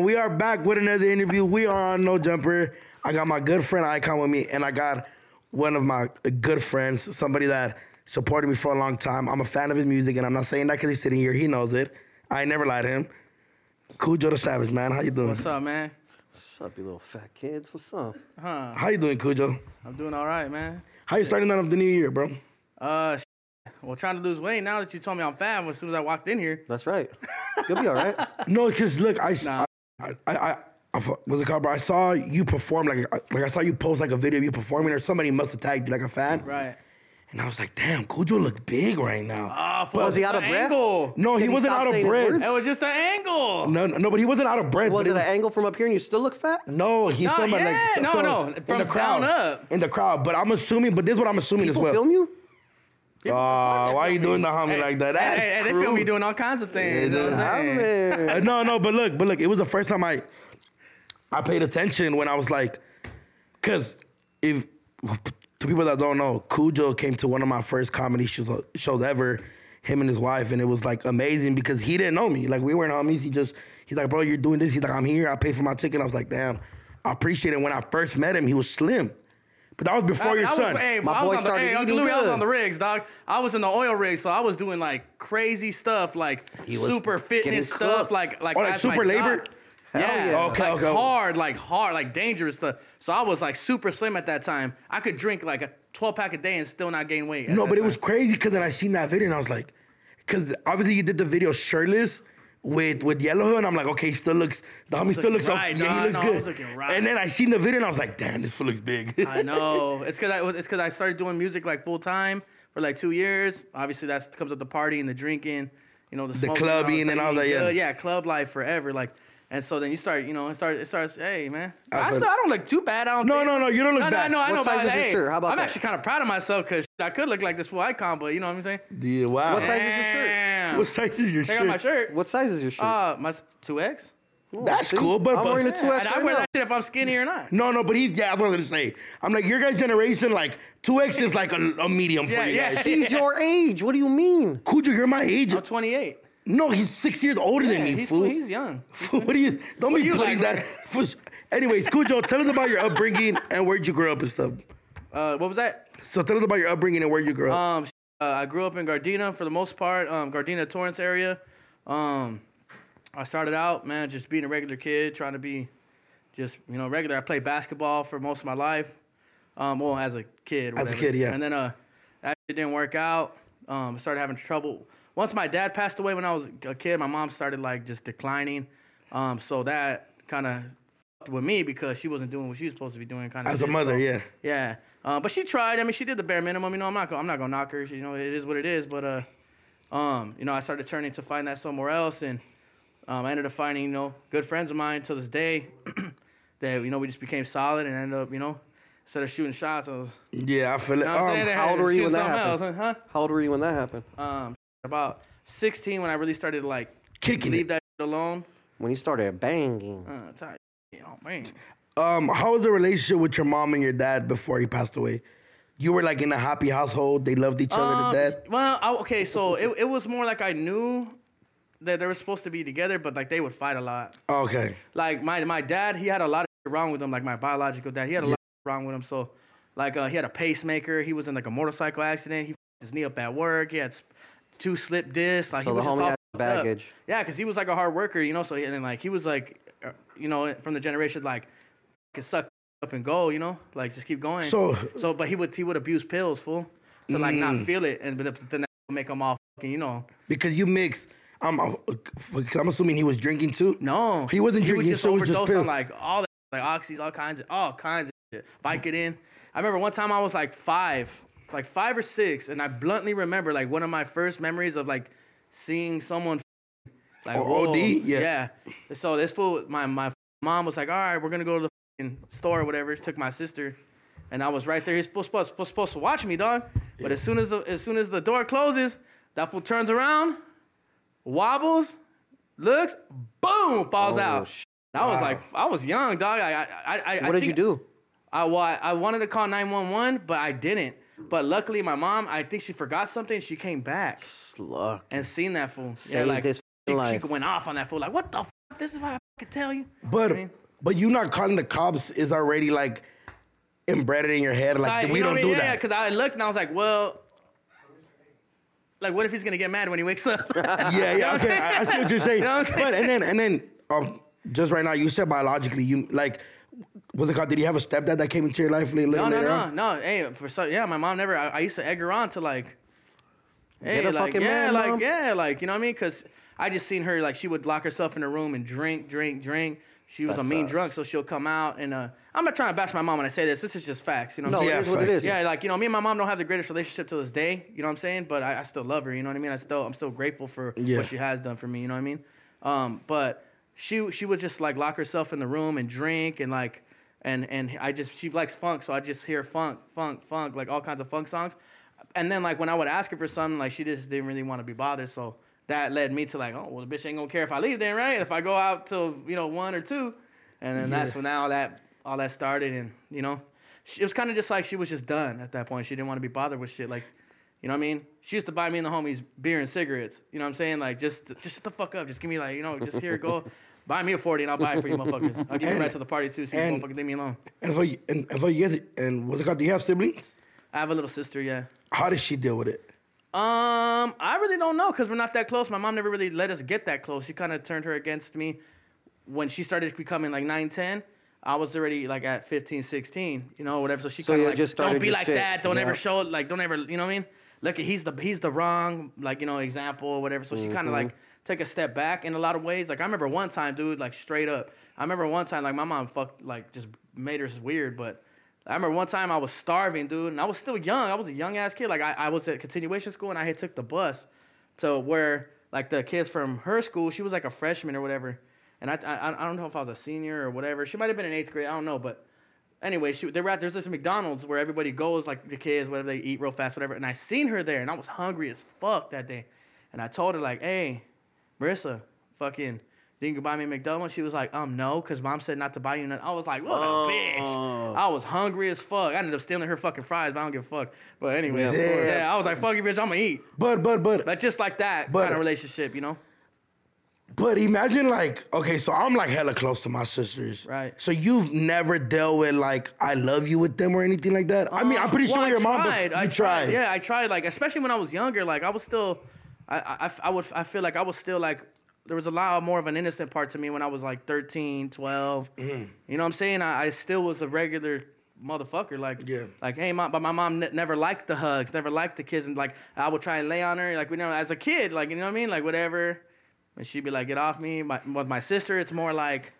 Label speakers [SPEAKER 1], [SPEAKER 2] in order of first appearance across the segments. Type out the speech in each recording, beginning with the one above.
[SPEAKER 1] We are back with another interview. We are on No Jumper. I got my good friend Icon with me, and I got one of my good friends, somebody that supported me for a long time. I'm a fan of his music, and I'm not saying that because he's sitting here. He knows it. I ain't never lied to him. Cool Joe the Savage, man. How you doing?
[SPEAKER 2] What's up, man?
[SPEAKER 3] What's up, you little fat kids? What's up?
[SPEAKER 2] Huh?
[SPEAKER 1] How you doing, Cujo?
[SPEAKER 2] I'm doing all right, man.
[SPEAKER 1] How you starting out of the new year, bro?
[SPEAKER 2] Uh, sh- well, trying to lose weight now that you told me I'm fat. As soon as I walked in here,
[SPEAKER 3] That's right. You'll be all right.
[SPEAKER 1] No, because look, I, s-
[SPEAKER 2] Nah.
[SPEAKER 1] I, I, I, I fu- was it called, bro? I saw you perform, like, like I saw you post like a video of you performing, or somebody must have tagged you like a fan,
[SPEAKER 2] right?
[SPEAKER 1] and I was like, damn, Cujo look big right now.
[SPEAKER 2] Oh,
[SPEAKER 3] But was he out of
[SPEAKER 2] the
[SPEAKER 3] breath?
[SPEAKER 2] Angle.
[SPEAKER 1] no, he
[SPEAKER 3] Did he
[SPEAKER 1] wasn't
[SPEAKER 3] stop
[SPEAKER 1] out of
[SPEAKER 3] saying his
[SPEAKER 1] breath.
[SPEAKER 3] words?
[SPEAKER 2] It was just an angle.
[SPEAKER 1] No, no, no, but he wasn't out of breath.
[SPEAKER 3] Was
[SPEAKER 1] but
[SPEAKER 3] it an angle from up here and you still look fat?
[SPEAKER 1] No, he's
[SPEAKER 2] No,
[SPEAKER 1] somebody
[SPEAKER 2] yeah,
[SPEAKER 1] like so-
[SPEAKER 2] no,
[SPEAKER 1] so
[SPEAKER 2] no,
[SPEAKER 1] it's
[SPEAKER 2] from down up.
[SPEAKER 1] in the crowd. But I'm assuming, but this is what I'm assuming
[SPEAKER 3] People
[SPEAKER 1] as well.
[SPEAKER 3] film you?
[SPEAKER 1] Uh, why are you doing the homie like that? That's
[SPEAKER 2] hey, hey, they
[SPEAKER 1] cruel.
[SPEAKER 2] feel me doing all kinds of things. you know what I'm saying?
[SPEAKER 3] Hombre.
[SPEAKER 1] Uh, no, no, but look, but look, it was the first time I I paid attention when I was like, cause if to people that don't know, Cujo came to one of my first comedy shows, shows ever, him and his wife, and it was like amazing because he didn't know me. Like we weren't homies. He just he's like, bro, you're doing this. He's like, I'm here. I paid for my ticket. I was like, damn, I appreciate it. When I first met him, he was slim, but that was before
[SPEAKER 2] I-
[SPEAKER 1] your
[SPEAKER 2] I was-
[SPEAKER 1] son.
[SPEAKER 2] hey,
[SPEAKER 3] My
[SPEAKER 2] I was
[SPEAKER 3] boy
[SPEAKER 2] on the-
[SPEAKER 3] started
[SPEAKER 2] hey, Uncle
[SPEAKER 3] eating
[SPEAKER 2] Louis, I was
[SPEAKER 3] good.
[SPEAKER 2] on the rigs, dog. I was in the oil rig, so I was doing like crazy stuff, like
[SPEAKER 3] was
[SPEAKER 2] super
[SPEAKER 3] getting
[SPEAKER 2] fitness stuff,
[SPEAKER 3] cooked.
[SPEAKER 2] like like
[SPEAKER 1] Oh, like
[SPEAKER 2] that's
[SPEAKER 1] super
[SPEAKER 2] my
[SPEAKER 1] labor?
[SPEAKER 2] job.
[SPEAKER 3] Hell
[SPEAKER 2] yeah,
[SPEAKER 3] yeah.
[SPEAKER 1] Okay,
[SPEAKER 2] like
[SPEAKER 1] okay.
[SPEAKER 2] hard, like hard, like dangerous stuff. So I was like super slim at that time. I could drink like a twelve pack a day and still not gain weight. at
[SPEAKER 1] No,
[SPEAKER 2] that
[SPEAKER 1] but it
[SPEAKER 2] time.
[SPEAKER 1] was crazy because then I seen that video and I was like, because obviously you did the video shirtless with with yellow hair and I'm like, okay, he still looks, the homie still looks,
[SPEAKER 2] looking
[SPEAKER 1] up,
[SPEAKER 2] right,
[SPEAKER 1] yeah, he
[SPEAKER 2] dog.
[SPEAKER 1] looks
[SPEAKER 2] No, I
[SPEAKER 1] good.
[SPEAKER 2] was looking right.
[SPEAKER 1] And then I seen the video and I was like, damn, this fool looks big.
[SPEAKER 2] I know. It's because I was. It's because I started doing music like full time for like two years. Obviously, that comes with the party and the drinking. You know, the, smoking
[SPEAKER 1] clubbing and all that, yeah.
[SPEAKER 2] good. yeah, club life forever. Like, and so then you start. You know, it starts. It starts. Hey, man. I,
[SPEAKER 1] feel-
[SPEAKER 2] still, I don't look too bad. I don't.
[SPEAKER 1] No,
[SPEAKER 2] think.
[SPEAKER 1] no, no, you don't look
[SPEAKER 2] no,
[SPEAKER 1] bad.
[SPEAKER 2] No, no, I
[SPEAKER 3] What
[SPEAKER 2] know.
[SPEAKER 3] size
[SPEAKER 2] but,
[SPEAKER 3] is your
[SPEAKER 2] hey,
[SPEAKER 3] shirt? How about
[SPEAKER 2] I'm
[SPEAKER 3] that?
[SPEAKER 2] actually kind of proud of myself because I could look like this full icon, but you know what I'm saying?
[SPEAKER 1] yeah, wow.
[SPEAKER 3] What size is your shirt?
[SPEAKER 2] Damn.
[SPEAKER 1] What size is your
[SPEAKER 2] Check
[SPEAKER 1] shirt?
[SPEAKER 2] out my shirt.
[SPEAKER 3] What size is your shirt?
[SPEAKER 2] Uh, my two X.
[SPEAKER 1] That's cool, but,
[SPEAKER 3] I'm
[SPEAKER 1] but
[SPEAKER 3] wearing a 2X
[SPEAKER 2] And I
[SPEAKER 3] right
[SPEAKER 2] wear
[SPEAKER 3] now.
[SPEAKER 2] that shit if I'm skinny or not.
[SPEAKER 1] no, no, but he's yeah. That's what I was gonna say. I'm like your guys' generation, like two X is like a, a medium
[SPEAKER 2] Yeah,
[SPEAKER 1] for you
[SPEAKER 2] yeah.
[SPEAKER 1] guys.
[SPEAKER 3] He's your age. What do you mean?
[SPEAKER 1] Cujo, you're my age.
[SPEAKER 2] I'm 28.
[SPEAKER 1] No, he's six years older
[SPEAKER 2] Yeah,
[SPEAKER 1] than me,
[SPEAKER 2] he's,
[SPEAKER 1] fool.
[SPEAKER 2] he's young.
[SPEAKER 1] what do you? Don't be
[SPEAKER 2] you
[SPEAKER 1] putting
[SPEAKER 2] like,
[SPEAKER 1] that. Anyways, Cujo, tell us about your upbringing and where'd you grow up and stuff.
[SPEAKER 2] Uh, what was that?
[SPEAKER 1] So tell us about your upbringing and where you grew up.
[SPEAKER 2] Um, sh- uh, I grew up in Gardena for the most part, um, Gardena Torrance area. Um, I started out, man, just being a regular kid, trying to be just you know regular. I played basketball for most of my life. Um, well, as a kid.
[SPEAKER 1] As a
[SPEAKER 2] whatever.
[SPEAKER 1] kid, yeah.
[SPEAKER 2] And then uh, that shit didn't work out. Um, I started having trouble. Once my dad passed away when I was a kid, my mom started like just declining. Um, so that kind of fucked with me because she wasn't doing what she was supposed to be doing. Kind of
[SPEAKER 1] As a mother, yeah.
[SPEAKER 2] yeah, uh, but she tried. I mean, she did the bare minimum. You know, I'm not gonna, I'm not gonna knock her. You know, it is what it is. But uh, um, you know, I started turning to find that somewhere else, and um, I ended up finding you know good friends of mine to this day that you know we just became solid and ended up you know instead of shooting shots, I was you
[SPEAKER 1] Yeah, I feel it.
[SPEAKER 2] know what I'm saying?
[SPEAKER 1] Um,
[SPEAKER 2] They
[SPEAKER 3] how
[SPEAKER 2] had
[SPEAKER 3] old
[SPEAKER 2] to
[SPEAKER 3] were you
[SPEAKER 2] shoot
[SPEAKER 3] when that
[SPEAKER 2] something
[SPEAKER 3] happened?
[SPEAKER 2] Else, huh?
[SPEAKER 3] How old were you when that happened?
[SPEAKER 2] Um, about 16 when I really started to, like
[SPEAKER 1] Kicking
[SPEAKER 2] leave
[SPEAKER 1] it.
[SPEAKER 2] that shit alone.
[SPEAKER 3] When you started banging.
[SPEAKER 2] Uh, it's like, oh man.
[SPEAKER 1] um, how was the relationship with your mom and your dad before he passed away? You were like in a happy household. They loved each other
[SPEAKER 2] Um,
[SPEAKER 1] to death.
[SPEAKER 2] Well, I, okay, so it, it was more like I knew that they were supposed to be together, but like they would fight a lot.
[SPEAKER 1] Okay.
[SPEAKER 2] Like my my dad, he had a lot of shit wrong with him. Like my biological dad, he had a lot of shit wrong with him. So, like uh, he had a pacemaker. He was in like a motorcycle accident. He f***ed his knee up at work. He had s- two slip discs. Like
[SPEAKER 3] So
[SPEAKER 2] he
[SPEAKER 3] the
[SPEAKER 2] was just
[SPEAKER 3] homie
[SPEAKER 2] all
[SPEAKER 3] had
[SPEAKER 2] f***ed up.
[SPEAKER 3] baggage.
[SPEAKER 2] Yeah, because he was like a hard worker, you know. So he, and then like he was like uh, you know, from the generation like can suck up and go, you know, like just keep going.
[SPEAKER 1] So-
[SPEAKER 2] so, but he would he would abuse pills, fool, to like not feel it, and but then that would make him all fucking, you know,
[SPEAKER 1] Because you mix. I'm, I'm I'm assuming he was drinking too.
[SPEAKER 2] no,
[SPEAKER 1] he wasn't
[SPEAKER 2] would
[SPEAKER 1] drinking.
[SPEAKER 2] just
[SPEAKER 1] so it was
[SPEAKER 2] overdose
[SPEAKER 1] just
[SPEAKER 2] on
[SPEAKER 1] pills.
[SPEAKER 2] like all that, like oxys, all kinds of all kinds of shit. Vicodin. I remember one time I was like five, like five or six, and I bluntly remember like one of my first memories of like seeing someone like
[SPEAKER 1] Or
[SPEAKER 2] whoa.
[SPEAKER 1] OD? Yeah.
[SPEAKER 2] So this fool, my my mom was like, all right, we're gonna go to the fucking store or whatever. Took my sister, and I was right there. He's supposed supposed, supposed to watch me, dog. But as soon as the as soon as the door closes, that fool turns around, wobbles, looks, boom, falls
[SPEAKER 3] Oh,
[SPEAKER 2] out.
[SPEAKER 3] sh-
[SPEAKER 2] And I was like, I was young, dog. I, I, I, I I
[SPEAKER 3] What did you
[SPEAKER 2] think-
[SPEAKER 3] do?
[SPEAKER 2] I, well, I, I wanted to call 911, but I didn't. But luckily, my mom, I think she forgot something. She came back
[SPEAKER 3] Look,
[SPEAKER 2] and seen that fool.
[SPEAKER 3] Saved his
[SPEAKER 2] she,
[SPEAKER 3] life.
[SPEAKER 2] she went off on that fool. Like, what the f? This is why I can tell you.
[SPEAKER 1] But
[SPEAKER 2] I mean-
[SPEAKER 1] but you not calling the cops is already like embedded in your head. Like
[SPEAKER 2] Like,
[SPEAKER 1] we
[SPEAKER 2] you know
[SPEAKER 1] don't
[SPEAKER 2] what I
[SPEAKER 1] do
[SPEAKER 2] mean? Yeah,
[SPEAKER 1] that.
[SPEAKER 2] because I looked and I was like, well, like, what if he's going to get mad when he wakes up?
[SPEAKER 1] yeah, yeah. Okay, I, I see what you're saying.
[SPEAKER 2] You know what I'm saying?
[SPEAKER 1] But and then and then um, just right now, you said biologically, you like what's it called? Did you have a stepdad that came into your life later,
[SPEAKER 2] no, no,
[SPEAKER 1] later
[SPEAKER 2] no,
[SPEAKER 1] on?
[SPEAKER 2] no. Hey, for so yeah, my mom never. I, I used to egg her on to like, hey,
[SPEAKER 3] a
[SPEAKER 2] like
[SPEAKER 3] fucking
[SPEAKER 2] yeah,
[SPEAKER 3] man,
[SPEAKER 2] like
[SPEAKER 3] Mom.
[SPEAKER 2] yeah, like you know what I mean? Because I just seen her like she would lock herself in a room and drink, drink, drink. She was
[SPEAKER 3] That
[SPEAKER 2] a mean
[SPEAKER 3] sucks.
[SPEAKER 2] drunk, so she'll come out and uh, I'm not trying to bash my mom when I say this. This is just facts, you know. What
[SPEAKER 3] no,
[SPEAKER 2] I'm
[SPEAKER 1] Yeah,
[SPEAKER 3] it is what it
[SPEAKER 1] facts.
[SPEAKER 3] is.
[SPEAKER 2] yeah, like you know, me and my mom don't have the greatest relationship to this day. You know what I'm saying? But I, I still love her. You know what I mean? I still I'm still grateful for
[SPEAKER 1] Yeah.
[SPEAKER 2] what she has done for me. You know what I mean? Um, but she she would just like lock herself in the room and drink and like and and I just she likes funk, so I just hear funk, funk, funk, like all kinds of funk songs. And then like when I would ask her for something, like she just didn't really want to be bothered, so. That led me to like, oh well, the bitch ain't gonna care if I leave then, right? If I go out till you know one or two, and then that's when all that all that started, and you know, she, it was kind of just like she was just done at that point. She didn't want to be bothered with shit. Like, you know what I mean? She used to buy me and the homies beer and cigarettes. You know what I'm saying? Like, just just shut the fuck up. Just give me like, you know, just here go. Buy me a 40 and I'll buy it for you motherfuckers. I'll give you the rest of the party too, so you
[SPEAKER 1] and-
[SPEAKER 2] motherfuckers leave me alone.
[SPEAKER 1] And for you- and, and for you guys, and what's it called? Do you have siblings?
[SPEAKER 2] I have a little sister, yeah.
[SPEAKER 1] How did she deal with it?
[SPEAKER 2] Um, I really don't know because we're not that close. My mom never really let us get that close. She kind of turned her against me when she started becoming like 9, 10. I was already like at 15, 16, you know, whatever. So she
[SPEAKER 3] So
[SPEAKER 2] kind
[SPEAKER 3] you
[SPEAKER 2] of like,
[SPEAKER 3] just
[SPEAKER 2] don't
[SPEAKER 3] started
[SPEAKER 2] be
[SPEAKER 3] your
[SPEAKER 2] like
[SPEAKER 3] shit."
[SPEAKER 2] that. Don't ever
[SPEAKER 3] Yeah.
[SPEAKER 2] show, like, don't ever, you know what I mean? Look, he's the he's the wrong, like, you know, example or whatever. So she kind of like took a step back in a lot of ways. Like, I remember one time, dude, like, straight up. I remember one time, like, my mom fucked, like, just made her weird, but I remember one time I was starving, dude, and I was still young. I was a young ass kid. Like I, I was at continuation school and I had took the bus to where like the kids from her school, she was like a freshman or whatever. And I I, I don't know if I was a senior or whatever. She might have been in eighth grade, I don't know, but anyway, she they were at there's this McDonald's where everybody goes, like the kids, whatever they eat real fast, whatever. And I seen her there and I was hungry as fuck that day. And I told her, like, hey, Marissa, fucking think you buy me a McDonald's? She was like, um, no, because mom said not to buy you nothing. I was like, what a
[SPEAKER 1] Oh.
[SPEAKER 2] bitch. I was hungry as fuck. I ended up stealing her fucking fries, but I don't give a fuck. But anyway,
[SPEAKER 3] Yeah, of
[SPEAKER 1] course.
[SPEAKER 2] yeah, I was like, fuck you, bitch, I'm gonna eat.
[SPEAKER 1] But but but
[SPEAKER 2] But just like that
[SPEAKER 1] But-
[SPEAKER 2] kind of relationship, you know?
[SPEAKER 1] But imagine like, okay, so I'm like hella close to my sisters.
[SPEAKER 2] Right.
[SPEAKER 1] So you've never dealt with like I love you with them or anything like that. I mean, I'm pretty
[SPEAKER 2] Uh,
[SPEAKER 1] sure
[SPEAKER 2] Well, I
[SPEAKER 1] your mom
[SPEAKER 2] tried.
[SPEAKER 1] bef-
[SPEAKER 2] I
[SPEAKER 1] you tried.
[SPEAKER 2] Yeah, I tried. Like especially when I was younger, like I was still, I, I- I f- I would I feel like I was still like there was a lot more of an innocent part to me when I was like 13, 12. You know what I'm saying? I, I still was a regular motherfucker. Like
[SPEAKER 1] Yeah.
[SPEAKER 2] like hey mom, but my mom ne- never liked the hugs, never liked the kids, and like I would try and lay on her. Like you know, as a kid, like you know what I mean, like whatever. And she'd be like, "Get off me!" My, with my sister, it's more like.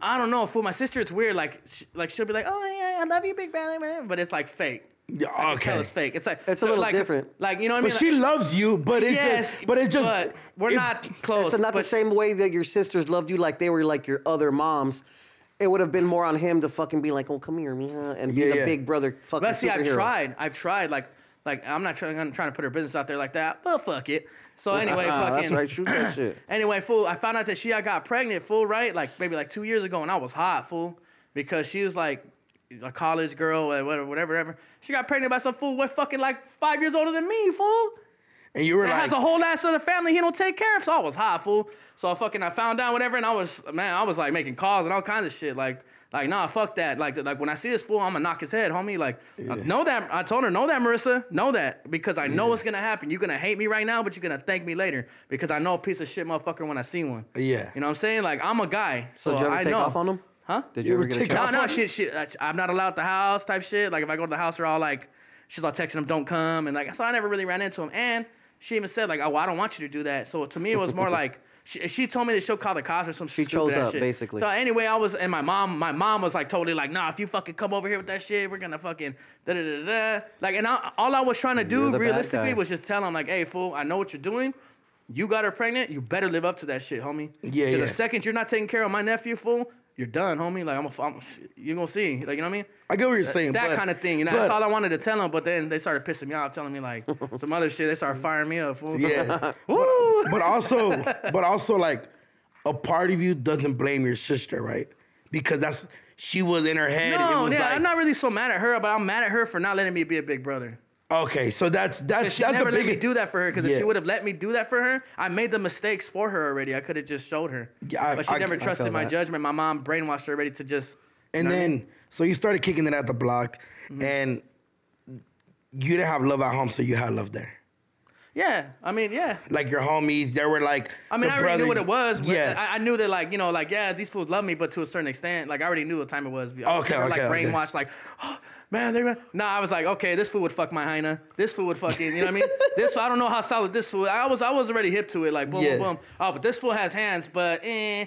[SPEAKER 2] I don't know. For my sister, it's weird. Like, sh- like she'll be like, "Oh yeah, I love you, big brother," man," but it's like fake.
[SPEAKER 1] Yeah,
[SPEAKER 2] Hell,
[SPEAKER 1] okay.
[SPEAKER 2] it's fake. It's like
[SPEAKER 3] It's a little
[SPEAKER 2] like,
[SPEAKER 3] different.
[SPEAKER 2] Like you know what I mean?
[SPEAKER 1] But she
[SPEAKER 2] Like,
[SPEAKER 1] loves you, but it's
[SPEAKER 2] yes,
[SPEAKER 1] just but it's just
[SPEAKER 2] we're
[SPEAKER 1] if-
[SPEAKER 2] not close.
[SPEAKER 3] It's not
[SPEAKER 2] but
[SPEAKER 3] the same way that your sisters loved you like they were like your other moms. It would have been more on him to fucking be like, "Oh, come here, Mija," and be
[SPEAKER 1] Yeah,
[SPEAKER 3] the
[SPEAKER 1] yeah.
[SPEAKER 3] big brother fucking
[SPEAKER 2] But see, I've
[SPEAKER 3] superhero.
[SPEAKER 2] tried. I've tried. Like, like I'm not trying. I'm trying to put her business out there like that. But fuck it. So anyway,
[SPEAKER 3] uh-uh, Ah, That's
[SPEAKER 2] fucking.
[SPEAKER 3] right. Shoot that shit.
[SPEAKER 2] Anyway, fool, I found out that she I got pregnant, fool, right? Like maybe like two years ago, and I was hot, fool, because she was like a college girl or whatever, whatever, whatever. She got pregnant by some fool, what fucking like five years older than me, fool.
[SPEAKER 1] and you were
[SPEAKER 2] And
[SPEAKER 1] like
[SPEAKER 2] has a whole ass other family he don't take care of. So I was hot, fool. So I fucking I found out whatever, and I was man, I was like making calls and all kinds of shit, like Like, nah, fuck that. Like, like when I see this fool, I'm gonna knock his head, homie. Like, I know that. I told her, know that, Marissa, know that, because I know what's gonna happen. You're gonna hate me right now, but you're gonna thank me later, because I know a piece of shit motherfucker when I see one.
[SPEAKER 1] Yeah.
[SPEAKER 2] You know what I'm saying? Like, I'm a guy, so,
[SPEAKER 3] So did you ever
[SPEAKER 2] I
[SPEAKER 3] take
[SPEAKER 2] know.
[SPEAKER 3] off on them?
[SPEAKER 2] Huh?
[SPEAKER 3] Did you,
[SPEAKER 1] You
[SPEAKER 3] ever
[SPEAKER 1] ever
[SPEAKER 3] get a
[SPEAKER 1] take
[SPEAKER 3] job?
[SPEAKER 1] off?
[SPEAKER 2] No, no,
[SPEAKER 1] on
[SPEAKER 2] shit, shit. I- uh, I'm not allowed at the house type shit. Like if I go to the house, they're all like, she's all texting them, don't come, and like so I never really ran into him. And she even said like, oh, well, I don't want you to do that. So to me, it was more like. She, she told me that she'll call the cops or some she
[SPEAKER 3] chose up, basically.
[SPEAKER 2] So anyway, I was and my mom, my mom was like totally like, nah, if you fucking come over here with that shit, we're gonna fucking da da da da. Like, and I, all I was trying to
[SPEAKER 3] You're
[SPEAKER 2] do
[SPEAKER 3] the bad
[SPEAKER 2] realistically
[SPEAKER 3] guy.
[SPEAKER 2] was just tell him like, hey fool, I know what you're doing. You got her pregnant. You better live up to that shit, homie.
[SPEAKER 1] Yeah,
[SPEAKER 2] 'Cause
[SPEAKER 1] yeah.
[SPEAKER 2] The second you're not taking care of my nephew, fool, you're done, homie. Like I'm, a, I'm you're gonna see. Like you know what I mean?
[SPEAKER 1] I get what you're saying.
[SPEAKER 2] that
[SPEAKER 1] but-
[SPEAKER 2] kind of thing. You know,
[SPEAKER 1] but-
[SPEAKER 2] that's all I wanted to tell them. But then they started pissing me off, telling me like some other shit. They started firing me up. Fool.
[SPEAKER 1] Yeah.
[SPEAKER 2] Woo!
[SPEAKER 1] but also, but also, like a part of you doesn't blame your sister, right? Because that's she was in her head. and it
[SPEAKER 2] No,
[SPEAKER 1] was
[SPEAKER 2] yeah,
[SPEAKER 1] like,
[SPEAKER 2] I'm not really so mad at her, but I'm mad at her for not letting me be a big brother.
[SPEAKER 1] Okay, so that's that's
[SPEAKER 2] She
[SPEAKER 1] that's
[SPEAKER 2] never
[SPEAKER 1] the
[SPEAKER 2] let me
[SPEAKER 1] biggest.
[SPEAKER 2] do that for her because if
[SPEAKER 1] Yeah.
[SPEAKER 2] she would have let me do that for her, I made the mistakes for her already. I could have just showed her.
[SPEAKER 1] Yeah, I-
[SPEAKER 2] but she
[SPEAKER 1] I- I
[SPEAKER 2] never
[SPEAKER 1] feel
[SPEAKER 2] trusted my
[SPEAKER 1] that.
[SPEAKER 2] judgment. My mom brainwashed her already to just.
[SPEAKER 1] And
[SPEAKER 2] know what I
[SPEAKER 1] then
[SPEAKER 2] mean? Mm-hmm.
[SPEAKER 1] so you started kicking it at the block, and you didn't have love at home, so you had love there.
[SPEAKER 2] Yeah, I mean, yeah.
[SPEAKER 1] Like your homies, they were like.
[SPEAKER 2] I mean,
[SPEAKER 1] the
[SPEAKER 2] I already knew what
[SPEAKER 1] brothers-
[SPEAKER 2] it was. But
[SPEAKER 1] yeah,
[SPEAKER 2] I, I knew that, like, you know, like, yeah, these fools love me, but to a certain extent, like, I already knew what time it was. I was
[SPEAKER 1] Okay,
[SPEAKER 2] never, like,
[SPEAKER 1] okay, okay.
[SPEAKER 2] brainwashed, like, oh, man, they were. Nah, I was like, okay, this fool would fuck my hyena. This fool would fucking, you know what I mean? This, I don't know how solid this fool. I was, I was already hip to it, like, boom,
[SPEAKER 1] Yeah.
[SPEAKER 2] boom, boom. Oh, but this fool has hands, but eh.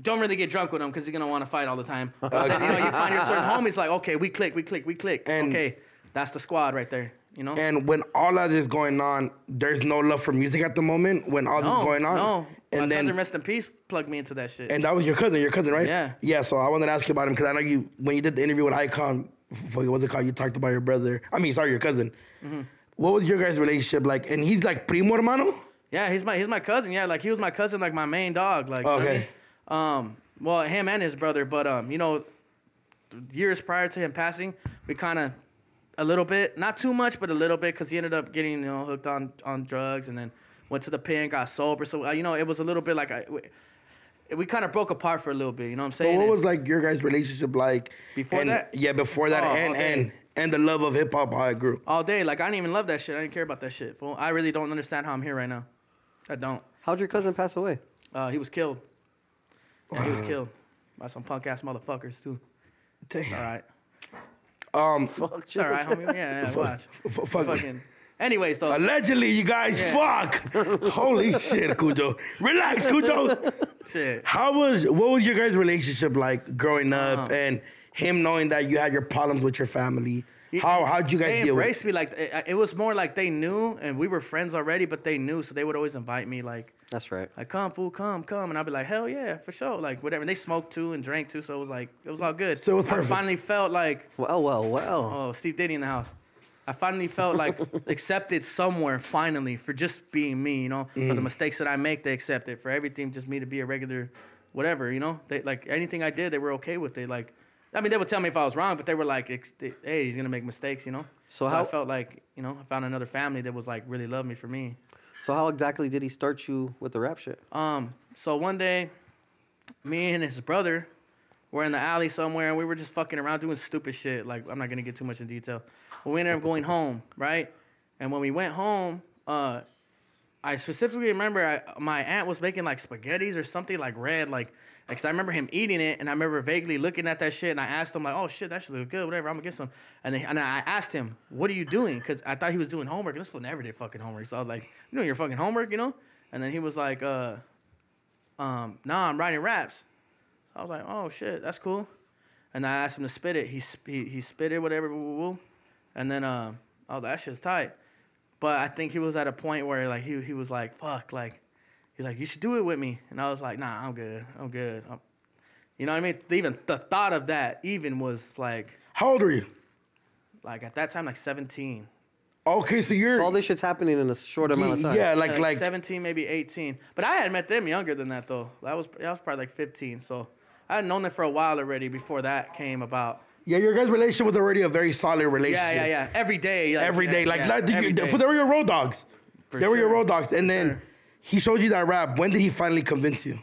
[SPEAKER 2] Don't really get drunk with him because he's gonna want to fight all the time. But then, you know, you find your certain homies like, okay, we click, we click, we click.
[SPEAKER 1] And-
[SPEAKER 2] okay, that's the squad right there. You know.
[SPEAKER 1] and when all that is going on, there's no love for music at the moment. When all this is going on,
[SPEAKER 2] No,
[SPEAKER 1] and
[SPEAKER 2] my
[SPEAKER 1] then
[SPEAKER 2] cousin, rest in peace, plugged me into that shit.
[SPEAKER 1] and that was your cousin, your cousin, right?
[SPEAKER 2] Yeah.
[SPEAKER 1] Yeah. So I wanted to ask you about him because I know you when you did the interview with Icon, f- fuck, what's it called? You talked about your brother. I mean, sorry, your cousin.
[SPEAKER 2] Mm-hmm.
[SPEAKER 1] What was your guys' relationship like? And he's like primo hermano.
[SPEAKER 2] Yeah, he's my he's my cousin. Yeah, like he was my cousin, like my main dog. Like you know what I
[SPEAKER 1] Okay.
[SPEAKER 2] mean? um, well, him and his brother, but um, you know, years prior to him passing, we kind of a little bit, not too much, but a little bit, because he ended up getting you know hooked on on drugs and then went to the pen, got sober. So uh, you know, it was a little bit like I, we, we kind of broke apart for a little bit. You know what I'm
[SPEAKER 1] But
[SPEAKER 2] saying?
[SPEAKER 1] what
[SPEAKER 2] And-
[SPEAKER 1] was like your guys' relationship like
[SPEAKER 2] Before
[SPEAKER 1] and-
[SPEAKER 2] that?
[SPEAKER 1] Yeah, before that,
[SPEAKER 2] Oh,
[SPEAKER 1] and
[SPEAKER 2] okay.
[SPEAKER 1] and and the love of hip hop, how it grew.
[SPEAKER 2] all day? Like I didn't even love that shit. I didn't care about that shit. Fool. I really don't understand how I'm here right now. I don't.
[SPEAKER 3] How'd your cousin pass away?
[SPEAKER 2] Uh, he was killed. Yeah, he was killed by some punk ass motherfuckers too. It's All right.
[SPEAKER 1] Um,
[SPEAKER 2] It's all right, homie. Yeah, yeah, watch.
[SPEAKER 1] f- fuck.
[SPEAKER 2] Fucking. Anyways, though.
[SPEAKER 1] Allegedly, you guys fuck. Holy shit, Cujo. Relax, Cujo.
[SPEAKER 2] Shit.
[SPEAKER 1] How was what was your guys' relationship like growing up
[SPEAKER 2] Uh-huh.
[SPEAKER 1] and him knowing that you had your problems with your family? How how'd you
[SPEAKER 2] They
[SPEAKER 1] guys deal with it?
[SPEAKER 2] embraced me like it, it was more like they knew, and we were friends already, but they knew, so they would always invite me like.
[SPEAKER 3] That's right.
[SPEAKER 2] Like come fool, come come, and I'd be like hell yeah for sure, like whatever. And they smoked too and drank too, so it was like it was all good.
[SPEAKER 1] So it was
[SPEAKER 2] I
[SPEAKER 1] perfect.
[SPEAKER 2] finally felt like
[SPEAKER 3] Well, well, well.
[SPEAKER 2] oh Steve Diddy in the house. I finally felt like accepted somewhere finally for just being me, you know,
[SPEAKER 3] Mm.
[SPEAKER 2] for the mistakes that I make, they accepted for everything, just me to be a regular, whatever, you know. They like anything I did, they were okay with it. Like, I mean, they would tell me if I was wrong, but they were like, ex- they- "Hey, he's gonna make mistakes," you know.
[SPEAKER 3] So
[SPEAKER 2] I
[SPEAKER 3] how-
[SPEAKER 2] felt like, you know, I found another family that was like really loved me for me.
[SPEAKER 3] So how exactly did he start you with the rap shit?
[SPEAKER 2] Um, so one day, me and his brother were in the alley somewhere, and we were just fucking around doing stupid shit. Like I'm not gonna get too much in detail. But we ended up going home, right? And when we went home, uh, I specifically remember I, my aunt was making like spaghettis or something like red, like. Because I remember him eating it, and I remember vaguely looking at that shit, and I asked him like, "Oh shit, that shit look good, whatever. I'm gonna get some." And then, and I asked him, "What are you doing?" Because I thought he was doing homework, and this fool never did fucking homework. So I was like, "You doing your fucking homework, you know?" And then he was like, "Uh, um, nah, I'm writing raps. I was like, oh shit, that's cool. And I asked him to spit it. He sp- he, he spit it, whatever, woo, woo, woo. And then um, I was like, that shit's tight. But I think he was at a point where like he he was like, fuck, like he's like, you should do it with me. And I was like, nah, I'm good, I'm good. I'm, you know what I mean? Even the thought of that even was like
[SPEAKER 1] How old were you?
[SPEAKER 2] like at that time like 17.
[SPEAKER 1] Okay, so you're
[SPEAKER 3] So all this shit's happening in a short amount of time.
[SPEAKER 1] yeah, like
[SPEAKER 2] like,
[SPEAKER 1] like
[SPEAKER 2] 17, maybe 18. But I had met them younger than that though. That was I was probably like 15. So I had known them for a while already before that came about.
[SPEAKER 1] yeah, your guys' relationship was already a very solid relationship.
[SPEAKER 2] Yeah, yeah, yeah. Every day, like,
[SPEAKER 1] Every day, like,
[SPEAKER 2] yeah,
[SPEAKER 1] like,
[SPEAKER 2] every
[SPEAKER 1] you-
[SPEAKER 2] day.
[SPEAKER 1] for they were your road dogs.
[SPEAKER 2] For
[SPEAKER 1] they were your
[SPEAKER 2] sure.
[SPEAKER 1] road dogs, and then
[SPEAKER 2] Sure.
[SPEAKER 1] he showed you that rap. When did he finally convince you?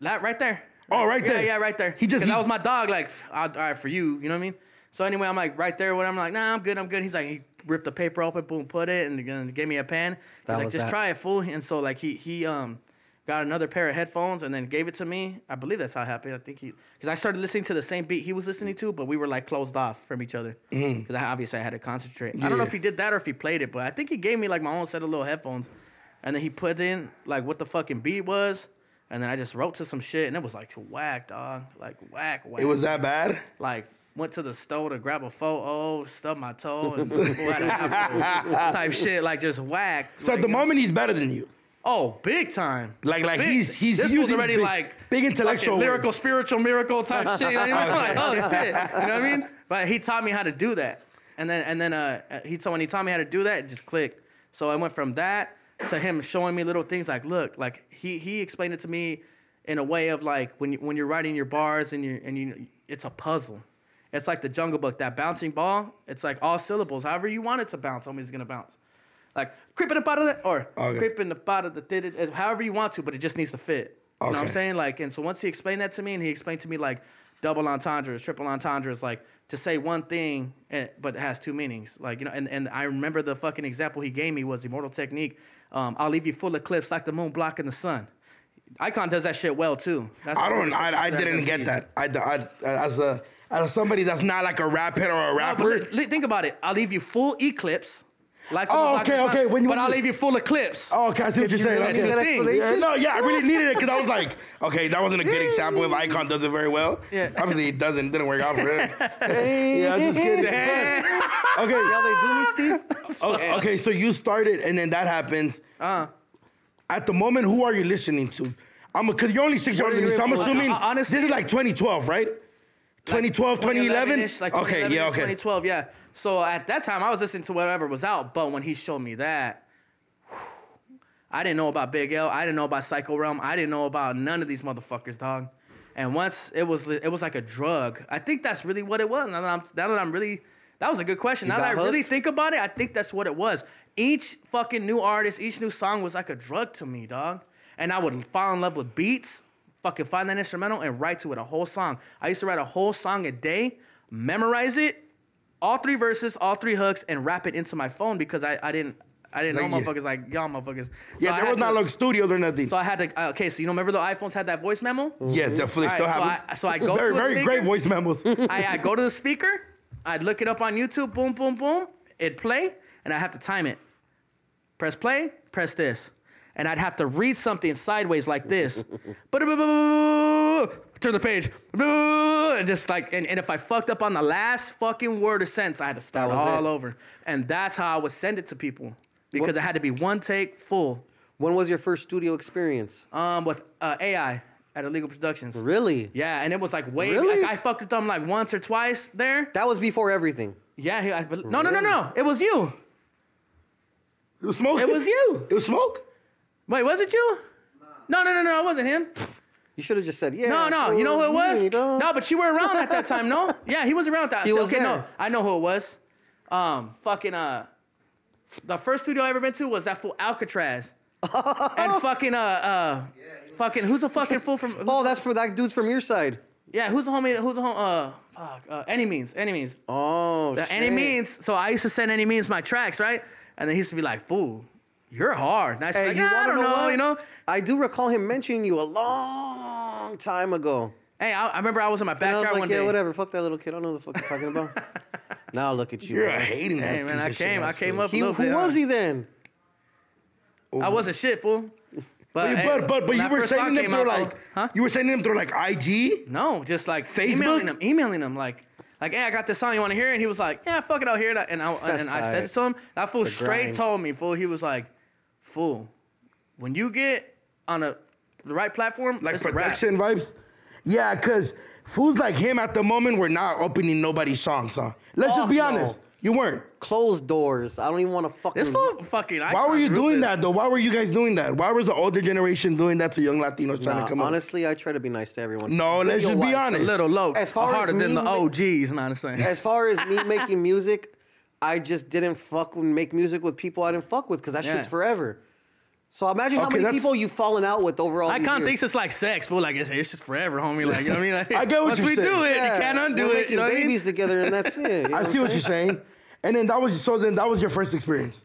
[SPEAKER 2] that right there.
[SPEAKER 1] Oh, right there.
[SPEAKER 2] Yeah, yeah, right there.
[SPEAKER 1] He just
[SPEAKER 2] 'Cause that
[SPEAKER 1] he-
[SPEAKER 2] was my dog. Like, I'll, all right for you. You know what I mean? So anyway, I'm like right there. When I'm like, nah, I'm good, I'm good. He's like, he ripped the paper open, boom, put it, and then gave me a pen. He's
[SPEAKER 3] That
[SPEAKER 2] like,
[SPEAKER 3] was
[SPEAKER 2] just
[SPEAKER 3] that.
[SPEAKER 2] try it, fool. And so like he he um got another pair of headphones and then gave it to me. I believe that's how it happened. I think he because I started listening to the same beat he was listening to, but we were like closed off from each other because I, obviously I had to concentrate. I don't know
[SPEAKER 1] Mm-hmm. Yeah.
[SPEAKER 2] if he did that or if he played it, but I think he gave me like my own set of little headphones, and then he put in like what the fucking beat was. And then I just wrote to some shit, and it was like whack, dog, like whack, whack
[SPEAKER 1] It was that bad.
[SPEAKER 2] like went to the store to grab a photo, stubbed my toe, and had an apple type shit, like just whack.
[SPEAKER 1] So at
[SPEAKER 2] like,
[SPEAKER 1] the moment, he's better than you.
[SPEAKER 2] oh, big time.
[SPEAKER 1] Like- like,
[SPEAKER 2] Big-
[SPEAKER 1] he's- he's
[SPEAKER 2] this was
[SPEAKER 1] using
[SPEAKER 2] already
[SPEAKER 1] big-
[SPEAKER 2] like
[SPEAKER 1] big
[SPEAKER 2] fucking
[SPEAKER 1] intellectual
[SPEAKER 2] lyrical,
[SPEAKER 1] words.
[SPEAKER 2] spiritual miracle type shit. You know, what I mean? like, oh shit, you know what I mean? But he taught me how to do that, and then and then uh, he told when he taught me how to do that, it just clicked. So I went from that to him showing me little things like, look, like he he explained it to me in a way of like when you, when you're writing your bars and you and you it's a puzzle. It's like the Jungle Book, that bouncing ball. It's like all syllables, however you want it to bounce, homie's gonna bounce. Like creeping up out of the or
[SPEAKER 1] Okay.
[SPEAKER 2] creeping up out of the did it- uh, however you want to, but it just needs to fit. You know what I'm
[SPEAKER 1] Okay.
[SPEAKER 2] saying? Like, and so once he explained that to me, and he explained to me like double entendres, triple entendres, like to say one thing eh, but it has two meanings. Like you know, and, and I remember the fucking example he gave me was immortal technique. Um, I'll leave you full eclipse like the moon blocking the sun. Icon does that shit well too. That's
[SPEAKER 1] I
[SPEAKER 2] one of
[SPEAKER 1] don't.
[SPEAKER 2] the shit
[SPEAKER 1] I, I
[SPEAKER 2] that
[SPEAKER 1] didn't get
[SPEAKER 2] MCs.
[SPEAKER 1] that. I, I as a as somebody that's not like a rap hit or a
[SPEAKER 2] No, but
[SPEAKER 1] rapper.
[SPEAKER 2] li- li- think about it. I'll leave you full eclipse. Like the
[SPEAKER 1] Oh,
[SPEAKER 2] moon blocking
[SPEAKER 1] okay,
[SPEAKER 2] the sun,
[SPEAKER 1] okay, when you-
[SPEAKER 2] but I'll leave you full eclipse.
[SPEAKER 1] Oh, okay, I see what you're saying.
[SPEAKER 3] really
[SPEAKER 1] Okay.
[SPEAKER 3] need that
[SPEAKER 1] Yeah,
[SPEAKER 3] explanation?
[SPEAKER 1] no, yeah, I really needed it because I was like, okay, that wasn't a good example. If Icon does it very well,
[SPEAKER 2] Yeah.
[SPEAKER 1] obviously it doesn't. It didn't work out for him. yeah, I'm just kidding. okay,
[SPEAKER 3] How they do me, Steve?
[SPEAKER 1] okay, Oh, okay, so you started, and then that happens. Uh.
[SPEAKER 2] Uh-huh.
[SPEAKER 1] At the moment, who are you listening to? I'm because you're only six years older than me, so I'm
[SPEAKER 2] Well,
[SPEAKER 1] assuming
[SPEAKER 2] hon- Uh, honestly-
[SPEAKER 1] this is like 2012, right? 2012, 2011.
[SPEAKER 2] 2011-ish, like
[SPEAKER 1] okay, yeah, okay.
[SPEAKER 2] 2012, yeah. So at that time, I was listening to whatever was out. But when he showed me that, I didn't know about Big L. I didn't know about Psycho Realm. I didn't know about none of these motherfuckers, dog. And once it was, it was like a drug. I think that's really what it was. Now that I'm, now that I'm really, that was a good question. now that I
[SPEAKER 3] got
[SPEAKER 2] really
[SPEAKER 3] hooked?
[SPEAKER 2] think about it, I think that's what it was. Each fucking new artist, each new song was like a drug to me, dog. And I would fall in love with beats, fucking find that instrumental and write to it a whole song. I used to write a whole song a day, memorize it, all three verses, all three hooks, and rap it into my phone because I, I didn't I didn't know
[SPEAKER 1] Like, yeah.
[SPEAKER 2] motherfuckers like y'all motherfuckers. So I
[SPEAKER 1] Yeah, there
[SPEAKER 2] had
[SPEAKER 1] was not
[SPEAKER 2] to-
[SPEAKER 1] like studios or nothing.
[SPEAKER 2] So I had to. uh, okay, so you know, remember the iPhones had that voice memo?
[SPEAKER 1] yes, they still
[SPEAKER 2] All right, so
[SPEAKER 1] have
[SPEAKER 2] I- so I go
[SPEAKER 1] very,
[SPEAKER 2] to a
[SPEAKER 1] very
[SPEAKER 2] speaker-
[SPEAKER 1] great voice memos.
[SPEAKER 2] I, I go to the speaker, I'd look it up on YouTube, boom, boom, boom, it'd play, and I have to time it. Press play, press this. And I'd have to read something sideways like this. Ba-da-ba-ba-ba-ba-ba, Turn the page. Ba-da-ba-ba-ba-ba, And just like, and, and if I fucked up on the last fucking word or sentence, I had to start
[SPEAKER 3] was
[SPEAKER 2] all
[SPEAKER 3] it.
[SPEAKER 2] over. And that's how I would send it to people because it had to be one take full
[SPEAKER 3] When was your first studio experience?
[SPEAKER 2] um, with uh, AI at Illegal Productions.
[SPEAKER 3] Really?
[SPEAKER 2] Yeah, and it was like way,
[SPEAKER 3] Really?
[SPEAKER 2] like I fucked with them like once or twice there.
[SPEAKER 3] That was before everything.
[SPEAKER 2] Yeah, he, I, bel- no, no, no, no. It was you.
[SPEAKER 1] It was smoke.
[SPEAKER 2] It was you.
[SPEAKER 1] It was smoke.
[SPEAKER 2] Wait, was it you? No, no, no, no. It wasn't him.
[SPEAKER 3] You should have just said, yeah.
[SPEAKER 2] No, no.
[SPEAKER 3] cool,
[SPEAKER 2] You know who it
[SPEAKER 3] me,
[SPEAKER 2] was?
[SPEAKER 3] dog.
[SPEAKER 2] No, but you were around at that time. No. Yeah, he was around at that.
[SPEAKER 3] He
[SPEAKER 2] I said,
[SPEAKER 3] was
[SPEAKER 2] okay, no,
[SPEAKER 3] there.
[SPEAKER 2] I know who it was. Um, fucking uh, the first studio I ever been to was that fool Alcatraz, and fucking uh, uh, fucking who's a fucking fool from? who-
[SPEAKER 3] Oh, that's for that dude's from your side.
[SPEAKER 2] yeah, who's the homie? Who's the home? Uh, fuck, uh, any means, any means.
[SPEAKER 3] Oh,
[SPEAKER 2] The any means. So I used to send any means my tracks, right? And then he used to be like, "Fool, you're hard." And I used to be
[SPEAKER 3] Hey,
[SPEAKER 2] like,
[SPEAKER 3] you
[SPEAKER 2] "Nah, I
[SPEAKER 3] wanna
[SPEAKER 2] don't know,
[SPEAKER 3] what?
[SPEAKER 2] you know."
[SPEAKER 3] I do recall him mentioning you a long time ago.
[SPEAKER 2] Hey, I, I remember I was in my
[SPEAKER 3] And I
[SPEAKER 2] backyard
[SPEAKER 3] was like,
[SPEAKER 2] one
[SPEAKER 3] yeah,
[SPEAKER 2] day.
[SPEAKER 3] whatever. Fuck that little kid. I don't know what the fuck you're talking about. now look at you.
[SPEAKER 1] You're a
[SPEAKER 3] man.
[SPEAKER 1] hating ass
[SPEAKER 2] Hey man,
[SPEAKER 1] piece
[SPEAKER 2] I
[SPEAKER 1] of shit,
[SPEAKER 2] came, I
[SPEAKER 1] ass
[SPEAKER 2] came
[SPEAKER 1] fool.
[SPEAKER 2] up. a
[SPEAKER 3] He,
[SPEAKER 2] little
[SPEAKER 3] who
[SPEAKER 2] bit,
[SPEAKER 3] was
[SPEAKER 2] uh,
[SPEAKER 3] he then?
[SPEAKER 2] I wasn't shit fool.
[SPEAKER 1] But,
[SPEAKER 2] hey,
[SPEAKER 1] but but but
[SPEAKER 2] when
[SPEAKER 1] you
[SPEAKER 2] that
[SPEAKER 1] were
[SPEAKER 2] first song
[SPEAKER 1] sending them
[SPEAKER 2] came
[SPEAKER 1] through
[SPEAKER 2] out,
[SPEAKER 1] like
[SPEAKER 2] though- huh?
[SPEAKER 1] you were sending them through like IG.
[SPEAKER 2] No, just like
[SPEAKER 1] Facebook?
[SPEAKER 2] emailing him, emailing him, like, like, hey, I got this song, you want to hear? it? And he was like, yeah, fuck it, I'll hear it. And I
[SPEAKER 3] That's
[SPEAKER 2] and I said
[SPEAKER 3] tight.
[SPEAKER 2] it to him. That fool straight
[SPEAKER 3] grind.
[SPEAKER 2] told me, fool. He was like, fool, when you get on a the right platform,
[SPEAKER 1] like
[SPEAKER 2] it's a rap."
[SPEAKER 1] production vibes. Yeah, cause fools like him at the moment were not opening nobody's songs. Huh? Let's
[SPEAKER 3] Fuck
[SPEAKER 1] just be
[SPEAKER 2] Oh,
[SPEAKER 3] no.
[SPEAKER 1] honest, you weren't.
[SPEAKER 3] Closed doors. I don't even want to fucking.
[SPEAKER 2] This fool fucking.
[SPEAKER 1] Why were you doing
[SPEAKER 2] that?
[SPEAKER 1] that though? Why were you guys doing that? Why was the older generation doing that to young Latinos trying
[SPEAKER 3] Nah,
[SPEAKER 1] to come
[SPEAKER 3] honestly, I try to be nice to everyone.
[SPEAKER 1] up? No, let's just be
[SPEAKER 3] Video-wise,
[SPEAKER 1] honest.
[SPEAKER 2] a little low,
[SPEAKER 3] As far
[SPEAKER 2] harder
[SPEAKER 3] as
[SPEAKER 2] than
[SPEAKER 3] me
[SPEAKER 2] the
[SPEAKER 3] ma-
[SPEAKER 2] OGs. You know what I'm saying?
[SPEAKER 3] As far as me making music, I just didn't fuck and make music with people I didn't fuck with because that
[SPEAKER 2] Yeah.
[SPEAKER 3] shit's forever. So imagine how
[SPEAKER 1] Okay,
[SPEAKER 3] many
[SPEAKER 1] that's-
[SPEAKER 3] people you've fallen out with over all
[SPEAKER 2] I
[SPEAKER 3] these
[SPEAKER 2] can't
[SPEAKER 3] years.
[SPEAKER 2] think it's like sex, but like it's, it's just forever, homie. Like you know what I mean? Like,
[SPEAKER 1] I get what
[SPEAKER 2] once
[SPEAKER 1] you're
[SPEAKER 2] we
[SPEAKER 1] saying.
[SPEAKER 2] do it,
[SPEAKER 3] Yeah,
[SPEAKER 2] you can't undo
[SPEAKER 3] we're
[SPEAKER 2] it. You
[SPEAKER 3] making
[SPEAKER 2] know what I mean?
[SPEAKER 3] babies together, and that's it. you know
[SPEAKER 1] I
[SPEAKER 3] I'm
[SPEAKER 1] see what
[SPEAKER 3] saying?
[SPEAKER 1] you're saying. And then that was so. Then that was your first experience.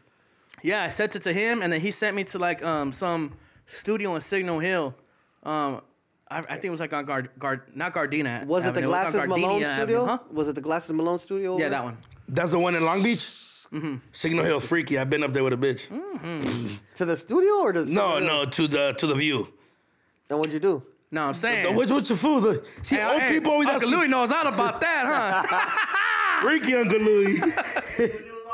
[SPEAKER 2] Yeah, I sent it to him, and then he sent me to like um some studio in Signal Hill. Um, I, I think it was like on Guard, Guard not Gardena.
[SPEAKER 3] Was it the
[SPEAKER 2] Avenue, was on
[SPEAKER 3] Glasses Malone
[SPEAKER 2] Gardenia Avenue,
[SPEAKER 3] studio?
[SPEAKER 2] huh?
[SPEAKER 3] Was it the Glasses Malone studio? over
[SPEAKER 2] Yeah, that
[SPEAKER 3] there?
[SPEAKER 2] one.
[SPEAKER 1] That's the one in Long Beach.
[SPEAKER 2] Mm-hmm.
[SPEAKER 1] Signal Hill's freaky. I've been up there with a bitch.
[SPEAKER 3] To the studio or
[SPEAKER 1] No,
[SPEAKER 3] to somewhere
[SPEAKER 1] no,
[SPEAKER 3] else?
[SPEAKER 1] to the to the view.
[SPEAKER 3] Then what'd you do?
[SPEAKER 2] No, I'm saying.
[SPEAKER 1] The, what's, what's your food? The- See,
[SPEAKER 2] Hey,
[SPEAKER 1] old
[SPEAKER 2] hey,
[SPEAKER 1] people always ask
[SPEAKER 2] Uncle Louis knows all about that, huh?
[SPEAKER 1] Freaky Uncle Louis. I,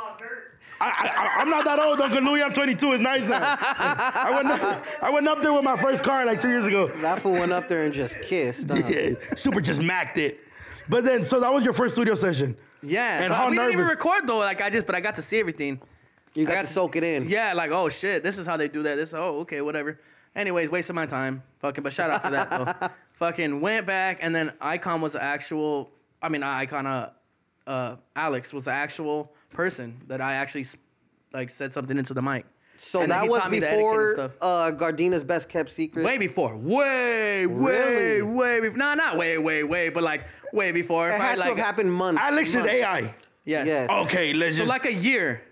[SPEAKER 1] I, I, I'm not that old, Uncle Louis. I'm 22. It's nice now. I went, up, I went up there with my first car like two years ago.
[SPEAKER 3] That fool went up there and just kissed. huh?
[SPEAKER 1] Yeah, super just macked it. But then, so that was your first studio session.
[SPEAKER 2] yeah.
[SPEAKER 1] And
[SPEAKER 2] but
[SPEAKER 1] how
[SPEAKER 2] we didn't even
[SPEAKER 1] nervous?
[SPEAKER 2] record though. Like I just, but I got to see everything.
[SPEAKER 3] You
[SPEAKER 2] I
[SPEAKER 3] got to soak it in.
[SPEAKER 2] Yeah, like oh shit, this is how they do that. This oh okay whatever. Anyways, wasting my time. Fucking, but shout out for that though. Fucking went back and then Icon was the actual. I mean, not Icon uh, uh Alex was the actual person that I actually s- like said something into the mic.
[SPEAKER 3] So
[SPEAKER 2] And then
[SPEAKER 3] that
[SPEAKER 2] he
[SPEAKER 3] was
[SPEAKER 2] taught me the etiquette and
[SPEAKER 3] before
[SPEAKER 2] stuff.
[SPEAKER 3] uh, Gardena's best kept secret.
[SPEAKER 2] Way before, way, way,
[SPEAKER 3] Really?
[SPEAKER 2] way before. Nah, not way, way, way, but like way before.
[SPEAKER 3] it had to
[SPEAKER 2] Probably
[SPEAKER 3] have
[SPEAKER 2] like,
[SPEAKER 3] happened months.
[SPEAKER 1] Alex is
[SPEAKER 3] months.
[SPEAKER 1] AI.
[SPEAKER 2] Yes.
[SPEAKER 3] Yes.
[SPEAKER 1] Okay, let's
[SPEAKER 2] So
[SPEAKER 1] just.
[SPEAKER 2] like a year.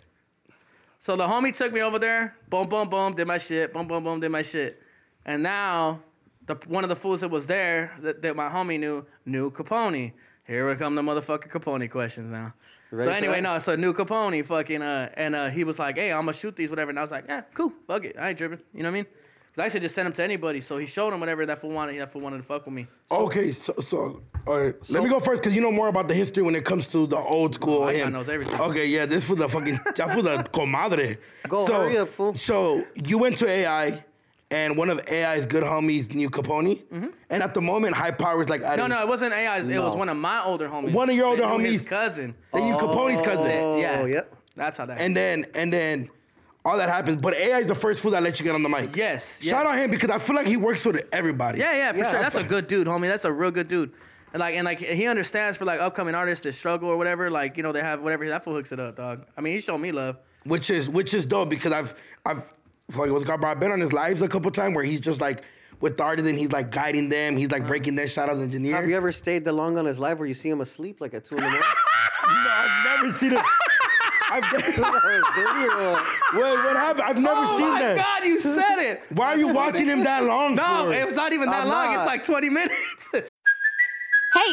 [SPEAKER 2] So the homie took me over there. Boom, boom, boom. Did my shit. Boom, boom, boom. Did my shit. And now, the one of the fools that was there that, that my homie knew knew Capone. Here we come the motherfucking Capone questions now.
[SPEAKER 3] Ready
[SPEAKER 2] so
[SPEAKER 3] for
[SPEAKER 2] anyway,
[SPEAKER 3] that?
[SPEAKER 2] no, so new Capone fucking uh, and uh, he was like, hey, I'm gonna shoot these whatever, and I was like, yeah, cool, fuck it, I ain't tripping. You know what I mean? 'Cause I said just send them to anybody. So he showed him whatever that fool wanted. That fool wanted to fuck with me.
[SPEAKER 1] okay, so, so all right. Let me go first because you know more about the history when it comes to the old school.
[SPEAKER 2] Oh, I
[SPEAKER 1] him.
[SPEAKER 2] knows everything.
[SPEAKER 1] Okay, yeah, this was a fucking. that was a comadre.
[SPEAKER 3] Go,
[SPEAKER 1] so,
[SPEAKER 3] hurry up, fool.
[SPEAKER 1] So you went to AI. And one of AI's good homies knew Capone. And at the moment, High Power's like,
[SPEAKER 2] Mm-hmm. No, no, it wasn't AI's. It was one of my older homies.
[SPEAKER 1] One of your older
[SPEAKER 2] They knew His
[SPEAKER 1] homies.
[SPEAKER 2] cousin.
[SPEAKER 1] They knew Capone's cousin.
[SPEAKER 3] Oh,
[SPEAKER 2] yeah.
[SPEAKER 3] yep.
[SPEAKER 2] That's how that.
[SPEAKER 1] And then and then all that happens. But AI is the first fool that lets you get on the mic.
[SPEAKER 2] Yes,
[SPEAKER 1] Shout
[SPEAKER 2] yes.
[SPEAKER 1] out him because I feel like he works with everybody.
[SPEAKER 2] Yeah, yeah, for
[SPEAKER 3] Yeah,
[SPEAKER 2] sure.
[SPEAKER 3] that's
[SPEAKER 2] That's a good dude, homie. That's a real good dude. And like, and like, he understands for like upcoming artists that struggle or whatever. Like, you know, they have whatever. That fool hooks it up, dog. I mean, he showed me love.
[SPEAKER 1] Which is which is dope because I've I've fuck, what's got I've been on his lives a couple times where he's just like with the artists and he's like guiding them. He's like breaking their shout outs engineer.
[SPEAKER 3] Have you ever stayed that long on his life where you see him asleep like at two in the morning?
[SPEAKER 1] No, I've never seen it. I've, wait,
[SPEAKER 3] uh,
[SPEAKER 1] what happened? I've never
[SPEAKER 2] oh
[SPEAKER 1] seen
[SPEAKER 2] my
[SPEAKER 1] that.
[SPEAKER 2] god, you said it.
[SPEAKER 1] Why are you watching him that long?
[SPEAKER 2] No,
[SPEAKER 1] for?
[SPEAKER 2] it was not even that
[SPEAKER 3] I'm
[SPEAKER 2] long.
[SPEAKER 3] not.
[SPEAKER 2] It's like 20 minutes.
[SPEAKER 4] Hey,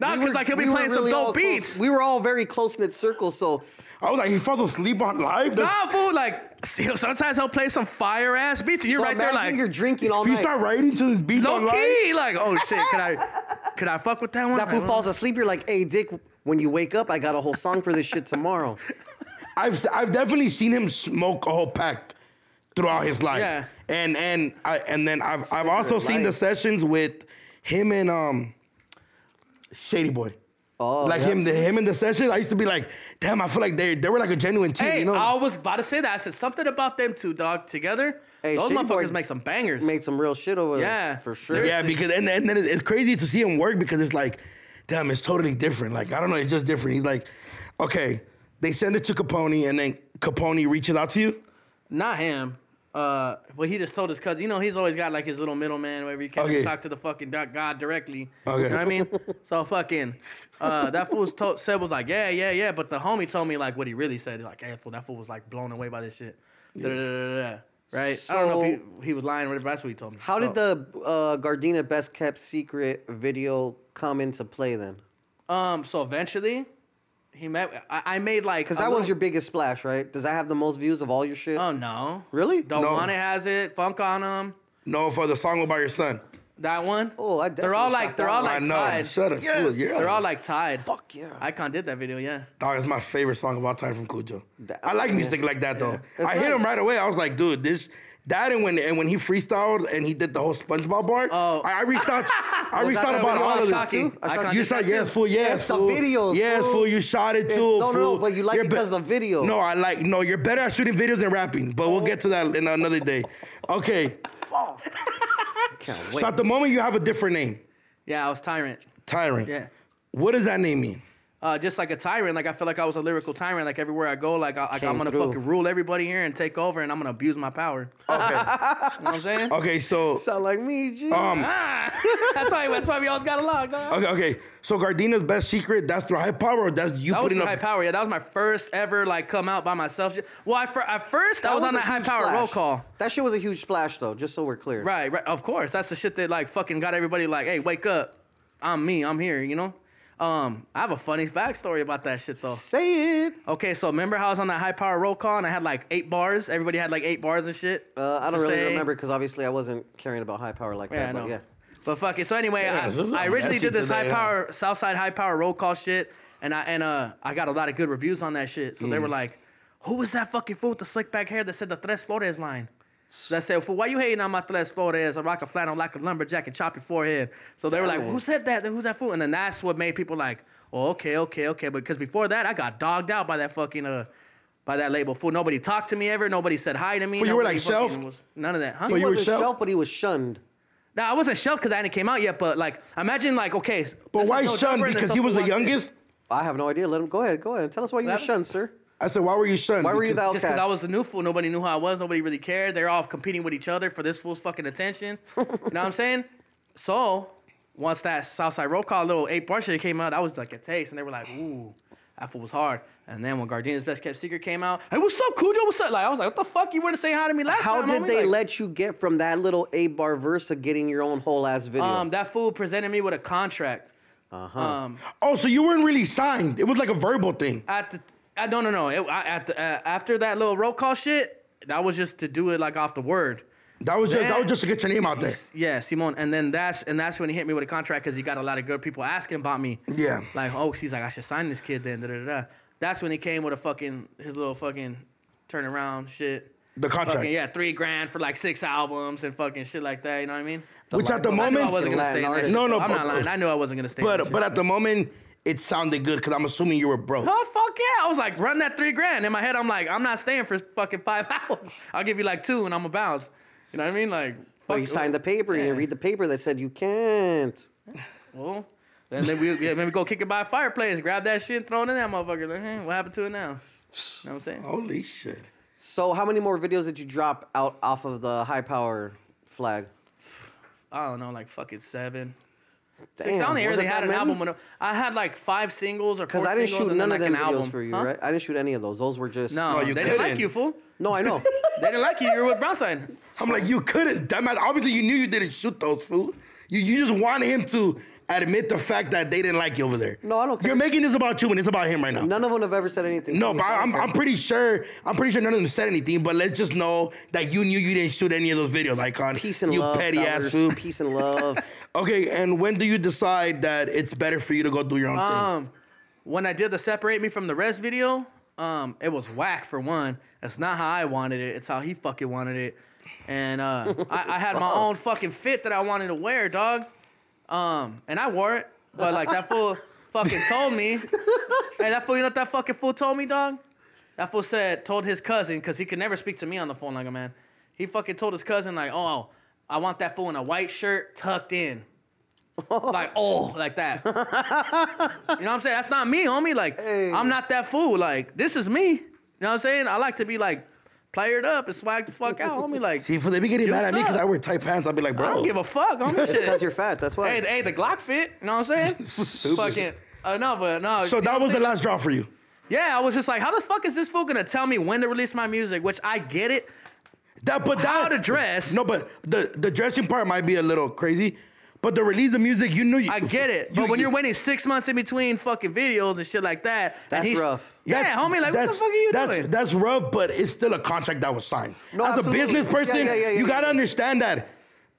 [SPEAKER 2] no, because
[SPEAKER 3] were-
[SPEAKER 2] like he'll be
[SPEAKER 3] we were
[SPEAKER 2] playing
[SPEAKER 3] really
[SPEAKER 2] some
[SPEAKER 3] all
[SPEAKER 2] dope
[SPEAKER 3] close-
[SPEAKER 2] beats.
[SPEAKER 3] We were all very close knit circles, so
[SPEAKER 1] I was like, he falls asleep on live. That's-
[SPEAKER 2] No, fool, like see, sometimes he'll play some fire ass beats, and you're
[SPEAKER 3] so
[SPEAKER 2] right there
[SPEAKER 3] imagine
[SPEAKER 2] like
[SPEAKER 3] you're drinking all
[SPEAKER 1] If you
[SPEAKER 3] night.
[SPEAKER 1] start writing to this beat
[SPEAKER 2] low
[SPEAKER 1] online,
[SPEAKER 2] key, like oh shit, could I, could I fuck with that one?
[SPEAKER 3] that fool
[SPEAKER 2] Like,
[SPEAKER 3] falls asleep. You're like, "Hey, Dick, when you wake up, I got a whole song for this shit tomorrow."
[SPEAKER 1] I've I've definitely seen him smoke a whole pack throughout his life.
[SPEAKER 2] Yeah.
[SPEAKER 1] And and I and then I've I've also
[SPEAKER 3] Cigarette
[SPEAKER 1] seen the
[SPEAKER 3] life.
[SPEAKER 1] sessions with him and um Shady Boy.
[SPEAKER 3] Oh,
[SPEAKER 1] like
[SPEAKER 3] yeah.
[SPEAKER 1] him, the, him and the sessions. I used to be like, damn, I feel like they they were like a genuine team,
[SPEAKER 2] Hey,
[SPEAKER 1] you know?
[SPEAKER 2] I was about to say that. I said something about them two, dog. Together,
[SPEAKER 3] Hey,
[SPEAKER 2] those
[SPEAKER 3] Shady Boy
[SPEAKER 2] motherfuckers make some bangers.
[SPEAKER 3] Made some real shit over
[SPEAKER 2] Yeah.
[SPEAKER 3] there for sure.
[SPEAKER 1] yeah, because and, and then it's, it's crazy to see him work because it's like, damn, it's totally different. Like I don't know, it's just different. He's like, okay, they send it to Capone, and then Capone reaches out to you.
[SPEAKER 2] Not him. Uh, well, he just told his cousin. You know, he's always got like his little middleman, wherever he can
[SPEAKER 1] Okay.
[SPEAKER 2] talk to the fucking doc- God directly.
[SPEAKER 1] Okay.
[SPEAKER 2] You know what I mean? so fucking, uh, that fool to- said was like, yeah, yeah, yeah. But the homie told me like what he really said. Like, hey, fool, that fool was like blown away by this shit. Da-da-da-da-da. Right? I don't know if he, he was lying. Whatever. That's what he told me. So,
[SPEAKER 3] How did the uh, Gardena best kept secret video come into play then?
[SPEAKER 2] Um. So eventually, he met. I, I made like
[SPEAKER 3] Because
[SPEAKER 2] a
[SPEAKER 3] that was
[SPEAKER 2] little-
[SPEAKER 3] your biggest splash, right? Does that have the most views of all your shit?
[SPEAKER 2] Oh no.
[SPEAKER 3] Really?
[SPEAKER 2] Don't
[SPEAKER 1] No.
[SPEAKER 2] want it has it. Funk on him.
[SPEAKER 1] No, for the song about your son.
[SPEAKER 2] That one.
[SPEAKER 3] Oh, I
[SPEAKER 2] They're all
[SPEAKER 3] definitely shot
[SPEAKER 2] like they're
[SPEAKER 3] that
[SPEAKER 2] all
[SPEAKER 3] one.
[SPEAKER 1] I
[SPEAKER 2] like
[SPEAKER 1] know.
[SPEAKER 2] tied.
[SPEAKER 1] Shut up. fool. Yeah.
[SPEAKER 2] They're all like tied.
[SPEAKER 3] Fuck yeah.
[SPEAKER 2] Icon did that video, yeah.
[SPEAKER 1] Dog, it's my favorite song of all time from Cujo.
[SPEAKER 3] That-
[SPEAKER 1] I like
[SPEAKER 3] yeah.
[SPEAKER 1] music like that though.
[SPEAKER 3] That's
[SPEAKER 1] I hit him
[SPEAKER 3] nice.
[SPEAKER 1] right away. I was like, dude, this That and when and when he freestyled and he did the whole SpongeBob bar,
[SPEAKER 2] Oh.
[SPEAKER 1] I, I reached out. I reached out
[SPEAKER 2] that
[SPEAKER 1] about
[SPEAKER 2] the one
[SPEAKER 1] all
[SPEAKER 2] I
[SPEAKER 1] of
[SPEAKER 2] shot
[SPEAKER 1] this.
[SPEAKER 2] you? I shot
[SPEAKER 1] You
[SPEAKER 2] you
[SPEAKER 1] shot
[SPEAKER 2] that
[SPEAKER 1] yes,
[SPEAKER 2] too?
[SPEAKER 1] fool. Yes,
[SPEAKER 3] Yes, the
[SPEAKER 1] fool.
[SPEAKER 3] videos,
[SPEAKER 1] Yes,
[SPEAKER 3] fool.
[SPEAKER 1] fool. You shot it
[SPEAKER 3] Yeah,
[SPEAKER 1] too.
[SPEAKER 3] no, no,
[SPEAKER 1] fool.
[SPEAKER 3] but you like
[SPEAKER 1] You're
[SPEAKER 3] it
[SPEAKER 1] be-
[SPEAKER 3] because of the video.
[SPEAKER 1] No, I like. No, you're better at shooting videos than rapping. But we'll get to that in another day. Okay. So at the moment you have a different name,
[SPEAKER 2] Yeah, I was tyrant.
[SPEAKER 1] Tyrant.
[SPEAKER 2] Yeah.
[SPEAKER 1] What does that name mean?
[SPEAKER 2] Uh, just like a tyrant, like I felt like I was a lyrical tyrant. Like everywhere I go, like, I, like
[SPEAKER 3] Came
[SPEAKER 2] I'm gonna
[SPEAKER 3] through.
[SPEAKER 2] fucking rule everybody here and take over, and I'm gonna abuse my power. You know
[SPEAKER 1] Okay.
[SPEAKER 2] what I'm saying?
[SPEAKER 1] okay. So
[SPEAKER 3] Sound like me, G.
[SPEAKER 2] Oh,
[SPEAKER 1] um.
[SPEAKER 2] that's why. That's why we always got along. dog.
[SPEAKER 1] Okay, okay. So Gardina's best secret, that's through high power, or that's you
[SPEAKER 2] That was
[SPEAKER 1] putting
[SPEAKER 2] through
[SPEAKER 1] up.
[SPEAKER 2] High Power. Yeah, that was my first ever like come out by myself. shit. Well, I fir- at first I was, on
[SPEAKER 3] a
[SPEAKER 2] that High
[SPEAKER 3] huge
[SPEAKER 2] Power
[SPEAKER 3] splash.
[SPEAKER 2] roll call.
[SPEAKER 3] That shit was a huge splash, though. Just so we're clear.
[SPEAKER 2] Right, right. Of course, that's the shit that like fucking got everybody like, hey, wake up, I'm me, I'm here. You know. Um, I have a funny backstory about that shit though.
[SPEAKER 3] Say it.
[SPEAKER 2] Okay, so remember how I was on that High Power roll call and I had like eight bars. Everybody had like eight bars and shit.
[SPEAKER 3] Uh, I
[SPEAKER 2] to
[SPEAKER 3] don't really
[SPEAKER 2] say?
[SPEAKER 3] remember because obviously I wasn't caring about high power like
[SPEAKER 2] Yeah, I
[SPEAKER 3] that.
[SPEAKER 2] know.
[SPEAKER 3] But yeah.
[SPEAKER 2] But fuck it. So anyway,
[SPEAKER 1] Yeah, this is
[SPEAKER 2] I, I originally
[SPEAKER 1] messy
[SPEAKER 2] did this
[SPEAKER 1] today,
[SPEAKER 2] high
[SPEAKER 1] huh?
[SPEAKER 2] power Southside high power roll call shit, and I and uh I got a lot of good reviews on that shit. So they
[SPEAKER 1] Mm.
[SPEAKER 2] were like, "Who was that fucking fool with the slick back hair that said the Tres Flores line?" So I said, "Fool, why you hating on my Tres Flores? I rock a flannel like a lumberjack and chop your forehead." So they were like, "Who said that? Who's that fool?" And then that's what made people like, "Oh, okay, okay, okay." Because before that, I got dogged out by that fucking uh. By that label, fool. Nobody talked to me ever. Nobody said hi to me.
[SPEAKER 1] Fool, you were,
[SPEAKER 2] nobody
[SPEAKER 1] like, shelved?
[SPEAKER 2] fucking was- None of that, huh?
[SPEAKER 1] Fool,
[SPEAKER 3] He
[SPEAKER 1] You were
[SPEAKER 3] wasn't
[SPEAKER 1] shelved?
[SPEAKER 3] shelved, but he was shunned.
[SPEAKER 2] No, I wasn't shelved because I hadn't came out yet. But like, imagine like, okay, s-
[SPEAKER 1] But
[SPEAKER 2] this
[SPEAKER 1] why
[SPEAKER 2] is no
[SPEAKER 1] shunned?
[SPEAKER 2] Jumper and
[SPEAKER 1] Because
[SPEAKER 2] this
[SPEAKER 1] he was the
[SPEAKER 2] Uncle Lucky.
[SPEAKER 1] youngest?
[SPEAKER 3] I have no idea. Let him go ahead. Go ahead. Tell us why you were
[SPEAKER 2] Let him-
[SPEAKER 3] shunned, sir.
[SPEAKER 1] I said, why were you shunned?
[SPEAKER 3] Why were you the
[SPEAKER 1] Because-
[SPEAKER 3] outcast?
[SPEAKER 2] Just because I was the new fool, nobody knew who I was. Nobody really cared. They're all competing with each other for this fool's fucking attention. you know what I'm saying? So once that Southside roll call little eight bar shit came out, I was like a taste, and they were like, ooh. That fool was hard. And then when Gardenia's Best Kept Secret came out, hey, what's up, Cujo? What's up? Like, I was like, what the fuck? You weren't saying hi to me last
[SPEAKER 3] How
[SPEAKER 2] time.
[SPEAKER 3] did
[SPEAKER 2] homie?
[SPEAKER 3] they
[SPEAKER 2] Like-
[SPEAKER 3] let you get from that little A bar verse to getting your own whole ass video?
[SPEAKER 2] Um, that fool presented me with a contract. Um,
[SPEAKER 1] Oh, so you weren't really signed. It was like a verbal thing.
[SPEAKER 2] at the I, no no no it, I, at the, uh, after that little roll call shit that was just to do it like off the word
[SPEAKER 1] That was just that
[SPEAKER 2] That-
[SPEAKER 1] was just to get your name out there.
[SPEAKER 2] yeah Simone and then that's and that's when he hit me with a contract because he got a lot of good people asking about me
[SPEAKER 1] Yeah.
[SPEAKER 2] like oh she's like I should sign this kid then da, da, da, da. that's when he came with a fucking his little fucking turnaround shit
[SPEAKER 1] The contract.
[SPEAKER 2] fucking, yeah three grand for like six albums and fucking shit like that you know what I mean
[SPEAKER 1] Which at the
[SPEAKER 3] I knew I
[SPEAKER 2] I knew I
[SPEAKER 1] moment,
[SPEAKER 2] wasn't gonna stay in that shit.
[SPEAKER 1] no, no,
[SPEAKER 2] I'm
[SPEAKER 1] but,
[SPEAKER 2] not lying I knew I wasn't gonna stay in that
[SPEAKER 1] But
[SPEAKER 2] shit.
[SPEAKER 1] but at the moment, it sounded good because I'm assuming you were broke.
[SPEAKER 2] Oh fuck yeah! I was like, run that three grand. In my head, I'm like, I'm not staying for fucking five hours. I'll give you like two, and I'm a bounce. You know what I mean? Like,
[SPEAKER 3] but
[SPEAKER 2] fuck
[SPEAKER 3] he signed the paper and you read the paper that said you can't.
[SPEAKER 2] Well, and then we yeah, maybe go kick it by a fireplace, grab that shit, and throw it in that motherfucker. Like, hmm, what happened to it now? You know what I'm saying?
[SPEAKER 1] Holy shit!
[SPEAKER 3] So how many more videos did you drop out off of the high power flag?
[SPEAKER 2] I don't know, like fucking seven.
[SPEAKER 3] Damn,
[SPEAKER 2] Six. I only
[SPEAKER 3] was
[SPEAKER 2] really
[SPEAKER 3] it
[SPEAKER 2] had
[SPEAKER 3] that
[SPEAKER 2] an
[SPEAKER 3] many?
[SPEAKER 2] album. When I, I had like five singles or
[SPEAKER 3] Because
[SPEAKER 2] four
[SPEAKER 3] I didn't
[SPEAKER 2] singles
[SPEAKER 3] shoot
[SPEAKER 2] and
[SPEAKER 3] none
[SPEAKER 2] then,
[SPEAKER 3] of
[SPEAKER 2] like,
[SPEAKER 3] them
[SPEAKER 2] an
[SPEAKER 3] videos
[SPEAKER 2] album.
[SPEAKER 3] for you,
[SPEAKER 2] Huh?
[SPEAKER 3] right? I didn't shoot any of those. Those were just
[SPEAKER 2] No,
[SPEAKER 1] you
[SPEAKER 2] they didn't like
[SPEAKER 1] couldn't.
[SPEAKER 2] you, fool.
[SPEAKER 3] No, I know.
[SPEAKER 2] They didn't like you. You were with Brownside.
[SPEAKER 1] I'm like, you couldn't. That man, obviously, you knew you didn't shoot those fool. You you just wanted him to admit the fact that they didn't like you over there.
[SPEAKER 3] No, I don't care.
[SPEAKER 1] You're making this about you, and it's about him right now.
[SPEAKER 3] None of them have ever said anything. to
[SPEAKER 1] No,
[SPEAKER 3] me,
[SPEAKER 1] but
[SPEAKER 3] so I don't
[SPEAKER 1] I'm,
[SPEAKER 3] care.
[SPEAKER 1] I'm pretty sure I'm pretty sure none of them said anything. But let's just know that you knew you didn't shoot any of those videos, Icon.
[SPEAKER 3] peace and
[SPEAKER 1] you
[SPEAKER 3] love.
[SPEAKER 1] petty ass
[SPEAKER 3] fellas.
[SPEAKER 1] fool.
[SPEAKER 3] Peace and love.
[SPEAKER 1] Okay, and when do you decide that it's better for you to go do your own
[SPEAKER 2] Um, when I did the separate me from the rest video, um, it was whack for one. That's not how I wanted it. It's how he fucking wanted it. And uh, I, I had my own fucking fit that I wanted to wear, dog. Um, and I wore it, but like that fool fucking told me. hey, that fool, you know what that fucking fool told me, dog? That fool said, told his cousin, because he could never speak to me on the phone like a man. He fucking told his cousin, like, oh, I want that fool in a white shirt tucked in. like, oh, like that. you know what I'm saying? That's not me, homie. Like, I'm not that fool. Like, this is me. You know what I'm saying? I like to be like playered up and swagged the fuck out, homie. Like,
[SPEAKER 1] thing? See, for they be getting
[SPEAKER 2] Yo,
[SPEAKER 1] mad at me
[SPEAKER 2] stop.
[SPEAKER 1] because I wear tight pants. I'll be like, bro,
[SPEAKER 2] I don't give a fuck, homie. Shit.
[SPEAKER 3] Because you're fat. That's why.
[SPEAKER 2] Hey, the- hey, the Glock fit. You know what I'm saying? Fucking. Uh, no, but no.
[SPEAKER 1] so
[SPEAKER 2] you know
[SPEAKER 1] that was
[SPEAKER 2] what I'm
[SPEAKER 1] the
[SPEAKER 2] saying?
[SPEAKER 1] last draw for you.
[SPEAKER 2] Yeah, I was just like, how the fuck is this fool gonna tell me when to release my music? Which I get it.
[SPEAKER 1] That, but
[SPEAKER 2] How
[SPEAKER 1] that
[SPEAKER 2] to dress.
[SPEAKER 1] No, but the the dressing part might be a little crazy. But the release of music, you knew. You,
[SPEAKER 2] I get it. But when you're waiting six months in between fucking videos and shit like that,
[SPEAKER 3] That's
[SPEAKER 2] and he's,
[SPEAKER 3] rough.
[SPEAKER 2] Yeah,
[SPEAKER 1] That's-
[SPEAKER 2] homie, like what the
[SPEAKER 1] that's-
[SPEAKER 2] fuck are you
[SPEAKER 1] that's,
[SPEAKER 2] doing?
[SPEAKER 1] That's rough, but it's still a contract that was signed.
[SPEAKER 3] No,
[SPEAKER 1] As
[SPEAKER 3] absolutely.
[SPEAKER 1] a business
[SPEAKER 3] Yeah,
[SPEAKER 1] person,
[SPEAKER 3] yeah, yeah, yeah,
[SPEAKER 1] you gotta
[SPEAKER 3] yeah.
[SPEAKER 1] understand that.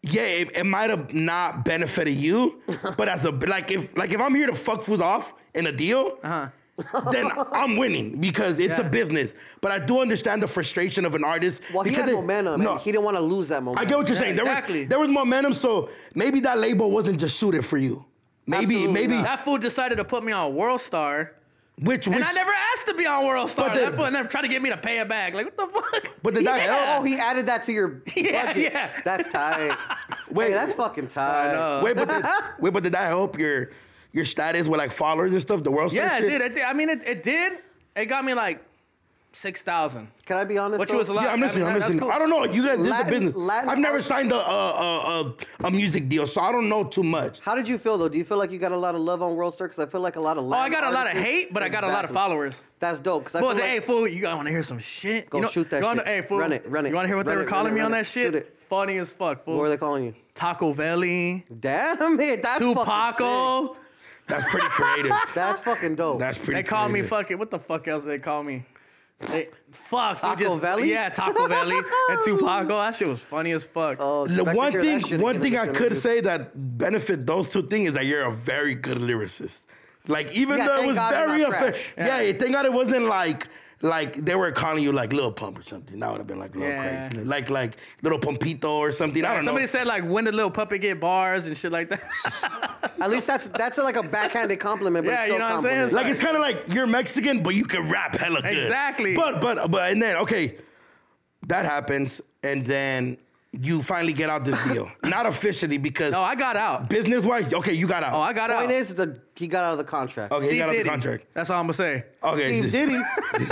[SPEAKER 1] Yeah, it, it might have not
[SPEAKER 3] Uh-huh.
[SPEAKER 1] benefited you, but as a like if like if I'm here to fuck fools off in a deal, then I'm winning because it's
[SPEAKER 2] Yeah.
[SPEAKER 1] a business. But I do understand the frustration of an artist.
[SPEAKER 3] Well, he
[SPEAKER 1] because
[SPEAKER 3] had
[SPEAKER 1] they-
[SPEAKER 3] momentum.
[SPEAKER 1] No,
[SPEAKER 3] and he didn't want to lose that
[SPEAKER 1] I
[SPEAKER 3] momentum.
[SPEAKER 1] get what you're
[SPEAKER 2] Yeah,
[SPEAKER 1] saying. There
[SPEAKER 2] exactly.
[SPEAKER 1] was there was momentum, so maybe that label wasn't just suited for you. Maybe
[SPEAKER 3] Absolutely
[SPEAKER 1] maybe
[SPEAKER 3] not.
[SPEAKER 2] That fool decided to put me on World Star,
[SPEAKER 1] which which.
[SPEAKER 2] and I never asked to be on World Star.
[SPEAKER 1] But the-
[SPEAKER 2] that fool never tried to get me to pay it back. Like what the fuck?
[SPEAKER 1] but did that
[SPEAKER 3] Oh,
[SPEAKER 1] help?
[SPEAKER 3] he added that to your
[SPEAKER 2] Yeah,
[SPEAKER 3] budget.
[SPEAKER 2] yeah.
[SPEAKER 3] That's tight. Wait,
[SPEAKER 1] Wait.
[SPEAKER 3] that's fucking tight.
[SPEAKER 2] Uh,
[SPEAKER 1] wait, but did, wait, but did that help your your status with like followers and stuff? The world star
[SPEAKER 2] yeah, it
[SPEAKER 1] shit?
[SPEAKER 2] did. It did. I mean, it, it did. It got me like six thousand,
[SPEAKER 3] Can I be honest?
[SPEAKER 2] which
[SPEAKER 3] though?
[SPEAKER 2] was a lot.
[SPEAKER 1] Yeah, I'm listening.
[SPEAKER 2] I
[SPEAKER 1] I am
[SPEAKER 2] mean, that-
[SPEAKER 1] listening.
[SPEAKER 2] that's cool.
[SPEAKER 1] I don't know. You guys, this is a
[SPEAKER 3] Latin-
[SPEAKER 1] business.
[SPEAKER 3] Latin
[SPEAKER 1] I've never
[SPEAKER 3] artists-
[SPEAKER 1] signed a, a, a, a, a music deal, so I don't know too much.
[SPEAKER 3] How did you feel though? Do you feel like you got a lot of love on World Star? Because I feel like a lot of
[SPEAKER 2] Oh, I got a lot of
[SPEAKER 3] artists-
[SPEAKER 2] hate, but I got a lot of
[SPEAKER 3] Exactly.
[SPEAKER 2] followers.
[SPEAKER 3] That's dope. Because I
[SPEAKER 2] Well,
[SPEAKER 3] feel
[SPEAKER 2] the, hey
[SPEAKER 3] like
[SPEAKER 2] fool, you guys want to hear some shit?
[SPEAKER 3] Go
[SPEAKER 2] you know,
[SPEAKER 3] shoot that
[SPEAKER 2] you wanna-
[SPEAKER 3] shit.
[SPEAKER 2] Hey fool,
[SPEAKER 3] Run it, run it,
[SPEAKER 2] You want to hear what
[SPEAKER 3] run
[SPEAKER 2] they
[SPEAKER 3] it,
[SPEAKER 2] were calling
[SPEAKER 3] run it,
[SPEAKER 2] me on
[SPEAKER 3] run it.
[SPEAKER 2] that shit?
[SPEAKER 3] Shoot it.
[SPEAKER 2] Funny as fuck, fool.
[SPEAKER 3] what were they calling you?
[SPEAKER 2] Taco Valley,
[SPEAKER 3] Damn it, that's fucking
[SPEAKER 2] Tupaco.
[SPEAKER 1] That's pretty creative.
[SPEAKER 3] sick. That's fucking dope.
[SPEAKER 1] That's pretty.
[SPEAKER 2] They call me
[SPEAKER 1] creative.
[SPEAKER 2] fucking what the fuck else they call me? They, fuck, dude,
[SPEAKER 3] Taco
[SPEAKER 2] just-
[SPEAKER 3] Valley?
[SPEAKER 2] Yeah, Taco Valley and Tupaco. That shit was funny as fuck.
[SPEAKER 3] Oh,
[SPEAKER 1] The
[SPEAKER 3] expect to
[SPEAKER 1] one
[SPEAKER 3] hear that shit
[SPEAKER 1] thing, one
[SPEAKER 3] again
[SPEAKER 1] thing
[SPEAKER 3] in
[SPEAKER 1] I
[SPEAKER 3] this
[SPEAKER 1] could
[SPEAKER 3] interview.
[SPEAKER 1] say that benefit those two things is that you're a very good lyricist. Like even
[SPEAKER 3] Yeah,
[SPEAKER 1] though
[SPEAKER 3] thank
[SPEAKER 1] it was
[SPEAKER 3] God it's
[SPEAKER 1] very
[SPEAKER 3] not
[SPEAKER 1] affair,
[SPEAKER 3] trash.
[SPEAKER 1] yeah. thank God it wasn't like like they were calling you like Lil Pump or something. That would have been like little
[SPEAKER 2] Yeah.
[SPEAKER 1] crazy, like like little Pumpito or something. I don't
[SPEAKER 2] Somebody
[SPEAKER 1] know.
[SPEAKER 2] said like when did Lil Puppet get bars and shit like that.
[SPEAKER 3] At least that's that's like a backhanded compliment, but
[SPEAKER 2] Yeah,
[SPEAKER 3] it's still
[SPEAKER 2] you know what I'm saying?
[SPEAKER 3] compliment.
[SPEAKER 2] It's
[SPEAKER 1] Like it's kind of like you're Mexican, but you can rap hella good.
[SPEAKER 2] Exactly.
[SPEAKER 1] But but but and then okay, that happens, and then you finally get out this deal, not officially because
[SPEAKER 2] no, I got out.
[SPEAKER 1] business wise, okay, you got out.
[SPEAKER 2] Oh, I got out.
[SPEAKER 3] Point is, the, he got out of the contract.
[SPEAKER 1] okay, you
[SPEAKER 2] Steve
[SPEAKER 1] got out the
[SPEAKER 2] Diddy.
[SPEAKER 1] contract.
[SPEAKER 2] That's all I'm gonna say.
[SPEAKER 1] Okay,
[SPEAKER 3] Steve Diddy.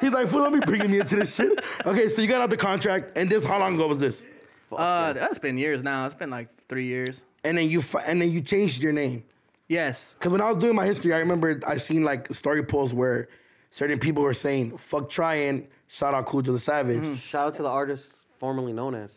[SPEAKER 1] he's like, fool, don't be bringing me into this shit. Okay, so you got out the contract, and this how long ago was this?
[SPEAKER 2] Uh, that's been years now. It's been like three years.
[SPEAKER 1] And then you fi- and then you changed your name.
[SPEAKER 2] Yes.
[SPEAKER 1] Because when I was doing my history, I remember I seen like story posts where certain people were saying, "Fuck trying." Shout out Cool to the Savage.
[SPEAKER 2] Mm.
[SPEAKER 3] Shout out to the artist formerly known as.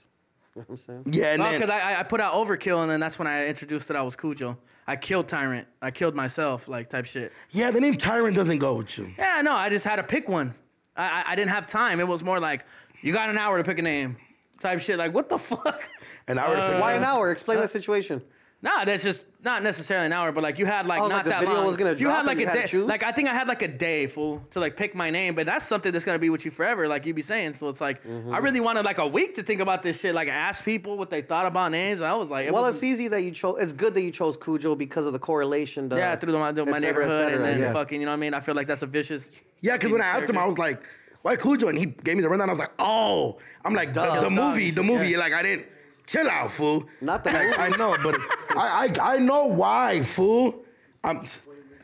[SPEAKER 3] You know what I'm saying?
[SPEAKER 1] Yeah, and
[SPEAKER 2] No,
[SPEAKER 1] then,
[SPEAKER 2] because I, I put out Overkill, and then that's when I introduced that I was Cujo. I killed Tyrant. I killed myself, like type shit.
[SPEAKER 1] yeah, the name Tyrant doesn't go with you.
[SPEAKER 2] Yeah, no, I just had to pick one. I, I, I didn't have time. It was more like, you got an hour to pick a name, type shit. Like, what the fuck?
[SPEAKER 1] And I would have
[SPEAKER 3] Why an hour? Explain that situation.
[SPEAKER 2] Nah, that's just not necessarily an hour, but like you had like
[SPEAKER 3] Oh,
[SPEAKER 2] not
[SPEAKER 3] like the
[SPEAKER 2] that
[SPEAKER 3] video
[SPEAKER 2] long.
[SPEAKER 3] was gonna
[SPEAKER 2] you
[SPEAKER 3] drop
[SPEAKER 2] had like
[SPEAKER 3] and you
[SPEAKER 2] a
[SPEAKER 3] had to
[SPEAKER 2] day.
[SPEAKER 3] choose?
[SPEAKER 2] Like I think I had like a day, fool, to like pick my name. But that's something that's gonna be with you forever. Like you be saying, so it's like I
[SPEAKER 3] Mm-hmm.
[SPEAKER 2] really wanted like a week to think about this shit. Like ask people what they thought about names. I was like, it
[SPEAKER 3] Well,
[SPEAKER 2] was,
[SPEAKER 3] it's easy that you chose. It's good that you chose Cujo because of the correlation. To,
[SPEAKER 2] yeah, through my, through my
[SPEAKER 3] et cetera, et
[SPEAKER 2] neighborhood
[SPEAKER 3] cetera,
[SPEAKER 2] and then
[SPEAKER 3] yeah.
[SPEAKER 2] fucking, you know what I mean? I feel like that's a vicious.
[SPEAKER 1] Yeah, because when I asked him, I was like, "Why Cujo?" And he gave me the rundown. I was like, "Oh, I'm like the, the
[SPEAKER 2] Dog
[SPEAKER 1] movie,
[SPEAKER 2] and
[SPEAKER 1] the
[SPEAKER 2] shit,
[SPEAKER 1] movie."
[SPEAKER 2] yeah.
[SPEAKER 1] Like I didn't chill out, fool.
[SPEAKER 3] Not the
[SPEAKER 1] Like,
[SPEAKER 3] movie.
[SPEAKER 1] I know, but I, I I know why, fool. I'm.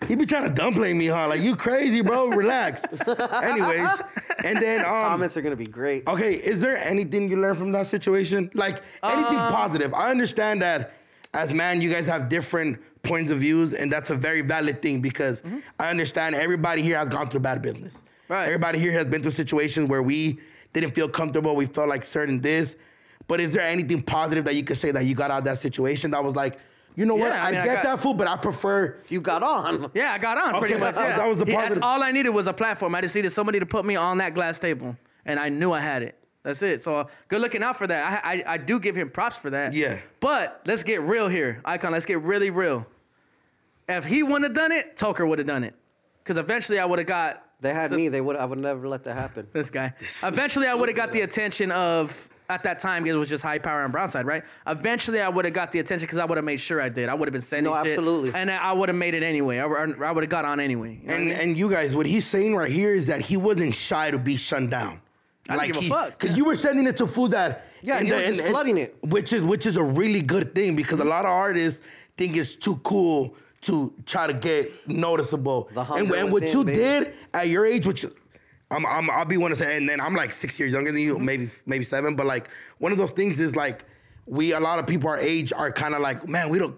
[SPEAKER 1] He be trying to downplay me, huh? Like you crazy, bro. Relax. Anyways, and then um.
[SPEAKER 3] Comments are gonna be great.
[SPEAKER 1] Okay, is there anything you learned from that situation? Like anything
[SPEAKER 2] Uh,
[SPEAKER 1] positive? I understand that as man, you guys have different points of views, and that's a very valid thing because I understand everybody here has gone through bad business.
[SPEAKER 2] Mm-hmm. Right.
[SPEAKER 1] Everybody here has been through situations where we didn't feel comfortable, we felt like certain this. But is there anything positive that you could say that you got out of that situation that was like, you know what,
[SPEAKER 2] Yeah, I
[SPEAKER 1] I,
[SPEAKER 2] mean, I
[SPEAKER 1] get
[SPEAKER 2] got-
[SPEAKER 1] that food, but I prefer
[SPEAKER 3] You got on.
[SPEAKER 2] Yeah, I got on pretty
[SPEAKER 1] Okay,
[SPEAKER 2] much.
[SPEAKER 1] that-
[SPEAKER 2] Yeah.
[SPEAKER 1] that was the
[SPEAKER 2] He-
[SPEAKER 1] positive-
[SPEAKER 2] That's all I needed was a platform. I just needed somebody to put me on that glass table, and I knew I had it. That's it. So uh, good looking out for that. I, I I do give him props for that.
[SPEAKER 1] Yeah.
[SPEAKER 2] But let's get real here, Icon. Let's get really real. If he wouldn't have done it, Toker would have done it, because eventually I would have got
[SPEAKER 3] They had me. They would. I would never let that happen.
[SPEAKER 2] this guy. Eventually, I would have got the attention of. At that time, it was just high power and Brownside, right? Eventually, I would have got the attention because I would have made sure I did. I would have been sending
[SPEAKER 3] No,
[SPEAKER 2] shit,
[SPEAKER 3] absolutely.
[SPEAKER 2] and I would have made it anyway. I, would have got on anyway. You know what I
[SPEAKER 1] And
[SPEAKER 2] mean?
[SPEAKER 1] and you guys, what he's saying right here is that he wasn't shy to be shunned down.
[SPEAKER 2] I don't give a
[SPEAKER 1] he,
[SPEAKER 2] fuck,
[SPEAKER 1] Because
[SPEAKER 2] yeah.
[SPEAKER 1] you were sending it to food that
[SPEAKER 3] Yeah,
[SPEAKER 1] and
[SPEAKER 3] you
[SPEAKER 1] the-
[SPEAKER 3] were just flooding it.
[SPEAKER 1] which is which is a really good thing because a lot of artists think it's too cool to try to get noticeable.
[SPEAKER 3] The
[SPEAKER 1] and,
[SPEAKER 3] hunger
[SPEAKER 1] and what
[SPEAKER 3] within,
[SPEAKER 1] you
[SPEAKER 3] baby.
[SPEAKER 1] did at your age, which I'm, I'm I'll be one to say, and then I'm like six years younger than you,
[SPEAKER 2] Mm-hmm.
[SPEAKER 1] maybe maybe seven, but like one of those things is like we a lot of people our age are kind of like, man, we don't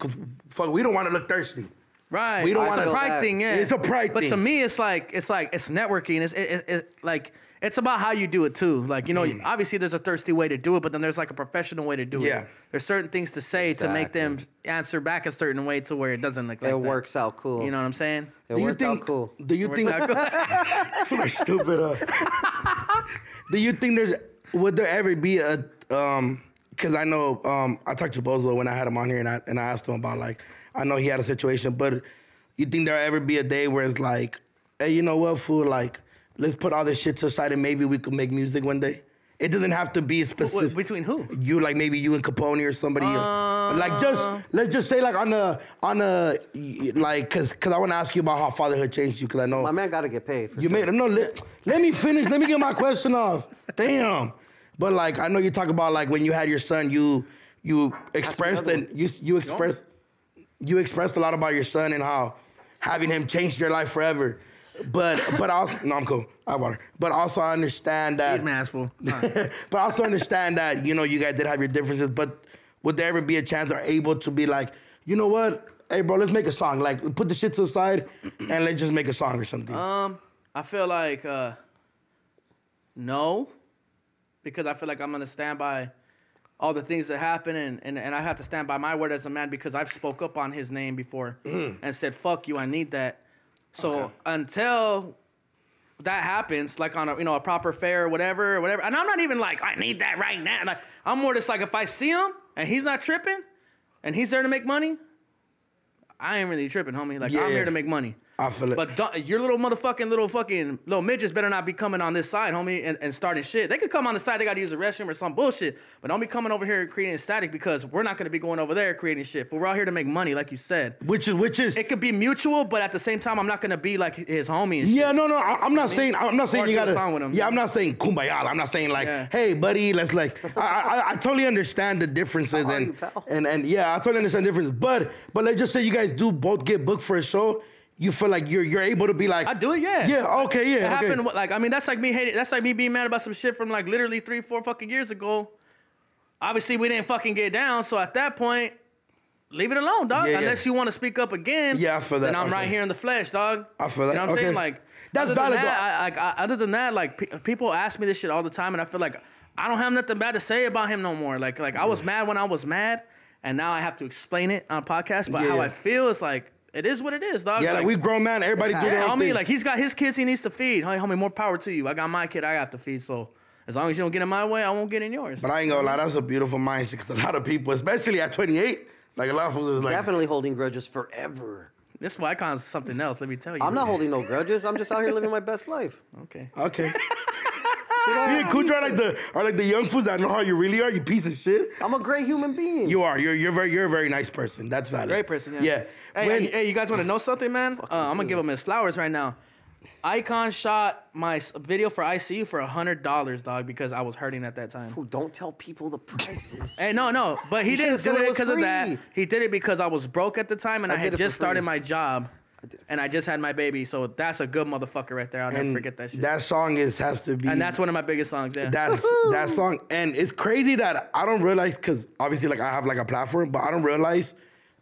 [SPEAKER 1] fuck, we don't want to look thirsty.
[SPEAKER 2] Right.
[SPEAKER 1] We don't
[SPEAKER 2] It's
[SPEAKER 1] wanna-
[SPEAKER 2] a pride
[SPEAKER 3] that.
[SPEAKER 2] thing, yeah.
[SPEAKER 1] It's a pride
[SPEAKER 2] but to
[SPEAKER 1] thing.
[SPEAKER 2] me, it's like it's like it's networking. It's it, it, it, like it's about how you do it too. Like you know,
[SPEAKER 1] Mm.
[SPEAKER 2] obviously there's a thirsty way to do it, but then there's like a professional way to do
[SPEAKER 1] Yeah.
[SPEAKER 2] it. There's certain things to say to make them answer back a certain way to where it doesn't look like
[SPEAKER 3] It
[SPEAKER 2] that.
[SPEAKER 3] works out cool.
[SPEAKER 2] You know what I'm saying?
[SPEAKER 3] It
[SPEAKER 1] Do you
[SPEAKER 3] worked
[SPEAKER 1] think?
[SPEAKER 3] out cool.
[SPEAKER 1] Do you think? You're stupid. huh? do you think there's would there ever be a um? Because I know um, I talked to Bozo when I had him on here, and I and I asked him about like I know he had a situation, but you think there'll ever be a day where it's like hey, you know what, fool? Like, let's put all this shit to the side and maybe we could make music one day. It doesn't have to be
[SPEAKER 2] What,
[SPEAKER 1] specific.
[SPEAKER 2] between who?
[SPEAKER 1] you like maybe you and Capone or somebody uh, like just let's just say like on the on the y- like cause cause I want to ask you about how fatherhood changed you because I know
[SPEAKER 3] My man got to get paid. For
[SPEAKER 1] you
[SPEAKER 3] sure.
[SPEAKER 1] made no let, let me finish let me get my question off damn but like I know you talk about like when you had your son you you expressed
[SPEAKER 3] another
[SPEAKER 1] and you you expressed you expressed a lot about your son and how having him changed your life forever but but also no I'm cool I have water but also I understand that
[SPEAKER 2] Eat my ass fool. All right.
[SPEAKER 1] but I also understand that you know you guys did have your differences. But would there ever be a chance or able to be like, you know what, hey bro, let's make a song. Like put the shit to the side and let's just make a song or something.
[SPEAKER 2] Um, I feel like uh, no, because I feel like I'm gonna stand by all the things that happen, and, and, and I have to stand by my word as a man because I've spoke up on his name before and said fuck you, I need that. So until that happens, like on a you know a proper fair or whatever, or whatever, and I'm not even like I need that right now. Like, I'm more just like if I see him and he's not tripping, and he's there to make money. I ain't really tripping, homie. Like
[SPEAKER 1] Yeah.
[SPEAKER 2] I'm here to make money.
[SPEAKER 1] I feel it.
[SPEAKER 2] But don't- your little motherfucking little fucking little midgets better not be coming on this side, homie, and, and starting shit. They could come on the side, they gotta use the restroom or some bullshit. But don't be coming over here and creating static because we're not gonna be going over there creating shit. But we're out here to make money, like you said.
[SPEAKER 1] which is which is
[SPEAKER 2] It could be mutual, but at the same time, I'm not gonna be like his homie and shit.
[SPEAKER 1] yeah, no, no, I, am not saying I'm not saying
[SPEAKER 2] Or
[SPEAKER 1] you
[SPEAKER 2] do a
[SPEAKER 1] gotta.
[SPEAKER 2] song with him.
[SPEAKER 1] yeah, I'm not saying kumbaya. I'm not saying like,
[SPEAKER 2] Yeah.
[SPEAKER 1] hey buddy, let's like. I, I I totally understand the differences
[SPEAKER 3] How are
[SPEAKER 1] and
[SPEAKER 3] you, pal?
[SPEAKER 1] and and yeah, I totally understand the differences. But but let's just say you guys do both get booked for a show. You feel like you're you're able to be like
[SPEAKER 2] I do it, yeah.
[SPEAKER 1] yeah okay yeah
[SPEAKER 2] It
[SPEAKER 1] okay.
[SPEAKER 2] happened. wh- Like I mean, that's like me hating. That's like me being mad about some shit from like literally three, four fucking years ago. Obviously, we didn't fucking get down. So at that point, leave it alone, dog.
[SPEAKER 1] Yeah, yeah.
[SPEAKER 2] Unless you want to speak up again.
[SPEAKER 1] Yeah, I feel that.
[SPEAKER 2] Then I'm right
[SPEAKER 1] Okay.
[SPEAKER 2] here in the flesh, dog.
[SPEAKER 1] I feel that.
[SPEAKER 2] You know what I'm
[SPEAKER 1] Okay.
[SPEAKER 2] saying? Like
[SPEAKER 1] That's
[SPEAKER 2] other than
[SPEAKER 1] valid,
[SPEAKER 2] that,
[SPEAKER 1] though.
[SPEAKER 2] I, like I, other than that, like pe- people ask me this shit all the time, and I feel like I don't have nothing bad to say about him no more. Like like I was mad when I was mad, and now I have to explain it on a podcast. But
[SPEAKER 1] Yeah,
[SPEAKER 2] how
[SPEAKER 1] yeah.
[SPEAKER 2] I feel is like it is what it is, dog.
[SPEAKER 1] Yeah, like, we grown man, everybody do their
[SPEAKER 2] Yeah,
[SPEAKER 1] own
[SPEAKER 2] homie,
[SPEAKER 1] thing.
[SPEAKER 2] like he's got his kids he needs to feed. Homie, homie, more power to you. I got my kid I have to feed. So as long as you don't get in my way, I won't get in yours.
[SPEAKER 1] but I ain't gonna lie, that's a beautiful mindset because a lot of people, especially at 28, like a lot of folks is like,
[SPEAKER 3] Definitely holding grudges forever.
[SPEAKER 2] this Wycon's something else, let me tell you.
[SPEAKER 3] I'm not holding no grudges. I'm just out here living my best life.
[SPEAKER 2] Okay.
[SPEAKER 1] okay. yeah, cool. Try like the or like the young fools that know how you really are. You piece of shit.
[SPEAKER 3] I'm a great human being.
[SPEAKER 1] You are. You're you're very you're a very nice person. That's valid.
[SPEAKER 2] Great person, yeah.
[SPEAKER 1] Yeah.
[SPEAKER 2] Hey,
[SPEAKER 1] When-
[SPEAKER 2] hey, hey, you guys want to know something, man? Uh, I'm going to give him his flowers right now. Icon shot my s- video for ICU for $100, dog, because I was hurting at that time.
[SPEAKER 3] Ooh, Don't tell people the prices.
[SPEAKER 2] Hey, no, no, but he
[SPEAKER 3] You
[SPEAKER 2] didn't
[SPEAKER 3] should've said
[SPEAKER 2] do
[SPEAKER 3] it
[SPEAKER 2] it
[SPEAKER 3] was
[SPEAKER 2] because of that.
[SPEAKER 3] free.
[SPEAKER 2] He did it because I was broke at the time and I,
[SPEAKER 3] did
[SPEAKER 2] had
[SPEAKER 3] it for
[SPEAKER 2] just started
[SPEAKER 3] free.
[SPEAKER 2] my job, and I just had my baby. So that's a good motherfucker right there. I'll never
[SPEAKER 1] and
[SPEAKER 2] forget that shit.
[SPEAKER 1] That song is has to be.
[SPEAKER 2] and that's one of my biggest songs. Yeah.
[SPEAKER 1] That's that song, and it's crazy that I don't realize because obviously, like I have like a platform, but I don't realize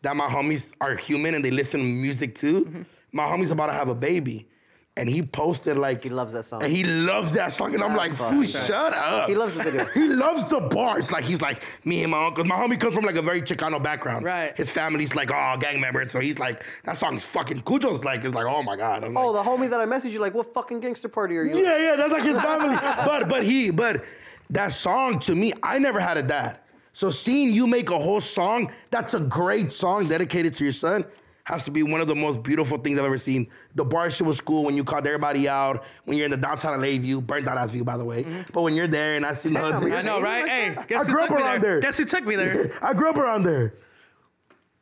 [SPEAKER 1] that my homies are human and they listen to music too.
[SPEAKER 2] Mm-hmm.
[SPEAKER 1] My homies about to have a baby, and he posted like
[SPEAKER 3] He loves that song.
[SPEAKER 1] and he loves that song, and I'm
[SPEAKER 3] That's
[SPEAKER 1] like,
[SPEAKER 3] fucking
[SPEAKER 1] fool, shut up.
[SPEAKER 3] He loves the video.
[SPEAKER 1] he loves the bars. Like he's like me and my uncle. My homie comes from like a very Chicano background.
[SPEAKER 2] Right.
[SPEAKER 1] His family's like oh gang members, so he's like that song's fucking Cujo's like it's like oh my god. I'm
[SPEAKER 3] Oh,
[SPEAKER 1] like,
[SPEAKER 3] the homie that I messaged you, like, what fucking gangster party are you? at?"
[SPEAKER 1] yeah, yeah, that's like his family. but but he but that song to me, I never had a dad. So seeing you make a whole song, that's a great song dedicated to your son. Has to be one of the most beautiful things I've ever seen. The bar shit was cool when you called everybody out, when you're in the downtown LA view, burnt out ass view, by the way. But when you're there and I seen the
[SPEAKER 3] Damn,
[SPEAKER 2] Mm-hmm. I
[SPEAKER 1] hood,
[SPEAKER 2] know,
[SPEAKER 3] Maybe
[SPEAKER 2] right?
[SPEAKER 3] like
[SPEAKER 2] Hey,
[SPEAKER 3] that.
[SPEAKER 2] guess
[SPEAKER 1] I
[SPEAKER 2] who
[SPEAKER 1] grew
[SPEAKER 2] took
[SPEAKER 1] up
[SPEAKER 2] me
[SPEAKER 1] around there.
[SPEAKER 2] Guess who took me there?
[SPEAKER 1] I grew up around there.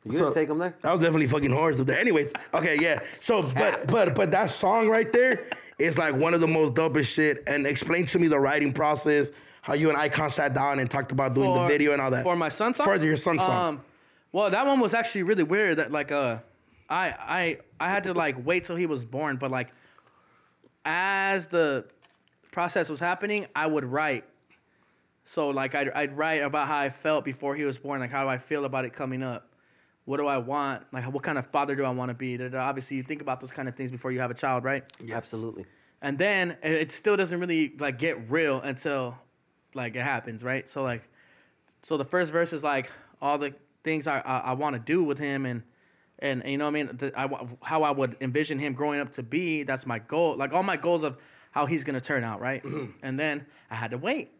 [SPEAKER 3] You didn't take him there?
[SPEAKER 1] I was definitely fucking horse up there. Anyways, okay, yeah. So, but but but that song right there is like one of the most dopest shit. And explain to me the writing process, how you and Icon sat down and talked about doing the
[SPEAKER 2] For-
[SPEAKER 1] video and all that.
[SPEAKER 2] For my son song.
[SPEAKER 1] For your son song.
[SPEAKER 2] Um, well, that one was actually really weird. That like uh, I I I had to like wait till he was born, but like as the process was happening, I would write. So like I'd, I'd write about how I felt before he was born, like how do I feel about it coming up, what do I want, like what kind of father do I want to be? Da- da- da. Obviously, you think about those kind of things before you have a child, right?
[SPEAKER 3] Absolutely.
[SPEAKER 2] and then uh, it- it still doesn't really like get real until like it happens right so like so the first verse is like all the things i i, I want to do with him and and, and you know what i mean the, I, wa- how i would envision him growing up to be that's my goal like all my goals of how he's gonna turn out right and then i had to wait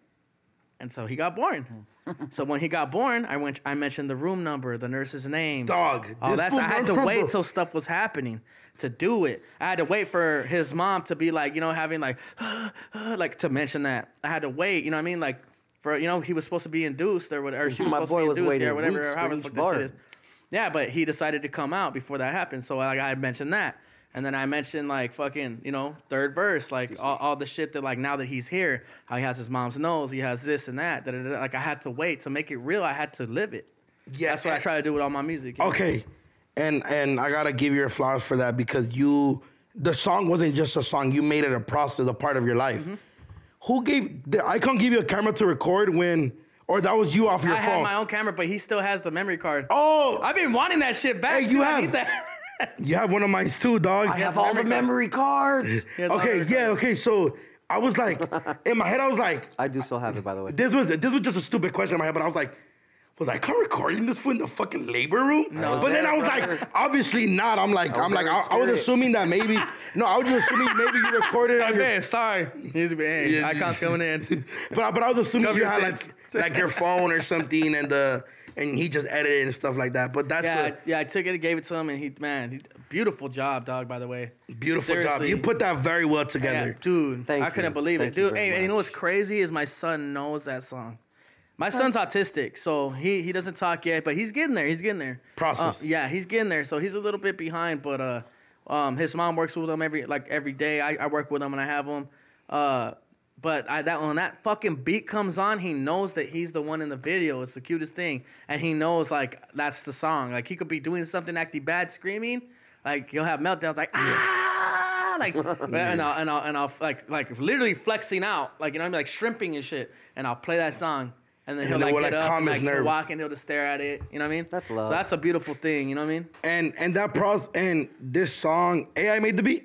[SPEAKER 2] and so he got born so when he got born, I went. I mentioned the room number, the nurse's name,
[SPEAKER 1] Dog,
[SPEAKER 2] All
[SPEAKER 1] this
[SPEAKER 2] that's.
[SPEAKER 1] fool
[SPEAKER 2] I had
[SPEAKER 1] learned
[SPEAKER 2] to
[SPEAKER 1] from
[SPEAKER 2] wait
[SPEAKER 1] the-
[SPEAKER 2] till stuff was happening to do it. I had to wait for his mom to be like, you know, having like, like to mention that. I had to wait. You know what I mean? Like for you know, he was supposed to be induced or whatever. She was
[SPEAKER 3] My
[SPEAKER 2] supposed
[SPEAKER 3] boy
[SPEAKER 2] to be
[SPEAKER 3] was
[SPEAKER 2] induced yeah,
[SPEAKER 3] waiting
[SPEAKER 2] or whatever.
[SPEAKER 3] weeks
[SPEAKER 2] Or
[SPEAKER 3] for
[SPEAKER 2] however the
[SPEAKER 3] each
[SPEAKER 2] fuck this shit
[SPEAKER 3] bar.
[SPEAKER 2] is. Yeah, but he decided to come out before that happened. So like I mentioned that, and then I mentioned like fucking you know third verse, like all, all the shit that like now that he's here, how he has his mom's nose, he has this and that. Da, da, da. Like I had to wait to make it real. I had to live it.
[SPEAKER 1] Yeah,
[SPEAKER 2] that's what I
[SPEAKER 1] and-
[SPEAKER 2] try to do with all my music. you know?
[SPEAKER 1] Okay, and and I gotta give you your flowers for that because you, the song wasn't just a song. You made it a process, a part of your
[SPEAKER 2] Mm-hmm.
[SPEAKER 1] life. Who gave? The, I can't give you a camera to record when, or that was you off your
[SPEAKER 2] I
[SPEAKER 1] phone.
[SPEAKER 2] had my own camera, but he still has the memory card.
[SPEAKER 1] Oh,
[SPEAKER 2] I've been wanting that shit back.
[SPEAKER 1] Hey,
[SPEAKER 2] too.
[SPEAKER 1] you
[SPEAKER 2] I need
[SPEAKER 1] have-
[SPEAKER 2] that.
[SPEAKER 1] you have one of mine too, dog.
[SPEAKER 3] I have all the memory cards.
[SPEAKER 2] Here's my
[SPEAKER 1] okay,
[SPEAKER 2] memory
[SPEAKER 1] yeah,
[SPEAKER 2] card.
[SPEAKER 1] okay. So I was like, in my head, I was like,
[SPEAKER 3] I do still have it, by the way.
[SPEAKER 1] this was this was just a stupid question in my head, but I was like, was I kind of recording this for in the fucking labor room?
[SPEAKER 2] No.
[SPEAKER 1] But then I was
[SPEAKER 3] Brother.
[SPEAKER 1] like, obviously not. I'm like, I'm like,
[SPEAKER 3] there in
[SPEAKER 1] I, I was
[SPEAKER 3] spirit.
[SPEAKER 1] assuming that maybe no, I was just assuming maybe you recorded
[SPEAKER 2] Hey,
[SPEAKER 1] on your.
[SPEAKER 2] babe, sorry. Needs to be hey,
[SPEAKER 1] Yeah,
[SPEAKER 2] icon's coming in.
[SPEAKER 1] But I, but I was assuming
[SPEAKER 2] Cover
[SPEAKER 1] you
[SPEAKER 2] your
[SPEAKER 1] had
[SPEAKER 2] tits.
[SPEAKER 1] like like your phone or something and uh and he just edited and stuff like that. But that's
[SPEAKER 2] Yeah,
[SPEAKER 1] a
[SPEAKER 2] I, yeah, I took it, gave it to him, and he, man, he, beautiful job, dog. By the way,
[SPEAKER 1] beautiful job.
[SPEAKER 2] Seriously.
[SPEAKER 1] You put that very well
[SPEAKER 2] yeah,
[SPEAKER 1] together.
[SPEAKER 2] dude.
[SPEAKER 3] Thank
[SPEAKER 2] I couldn't
[SPEAKER 3] you.
[SPEAKER 2] believe
[SPEAKER 3] Thank
[SPEAKER 2] it,
[SPEAKER 3] you
[SPEAKER 2] dude.
[SPEAKER 3] very
[SPEAKER 2] Hey, and you know
[SPEAKER 3] much.
[SPEAKER 2] what's crazy is my son knows that song. My son's autistic, so he he doesn't talk yet, but he's getting there. He's getting there.
[SPEAKER 1] Process.
[SPEAKER 2] Uh, yeah, he's getting there. So he's a little bit behind, but uh, um, his mom works with him every like every day. I, I work with him and I have him. Uh, but I that when that fucking beat comes on, he knows that he's the one in the video. It's the cutest thing, and he knows like that's the song. Like he could be doing something, acting bad, screaming. Like he'll have meltdowns, like ah, like and I'll and I'll and I'll like like literally flexing out, like you know what I mean, like shrimping and shit. And I'll play that song, and then
[SPEAKER 1] And
[SPEAKER 2] he'll
[SPEAKER 1] it
[SPEAKER 2] like
[SPEAKER 1] will,
[SPEAKER 2] get
[SPEAKER 1] like,
[SPEAKER 2] up,
[SPEAKER 1] calm
[SPEAKER 2] and,
[SPEAKER 1] his
[SPEAKER 2] like he'll
[SPEAKER 1] nerves.
[SPEAKER 2] walk and he'll just stare at it. You know what I mean?
[SPEAKER 3] That's
[SPEAKER 2] So
[SPEAKER 3] love.
[SPEAKER 2] that's a beautiful thing. You know what I mean?
[SPEAKER 1] And and that process and this song, AI made the beat.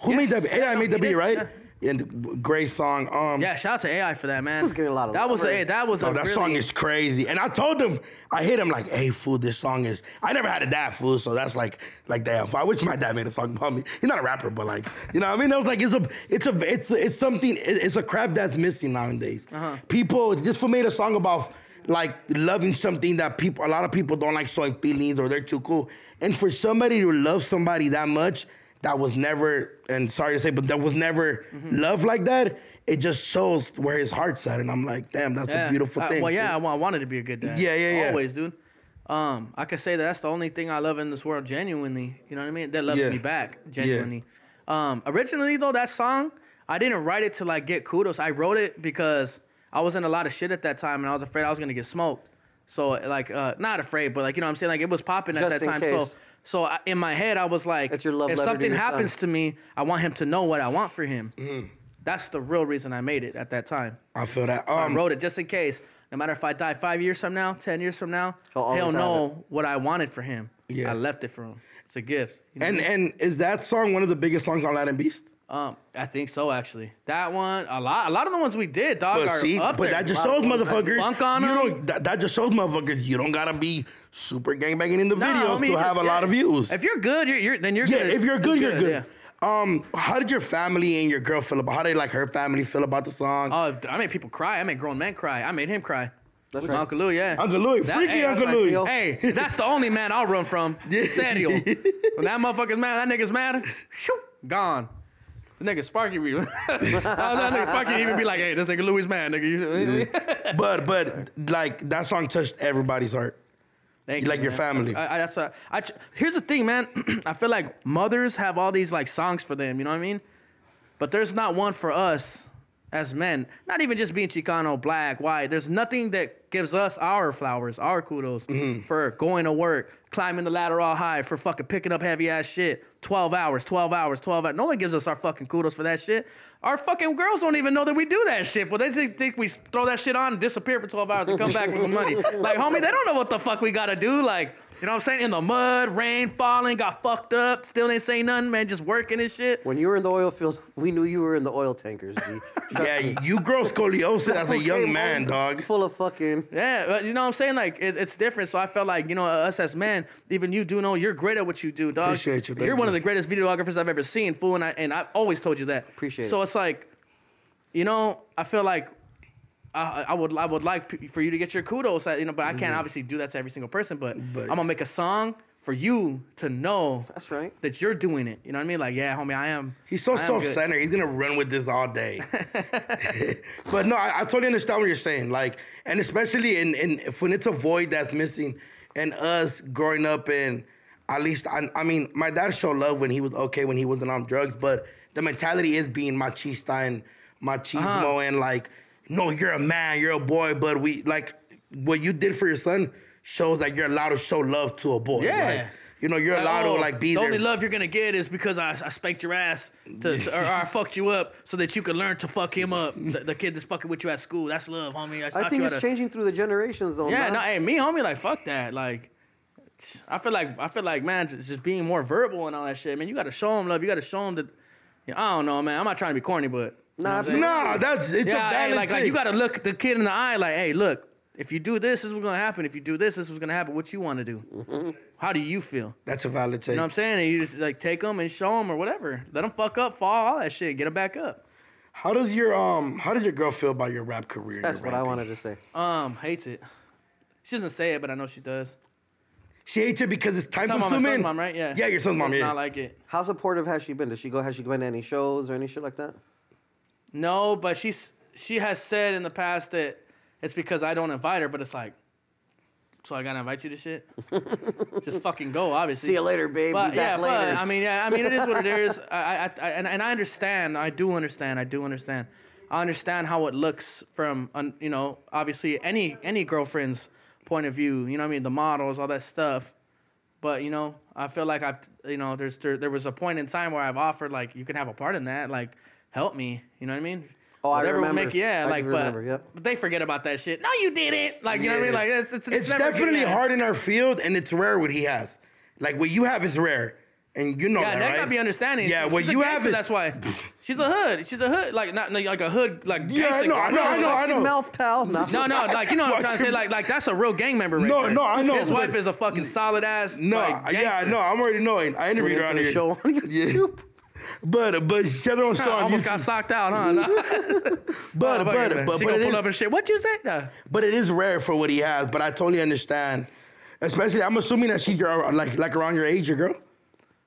[SPEAKER 1] Who
[SPEAKER 2] Yes.
[SPEAKER 1] made that? beat?
[SPEAKER 2] Yeah,
[SPEAKER 1] AI
[SPEAKER 2] no,
[SPEAKER 1] made the
[SPEAKER 2] he
[SPEAKER 1] beat,
[SPEAKER 2] did,
[SPEAKER 1] right?
[SPEAKER 2] yeah.
[SPEAKER 1] And great song. Um,
[SPEAKER 2] Yeah, shout out to AI for that, man.
[SPEAKER 3] was getting a lot of
[SPEAKER 2] that
[SPEAKER 3] love.
[SPEAKER 2] was a,
[SPEAKER 3] Right.
[SPEAKER 2] hey, that was
[SPEAKER 1] So
[SPEAKER 2] a
[SPEAKER 1] that
[SPEAKER 2] really,
[SPEAKER 1] song is crazy. And I told him, I hit him like, hey, fool, this song is. I never had a dad, fool. So that's like, like, damn. I wish my dad made a song about me. He's not a rapper, but like, you know what I mean? I was like, it's a, it's a, it's, a, it's something, it- it's a craft that's missing nowadays.
[SPEAKER 2] Uh-huh.
[SPEAKER 1] People, this fool made a song about like loving something that people, a lot of people don't like showing feelings or they're too cool. And for somebody to love somebody that much, that was never, and sorry to say, but that was never
[SPEAKER 2] Mm-hmm.
[SPEAKER 1] love like that. It just shows where his heart's at, and I'm like, damn, that's
[SPEAKER 2] yeah.
[SPEAKER 1] a beautiful
[SPEAKER 2] Uh,
[SPEAKER 1] thing.
[SPEAKER 2] well,
[SPEAKER 1] fool.
[SPEAKER 2] yeah, I, wa- I wanted to be a good dad.
[SPEAKER 1] Yeah, yeah, yeah.
[SPEAKER 2] Always, dude. Um, I could say that that's the only thing I love in this world, genuinely. You know what I mean? That loves
[SPEAKER 1] Yeah.
[SPEAKER 2] me back, genuinely. Um, originally though, that song I didn't write it to like get kudos. I wrote it because I was in a lot of shit at that time, and I was afraid I was gonna get smoked. So like, uh, not afraid, but like you know what I'm saying? Like it was popping at
[SPEAKER 3] Just
[SPEAKER 2] that
[SPEAKER 3] in
[SPEAKER 2] time.
[SPEAKER 3] case.
[SPEAKER 2] So so I, in my head, I was like,
[SPEAKER 3] That's your love
[SPEAKER 2] if
[SPEAKER 3] letter to
[SPEAKER 2] something
[SPEAKER 3] your son.
[SPEAKER 2] happens to me, I want him to know what I want for him. That's the real reason I made it at that time.
[SPEAKER 1] I feel that.
[SPEAKER 2] I
[SPEAKER 1] Um,
[SPEAKER 2] wrote it just in case. No matter if I die five years from now, ten years from now,
[SPEAKER 3] He'll
[SPEAKER 2] he'll,
[SPEAKER 3] always have
[SPEAKER 2] know what I wanted for him.
[SPEAKER 1] Yeah.
[SPEAKER 2] I left it for him. It's a gift. you know?
[SPEAKER 1] and and is that song one of the biggest songs on Latin Beast?
[SPEAKER 2] um, I think so actually. That one, a lot, a lot of the ones we did, dog,
[SPEAKER 1] But
[SPEAKER 2] are
[SPEAKER 1] see,
[SPEAKER 2] up
[SPEAKER 1] but
[SPEAKER 2] there.
[SPEAKER 1] that just shows motherfuckers.
[SPEAKER 2] Funk on
[SPEAKER 1] you
[SPEAKER 2] 'em.
[SPEAKER 1] don't, that, that just shows motherfuckers. You don't gotta be super gangbanging in the
[SPEAKER 2] Nah,
[SPEAKER 1] videos
[SPEAKER 2] I mean,
[SPEAKER 1] to have a
[SPEAKER 2] just-
[SPEAKER 1] lot
[SPEAKER 2] yeah.
[SPEAKER 1] of views.
[SPEAKER 2] If you're good, you're, you're then you're
[SPEAKER 1] yeah,
[SPEAKER 2] good.
[SPEAKER 1] if you're good, you're good.
[SPEAKER 2] yeah.
[SPEAKER 1] Um, how did your family and your girl feel about? How did like her family feel about the song?
[SPEAKER 2] Oh, I made people cry. I made grown men cry. I made him cry.
[SPEAKER 3] That's
[SPEAKER 2] With
[SPEAKER 3] right.
[SPEAKER 2] Uncle Lou, yeah.
[SPEAKER 1] Uncle Louie, freaky
[SPEAKER 2] that's
[SPEAKER 1] Uncle
[SPEAKER 2] like-
[SPEAKER 1] Louie.
[SPEAKER 3] Theo.
[SPEAKER 2] Hey, that's the only man I'll run from. Serio. when that motherfucker's mad, that nigga's mad, shoo, gone. The nigga Sparky, be, that nigga Sparky even be like, hey, this nigga Louis mad, nigga. You-
[SPEAKER 1] Mm-hmm. but but like that song touched everybody's heart.
[SPEAKER 2] Thank
[SPEAKER 1] You like your
[SPEAKER 2] man.
[SPEAKER 1] family.
[SPEAKER 2] I, I, that's what I, I ch- here's the thing, man. I feel like mothers have all these like songs for them. You know what I mean? But there's not one for us as men. Not even just being Chicano, black, white. There's nothing that gives us our flowers, our kudos for going to work, climbing the ladder all high, for fucking picking up heavy ass shit. Twelve hours, twelve hours, twelve hours. No one gives us our fucking kudos for that shit. Our fucking girls don't even know that we do that shit, but they think think we throw that shit on and disappear for twelve hours and come back with the money. Like, homie, they don't know what the fuck we gotta do. Like, you know what I'm saying? In the mud, rain, falling, got fucked up, still ain't saying nothing, man, just working and shit.
[SPEAKER 3] When you were in the oil field, we knew you were in the oil tankers. G.
[SPEAKER 1] Yeah, you grow scoliosis as a young man, dog.
[SPEAKER 3] Full of fucking.
[SPEAKER 2] Yeah, but you know what I'm saying? Like, it, it's different. So I felt like, you know, us as men, even you do know you're great at what you do, dog.
[SPEAKER 1] Appreciate you,
[SPEAKER 2] You're
[SPEAKER 1] baby.
[SPEAKER 2] one of the greatest videographers I've ever seen, fool. And, I, and I've always told you that.
[SPEAKER 3] Appreciate
[SPEAKER 2] So
[SPEAKER 3] it.
[SPEAKER 2] it's like, you know, I feel like I, I would I would like p- for you to get your kudos, you know, but I can't obviously do that to every single person. But, I'm gonna make a song for you to know
[SPEAKER 3] That's right.
[SPEAKER 2] that you're doing it. You know what I mean? Like, yeah, homie, I am.
[SPEAKER 1] He's so
[SPEAKER 2] I am
[SPEAKER 1] self
[SPEAKER 2] good.
[SPEAKER 1] centered. He's gonna run with this all day. but no, I, I totally understand what you're saying. Like, and especially in in if- when it's a void that's missing, and us growing up and at least I, I mean, my dad showed love when he was okay when he wasn't on drugs, but the mentality is being machista and machismo
[SPEAKER 2] Uh-huh.
[SPEAKER 1] and like, no, you're a man, you're a boy, but we like what you did for your son shows that you're allowed to show love to a boy.
[SPEAKER 2] Yeah.
[SPEAKER 1] Like, you know, you're
[SPEAKER 2] Like,
[SPEAKER 1] allowed
[SPEAKER 2] oh,
[SPEAKER 1] to like be
[SPEAKER 2] the
[SPEAKER 1] there.
[SPEAKER 2] only love you're gonna get is because I, I spanked your ass to, to- or, or I fucked you up so that you could learn to fuck him up. The, the kid that's fucking with you at school. That's love, homie. I,
[SPEAKER 3] I
[SPEAKER 2] taught
[SPEAKER 3] think
[SPEAKER 2] you
[SPEAKER 3] it's
[SPEAKER 2] how to-
[SPEAKER 3] changing through the generations, though.
[SPEAKER 2] Yeah,
[SPEAKER 3] man.
[SPEAKER 2] no, hey, me, homie, like fuck that. Like, I feel like I feel like man, just, just being more verbal and all that shit. Man, you gotta show him love. You gotta show him that. Yeah, I don't know, man. I'm not trying to be corny, but
[SPEAKER 3] Nah, absolutely.
[SPEAKER 1] Nah, that's it's a
[SPEAKER 2] yeah,
[SPEAKER 1] valid
[SPEAKER 2] hey, like like
[SPEAKER 1] thing.
[SPEAKER 2] you gotta look the kid in the eye. Like, hey, look, if you do this, this is what's gonna happen. If you do this, this is what's gonna happen. What you want to do?
[SPEAKER 1] Mm-hmm.
[SPEAKER 2] How do you feel?
[SPEAKER 1] That's a valid take.
[SPEAKER 2] You know what I'm saying? And you just like take them and show them or whatever. Let them fuck up, fall, all that shit. Get them back up.
[SPEAKER 1] How does your um how does your girl feel about your rap career? and
[SPEAKER 3] That's
[SPEAKER 1] your
[SPEAKER 3] what I
[SPEAKER 1] rapping?
[SPEAKER 3] wanted to say.
[SPEAKER 2] Um, hates it. She doesn't say it, but I know she does.
[SPEAKER 1] She hates it because it's time
[SPEAKER 2] Talking about my
[SPEAKER 1] consuming.
[SPEAKER 2] son's mom, right? Yeah.
[SPEAKER 1] Yeah, your son's mom.
[SPEAKER 2] Does
[SPEAKER 1] Yeah.
[SPEAKER 2] Not like it.
[SPEAKER 3] How supportive has she been? Does she go? Has she been to any shows or any shit like that?
[SPEAKER 2] No, but she's she has said in the past that it's because I don't invite her, but it's like, so I gotta invite you to shit. Just fucking go, obviously.
[SPEAKER 3] See you later, babe. Be
[SPEAKER 2] But
[SPEAKER 3] back
[SPEAKER 2] yeah,
[SPEAKER 3] later.
[SPEAKER 2] but I mean, yeah, I mean, it is what it is. I, I, I and, and I understand. I do understand. I do understand. I understand how it looks from, un, you know, obviously any any girlfriend's point of view. You know, what I mean, the models, all that stuff. But you know, I feel like I've, you know, there's there, there was a point in time where I've offered like you can have a part in that, like help me. You know what I mean?
[SPEAKER 3] Oh, I
[SPEAKER 2] Whatever will
[SPEAKER 3] remember.
[SPEAKER 2] Make, yeah,
[SPEAKER 3] I
[SPEAKER 2] like
[SPEAKER 3] do
[SPEAKER 2] but,
[SPEAKER 3] remember, yep.
[SPEAKER 2] but they forget about that shit. No, you didn't. Like you know what I mean?
[SPEAKER 1] Yeah.
[SPEAKER 2] Like it's it's,
[SPEAKER 1] It's
[SPEAKER 2] never getting
[SPEAKER 1] definitely
[SPEAKER 2] at it.
[SPEAKER 1] hard in our field, and it's rare what he has. Like what you have is rare, and you know
[SPEAKER 2] Yeah,
[SPEAKER 1] that,
[SPEAKER 2] that
[SPEAKER 1] right?
[SPEAKER 2] gotta be understanding.
[SPEAKER 1] Yeah,
[SPEAKER 2] She's
[SPEAKER 1] what
[SPEAKER 2] a
[SPEAKER 1] you
[SPEAKER 2] gangster,
[SPEAKER 1] have is
[SPEAKER 2] That's why she's a hood. She's a hood, like not no, like a hood, like
[SPEAKER 1] Yeah,
[SPEAKER 2] gangster
[SPEAKER 1] no, I know,
[SPEAKER 2] girl.
[SPEAKER 1] I know, I
[SPEAKER 3] Fucking
[SPEAKER 1] know.
[SPEAKER 3] mouth pal. Nah.
[SPEAKER 2] No, no, like you know what I'm trying to say. Like, like that's a real gang member. Right
[SPEAKER 1] No,
[SPEAKER 2] there.
[SPEAKER 1] no, I know,
[SPEAKER 2] His wife
[SPEAKER 1] but-
[SPEAKER 2] is a fucking solid ass.
[SPEAKER 1] No,
[SPEAKER 2] like,
[SPEAKER 1] yeah,
[SPEAKER 2] gangster.
[SPEAKER 1] no, I'm already knowing. I
[SPEAKER 3] Tune
[SPEAKER 1] interviewed her on
[SPEAKER 3] into the
[SPEAKER 1] here.
[SPEAKER 3] show on YouTube.
[SPEAKER 1] But but she had her own show
[SPEAKER 2] I
[SPEAKER 1] on
[SPEAKER 2] almost
[SPEAKER 1] YouTube.
[SPEAKER 2] got socked out, huh? Nah.
[SPEAKER 1] but
[SPEAKER 2] Fuck it,
[SPEAKER 1] but
[SPEAKER 2] man.
[SPEAKER 1] but
[SPEAKER 2] she
[SPEAKER 1] but
[SPEAKER 2] gonna
[SPEAKER 1] it
[SPEAKER 2] pull
[SPEAKER 1] is-
[SPEAKER 2] up and shit. What you say? Nah.
[SPEAKER 1] but it is rare for what he has. But I totally understand. Especially, I'm assuming that she's your like like around your age, your girl.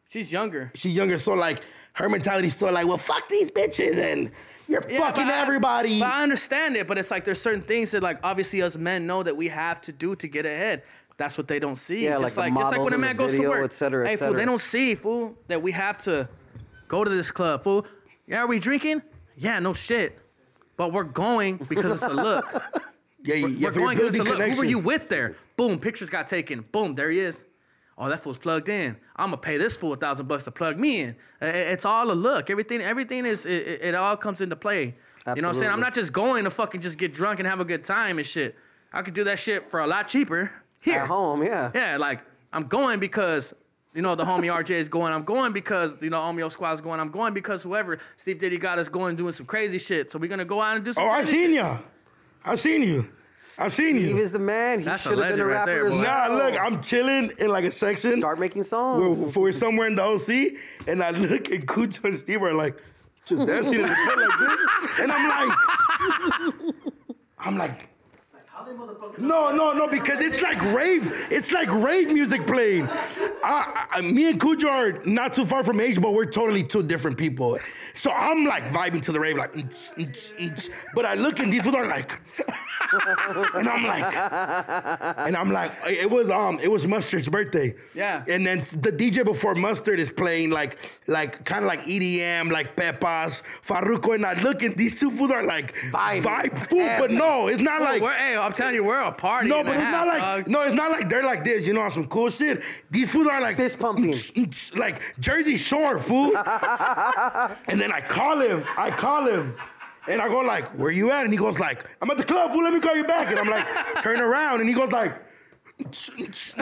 [SPEAKER 2] She's younger.
[SPEAKER 1] She's younger, so like her mentality's still like, well, fuck these bitches and you're
[SPEAKER 2] Yeah,
[SPEAKER 1] fucking
[SPEAKER 2] but I-
[SPEAKER 1] everybody.
[SPEAKER 2] but I understand it, but it's like there's certain things that like obviously us men know that we have to do to get ahead. That's what they don't see.
[SPEAKER 3] Yeah,
[SPEAKER 2] just
[SPEAKER 3] like
[SPEAKER 2] like,
[SPEAKER 3] the
[SPEAKER 2] just like when
[SPEAKER 3] models
[SPEAKER 2] a
[SPEAKER 3] in
[SPEAKER 2] man
[SPEAKER 3] the
[SPEAKER 2] goes
[SPEAKER 3] video,
[SPEAKER 2] to work.
[SPEAKER 3] et cetera, et
[SPEAKER 2] hey, fool,
[SPEAKER 3] cetera.
[SPEAKER 2] they don't see, fool, that we have to go to this club, fool. Yeah, are we drinking? Yeah, no shit. But we're going because it's a look.
[SPEAKER 1] yeah, yeah,
[SPEAKER 2] we're
[SPEAKER 1] for your
[SPEAKER 2] going because it's a
[SPEAKER 1] building
[SPEAKER 2] look. Who were
[SPEAKER 1] connection.
[SPEAKER 2] you with there? Boom, pictures got taken. Boom, there he is. Oh, that fool's plugged in. I'm gonna pay this fool a thousand bucks to plug me in. I- I- It's all a look. Everything, everything is. It, it- it all comes into play. You know what I'm saying? I'm
[SPEAKER 3] Absolutely.
[SPEAKER 2] not just going to fucking just get drunk and have a good time and shit. I could do that shit for a lot cheaper here
[SPEAKER 3] At home, yeah.
[SPEAKER 2] yeah, like I'm going because you know the homie RJ is going. I'm going because you know Omeo Squad's going. I'm going because whoever Steve Diddy got us going doing some crazy shit. So we're gonna go out and do some.
[SPEAKER 1] Oh, I've
[SPEAKER 2] crazy
[SPEAKER 1] seen
[SPEAKER 2] shit.
[SPEAKER 1] ya. I've seen you. I've seen
[SPEAKER 3] Steve
[SPEAKER 1] you.
[SPEAKER 3] is the man. He
[SPEAKER 2] That's a
[SPEAKER 3] should have been a
[SPEAKER 2] legend right
[SPEAKER 3] rapper
[SPEAKER 2] there,
[SPEAKER 3] as
[SPEAKER 2] boy.
[SPEAKER 1] Nah,
[SPEAKER 3] well.
[SPEAKER 1] look,
[SPEAKER 2] Oh.
[SPEAKER 1] I'm chilling in like a section.
[SPEAKER 3] Start making
[SPEAKER 1] We're,
[SPEAKER 3] songs.
[SPEAKER 1] we're somewhere in the OC, and I look at Cucho and Steve are like just dancing in the club like this, and I'm like, I'm like. No, no, no, because it's like rave. It's like rave music playing. I, I, me and Cujo are not too far from age, but we're totally two different people. So I'm like vibing to the rave, like, "Mm-ts, mm-ts, mm-ts." but I look and these people are like, and I'm like, and I'm like, it was um, it was Mustard's birthday.
[SPEAKER 2] Yeah.
[SPEAKER 1] And then the DJ before Mustard is playing like, like kind of like EDM, like Pepas, Farruko, and I look and these two fools are like
[SPEAKER 3] Vibing.
[SPEAKER 1] vibe food, but no, it's not
[SPEAKER 2] Bro,
[SPEAKER 1] like
[SPEAKER 2] we're, hey, I'm telling you, we're a party.
[SPEAKER 1] no,
[SPEAKER 2] and
[SPEAKER 1] but
[SPEAKER 2] a
[SPEAKER 1] it's
[SPEAKER 2] half,
[SPEAKER 1] not like
[SPEAKER 2] dog.
[SPEAKER 1] no, it's not like they're like this, you know, on some cool shit. These fools are like
[SPEAKER 3] Fist pumping.
[SPEAKER 1] like Jersey Shore fool. and then I call him, I call him, and I go like, "Where you at?" And he goes like, "I'm at the club, fool. Let me call you back." And I'm like, "Turn around," and he goes like. and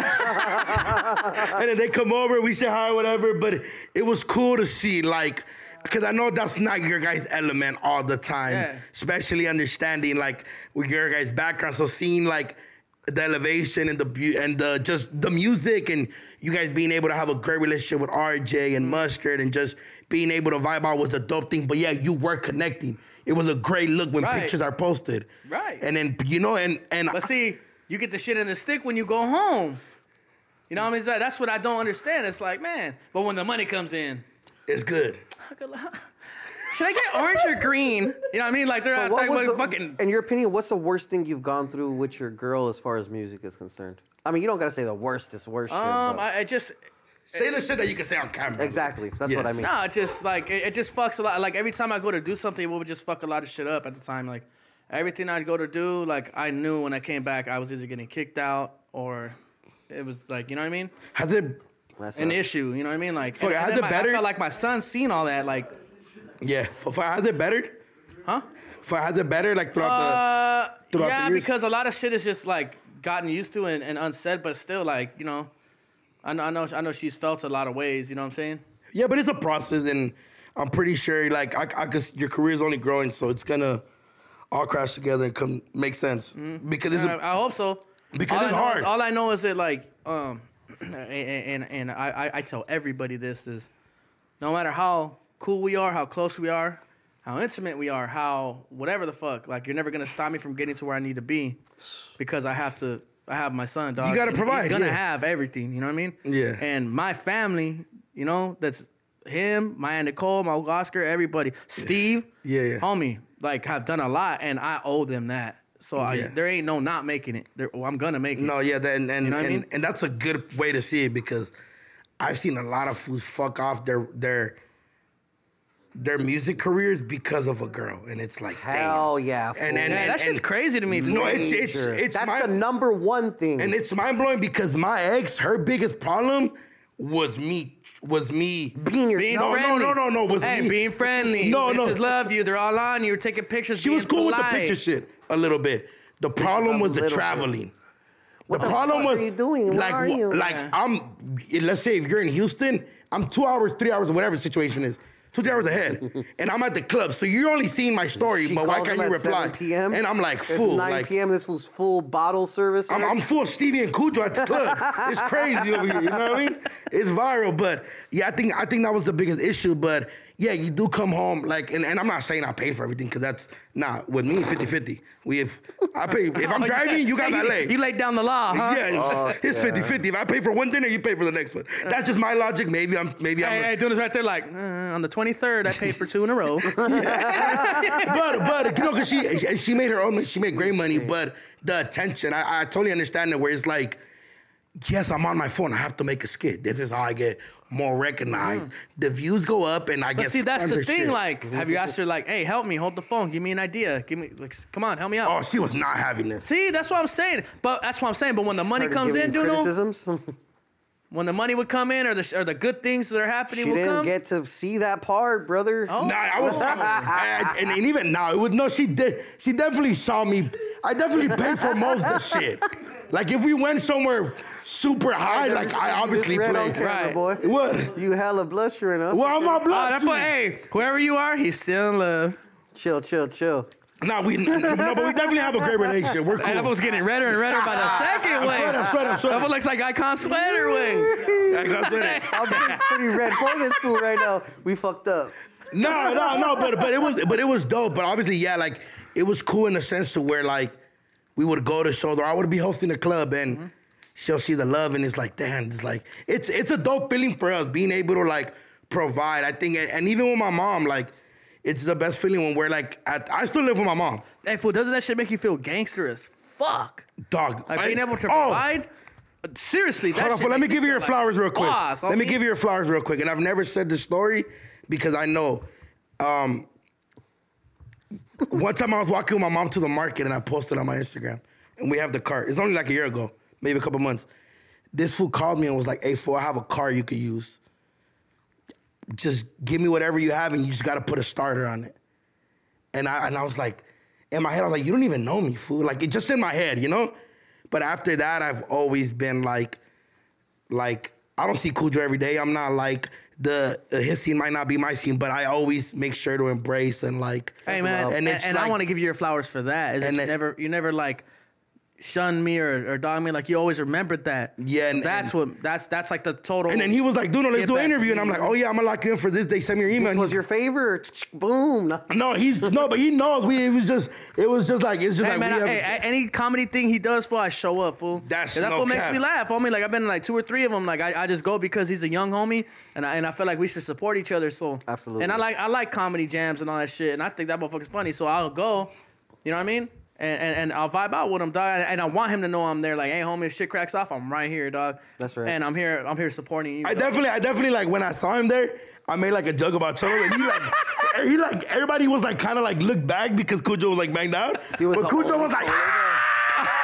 [SPEAKER 1] then they come over, we say hi, whatever. But it was cool to see, like, because I know that's not your guys' element all the time,
[SPEAKER 2] Yeah.
[SPEAKER 1] especially understanding like with your guys' background. So seeing like the elevation and the beau- and the just the music and you guys being able to have a great relationship with RJ
[SPEAKER 2] Mm-hmm.
[SPEAKER 1] and Mustard and just being able to vibe out was a dope thing. But yeah, you were connecting. It was a great look when
[SPEAKER 2] Right.
[SPEAKER 1] pictures are posted.
[SPEAKER 2] Right.
[SPEAKER 1] And then you know and and
[SPEAKER 2] But see, you get the shit in the stick when you go home. You know what I mean? It's like- That's what I don't understand. It's like, man, but when the money comes in,
[SPEAKER 1] it's good.
[SPEAKER 2] should I get orange or green? You know what I mean? Like they're out
[SPEAKER 3] what
[SPEAKER 2] there
[SPEAKER 3] was
[SPEAKER 2] like,
[SPEAKER 3] the,
[SPEAKER 2] fucking.
[SPEAKER 3] in your opinion, what's the worst thing you've gone through with your girl as far as music is concerned? I mean, you don't gotta say the worst is worst. shit,
[SPEAKER 2] Um,
[SPEAKER 3] but-
[SPEAKER 2] I, I just
[SPEAKER 1] Say the shit that you can say on camera.
[SPEAKER 3] exactly. That's
[SPEAKER 1] Yeah.
[SPEAKER 3] what I mean.
[SPEAKER 2] Nah, it just like it, it just fucks a lot. Like every time I go to do something, it would just fuck a lot of shit up at the time. Like everything I'd go to do, like I knew when I came back, I was either getting kicked out or it was like you know what I mean,
[SPEAKER 1] Has it
[SPEAKER 3] That's
[SPEAKER 2] an
[SPEAKER 3] not-
[SPEAKER 2] issue. You know what I mean? Like
[SPEAKER 1] Fuck,
[SPEAKER 2] and- and
[SPEAKER 1] how's
[SPEAKER 2] then
[SPEAKER 1] it
[SPEAKER 2] my-
[SPEAKER 1] better?
[SPEAKER 2] I felt like my son seen all that. Like
[SPEAKER 1] yeah. For, for, has it bettered?
[SPEAKER 2] Huh?
[SPEAKER 1] For has it better like throughout
[SPEAKER 2] uh,
[SPEAKER 1] the throughout
[SPEAKER 2] yeah,
[SPEAKER 1] the years?
[SPEAKER 2] because a lot of shit is just like gotten used to and, and unsaid, but still like you know, I know I know I know she's felt a lot of ways. You know what I'm saying?
[SPEAKER 1] Yeah, but it's a process, and I'm pretty sure like I, I guess your career's only growing, so it's gonna all crash together and come make sense because it's a,
[SPEAKER 2] Mm-hmm. I, I hope so.
[SPEAKER 1] Because
[SPEAKER 2] all
[SPEAKER 1] it's
[SPEAKER 2] I know is-
[SPEAKER 1] hard.
[SPEAKER 2] all I know is that like, um, and and, and I, I I tell everybody this is, no matter how cool we are, how close we are, how intimate we are, how whatever the fuck, like you're never gonna stop me from getting to where I need to be, because I have to. I have my son, dog.
[SPEAKER 1] You gotta
[SPEAKER 2] and
[SPEAKER 1] provide,
[SPEAKER 2] He's gonna
[SPEAKER 1] yeah.
[SPEAKER 2] have everything. You know what I mean?
[SPEAKER 1] Yeah.
[SPEAKER 2] And my family, you know, that's him, my Aunt Nicole, my Uncle Oscar, everybody, Steve,
[SPEAKER 1] Yeah, yeah.
[SPEAKER 2] homie, like have done a lot, and I owe them that. So I,
[SPEAKER 1] Yeah.
[SPEAKER 2] there ain't no not making it. There, well, I'm gonna make it.
[SPEAKER 1] no, yeah, that, and and,
[SPEAKER 2] know what I
[SPEAKER 1] and,
[SPEAKER 2] mean?
[SPEAKER 1] and that's a good way to see it because I've seen a lot of fools fuck off their their their music careers because of a girl, and it's like damn.
[SPEAKER 3] Hell yeah. fool.
[SPEAKER 1] and, and,
[SPEAKER 2] Yeah,
[SPEAKER 1] and,
[SPEAKER 2] that shit's
[SPEAKER 1] and-
[SPEAKER 2] crazy to me,
[SPEAKER 1] No, it's it's
[SPEAKER 3] Major.
[SPEAKER 1] it's
[SPEAKER 3] That's
[SPEAKER 1] my-
[SPEAKER 3] the number one thing.
[SPEAKER 1] And it's mind blowing because my ex, her biggest problem was me, was me
[SPEAKER 3] being your
[SPEAKER 2] Being
[SPEAKER 1] no,
[SPEAKER 2] friendly.
[SPEAKER 1] no, no, no, was
[SPEAKER 2] hey,
[SPEAKER 1] me.
[SPEAKER 2] being friendly.
[SPEAKER 1] No, no.
[SPEAKER 2] No, no. Bitches love you. They're all on you. You're taking pictures.
[SPEAKER 1] She
[SPEAKER 2] being
[SPEAKER 1] was cool with the
[SPEAKER 2] polite.
[SPEAKER 1] picture shit a little bit. The problem was
[SPEAKER 3] a
[SPEAKER 1] the
[SPEAKER 3] little bit.
[SPEAKER 1] traveling.
[SPEAKER 3] What the
[SPEAKER 1] problem
[SPEAKER 3] fuck
[SPEAKER 1] was
[SPEAKER 3] are you doing? Where
[SPEAKER 1] like
[SPEAKER 3] are
[SPEAKER 1] wh-
[SPEAKER 3] you?
[SPEAKER 1] like
[SPEAKER 2] Yeah.
[SPEAKER 1] I'm let's say if you're in Houston, I'm two hours, three hours, whatever situation is. Two three hours ahead, and I'm at the club, so you're only seeing my story.
[SPEAKER 3] She
[SPEAKER 1] but why
[SPEAKER 3] calls
[SPEAKER 1] can't
[SPEAKER 3] him
[SPEAKER 1] you
[SPEAKER 3] at
[SPEAKER 1] reply?
[SPEAKER 3] 7 PM.
[SPEAKER 1] And I'm like,
[SPEAKER 3] It's
[SPEAKER 1] fool,
[SPEAKER 3] 9
[SPEAKER 1] like
[SPEAKER 3] p.m. This fool's full bottle service.
[SPEAKER 1] I'm,
[SPEAKER 3] here.
[SPEAKER 1] I'm full Stevie and Cujo at the club. It's crazy over here. You know what I mean? It's viral, but yeah, I think I think that was the biggest issue. But yeah, you do come home like, and, and I'm not saying I pay for everything because that's nah. With me, 50-50. We if I pay if I'm
[SPEAKER 2] Oh,
[SPEAKER 1] driving, you got
[SPEAKER 2] you,
[SPEAKER 1] LA.
[SPEAKER 2] You laid down the law, huh?
[SPEAKER 1] Yeah, it's 50 50. If I pay for one dinner, you pay for the next one. That's just my logic. Maybe I'm, maybe
[SPEAKER 2] Hey, hey,
[SPEAKER 1] I'm.
[SPEAKER 2] doing this right there, like uh, on the 23rd, I paid for two in a row.
[SPEAKER 1] but but you know, cause she she- she made her own, she made great money. But the attention, I, I totally understand it. Where it's like, yes, I'm on my phone. I have to make a skit. This is how I get more recognized. The views go up, and I
[SPEAKER 2] Mm. But
[SPEAKER 1] get.
[SPEAKER 2] see, that's the
[SPEAKER 1] sponsorship.
[SPEAKER 2] thing. Like, have you asked her, like, hey, help me, hold the phone, give me an idea, give me, like, s- come on, help me out.
[SPEAKER 1] oh, she was not having this.
[SPEAKER 2] See, that's what I'm saying. But that's what I'm saying. But when the money
[SPEAKER 3] Started
[SPEAKER 2] comes
[SPEAKER 3] giving
[SPEAKER 2] in,
[SPEAKER 3] you
[SPEAKER 2] dude,
[SPEAKER 3] criticisms.
[SPEAKER 2] when the money would come in, or the sh- or the good things that are happening
[SPEAKER 3] She
[SPEAKER 2] would
[SPEAKER 3] didn't
[SPEAKER 2] come.
[SPEAKER 3] get to see that part, brother.
[SPEAKER 1] Oh. Nah, I was, I, I- and, and even now, it was no. She did. She definitely saw me. I definitely paid for most of the shit. Like if we went somewhere super high, like I obviously
[SPEAKER 3] played. On
[SPEAKER 1] played.
[SPEAKER 3] camera,
[SPEAKER 2] Right.
[SPEAKER 3] boy.
[SPEAKER 1] What?
[SPEAKER 3] You hella blushering, huh?
[SPEAKER 1] Well, I'm not
[SPEAKER 2] Oh, that
[SPEAKER 1] bluffing.
[SPEAKER 2] boy, hey, whoever you are, he's still in love.
[SPEAKER 3] Chill, chill, chill.
[SPEAKER 1] Nah, we no, but we definitely have a great relationship. We're cool.
[SPEAKER 2] That was getting redder and redder by the second way.
[SPEAKER 1] Shut up, shut up, shut
[SPEAKER 2] That boy
[SPEAKER 1] up.
[SPEAKER 2] looks like Icon Sweater Wing.
[SPEAKER 1] Like, that's what it-
[SPEAKER 3] I'm being pretty red for this fool right now. We fucked up.
[SPEAKER 1] no, no, no, but but it was but it was dope. But obviously, yeah, like it was cool in the sense to where like we would go to shows or I would be hosting a club and
[SPEAKER 2] Mm-hmm.
[SPEAKER 1] she'll see the love and it's like, damn, it's like it's it's a dope feeling for us being able to like provide. I think and, and even with my mom, like it's the best feeling when we're like at, I still live with my mom.
[SPEAKER 2] Hey, fool, doesn't that shit make you feel gangster as fuck?
[SPEAKER 1] Dog.
[SPEAKER 2] Like,
[SPEAKER 1] I-
[SPEAKER 2] being able to
[SPEAKER 1] oh,
[SPEAKER 2] provide. Seriously, that
[SPEAKER 1] Hold on,
[SPEAKER 2] shit
[SPEAKER 1] fool, let me
[SPEAKER 2] makes
[SPEAKER 1] give you
[SPEAKER 2] feel
[SPEAKER 1] your
[SPEAKER 2] like
[SPEAKER 1] flowers real quick.
[SPEAKER 2] boss,
[SPEAKER 1] let me
[SPEAKER 2] homie.
[SPEAKER 1] give you your flowers real quick. And I've never said this story because I know. Um, one time I was walking with my mom to the market and I posted on my Instagram. And we have the cart. It's only like a year ago, maybe a couple months. This fool called me and was like, hey, fool, I have a car you could use. Just give me whatever you have and you just got to put a starter on it. And I and I was like, in my head, I was like, you don't even know me, fool. Like it just in my head, you know? But after that, I've always been like, like, I don't see Kujo every day. I'm not like the uh, his scene might not be my scene, but I always make sure to embrace and like
[SPEAKER 2] Hey man, and, and I want to give you your flowers for that. Is
[SPEAKER 1] And
[SPEAKER 2] that you
[SPEAKER 1] it-
[SPEAKER 2] never you never like shunned me or, or dogged me. Like you always remembered that.
[SPEAKER 1] Yeah, and-
[SPEAKER 2] that's what that's that's like the total.
[SPEAKER 1] And then he was like, dude, no, let's
[SPEAKER 2] Get
[SPEAKER 1] do an
[SPEAKER 2] back
[SPEAKER 1] interview. And
[SPEAKER 2] to
[SPEAKER 1] I'm
[SPEAKER 2] me.
[SPEAKER 1] like, oh yeah, I'm gonna lock you in for this day. Send me your email.
[SPEAKER 3] This
[SPEAKER 1] And
[SPEAKER 3] was
[SPEAKER 1] he's-
[SPEAKER 3] your favor. Boom.
[SPEAKER 1] no, he's no, but he knows we. It was just, it was just like it's just
[SPEAKER 2] Hey,
[SPEAKER 1] like
[SPEAKER 2] man,
[SPEAKER 1] we
[SPEAKER 2] I-
[SPEAKER 1] have.
[SPEAKER 2] hey, a- any comedy thing he does for, I show up, fool.
[SPEAKER 1] That's
[SPEAKER 2] 'Cause that
[SPEAKER 1] no
[SPEAKER 2] fool makes
[SPEAKER 1] cap.
[SPEAKER 2] me laugh, homie. Like I've been in like two or three of them. Like I, I just go because he's a young homie, and I and I feel like we should support each other. So
[SPEAKER 3] Absolutely.
[SPEAKER 2] And I like I like comedy jams and all that shit, and I think that motherfucker's funny. So I'll go, you know what I mean? And and, and I'll vibe out with him, dog. And, and I want him to know I'm there. Like, hey, homie, if shit cracks off, I'm right here, dog.
[SPEAKER 3] That's right.
[SPEAKER 2] And I'm here. I'm here supporting you.
[SPEAKER 1] I
[SPEAKER 2] dog.
[SPEAKER 1] definitely, I definitely like when I saw him there, I made like a joke about Cholo, and he like, and he like, everybody was like kind of like looked back because Cujo was like banged out,
[SPEAKER 3] was
[SPEAKER 1] but
[SPEAKER 3] the
[SPEAKER 1] Cujo
[SPEAKER 3] only
[SPEAKER 1] was like.
[SPEAKER 3] Cholo
[SPEAKER 1] "Ah!"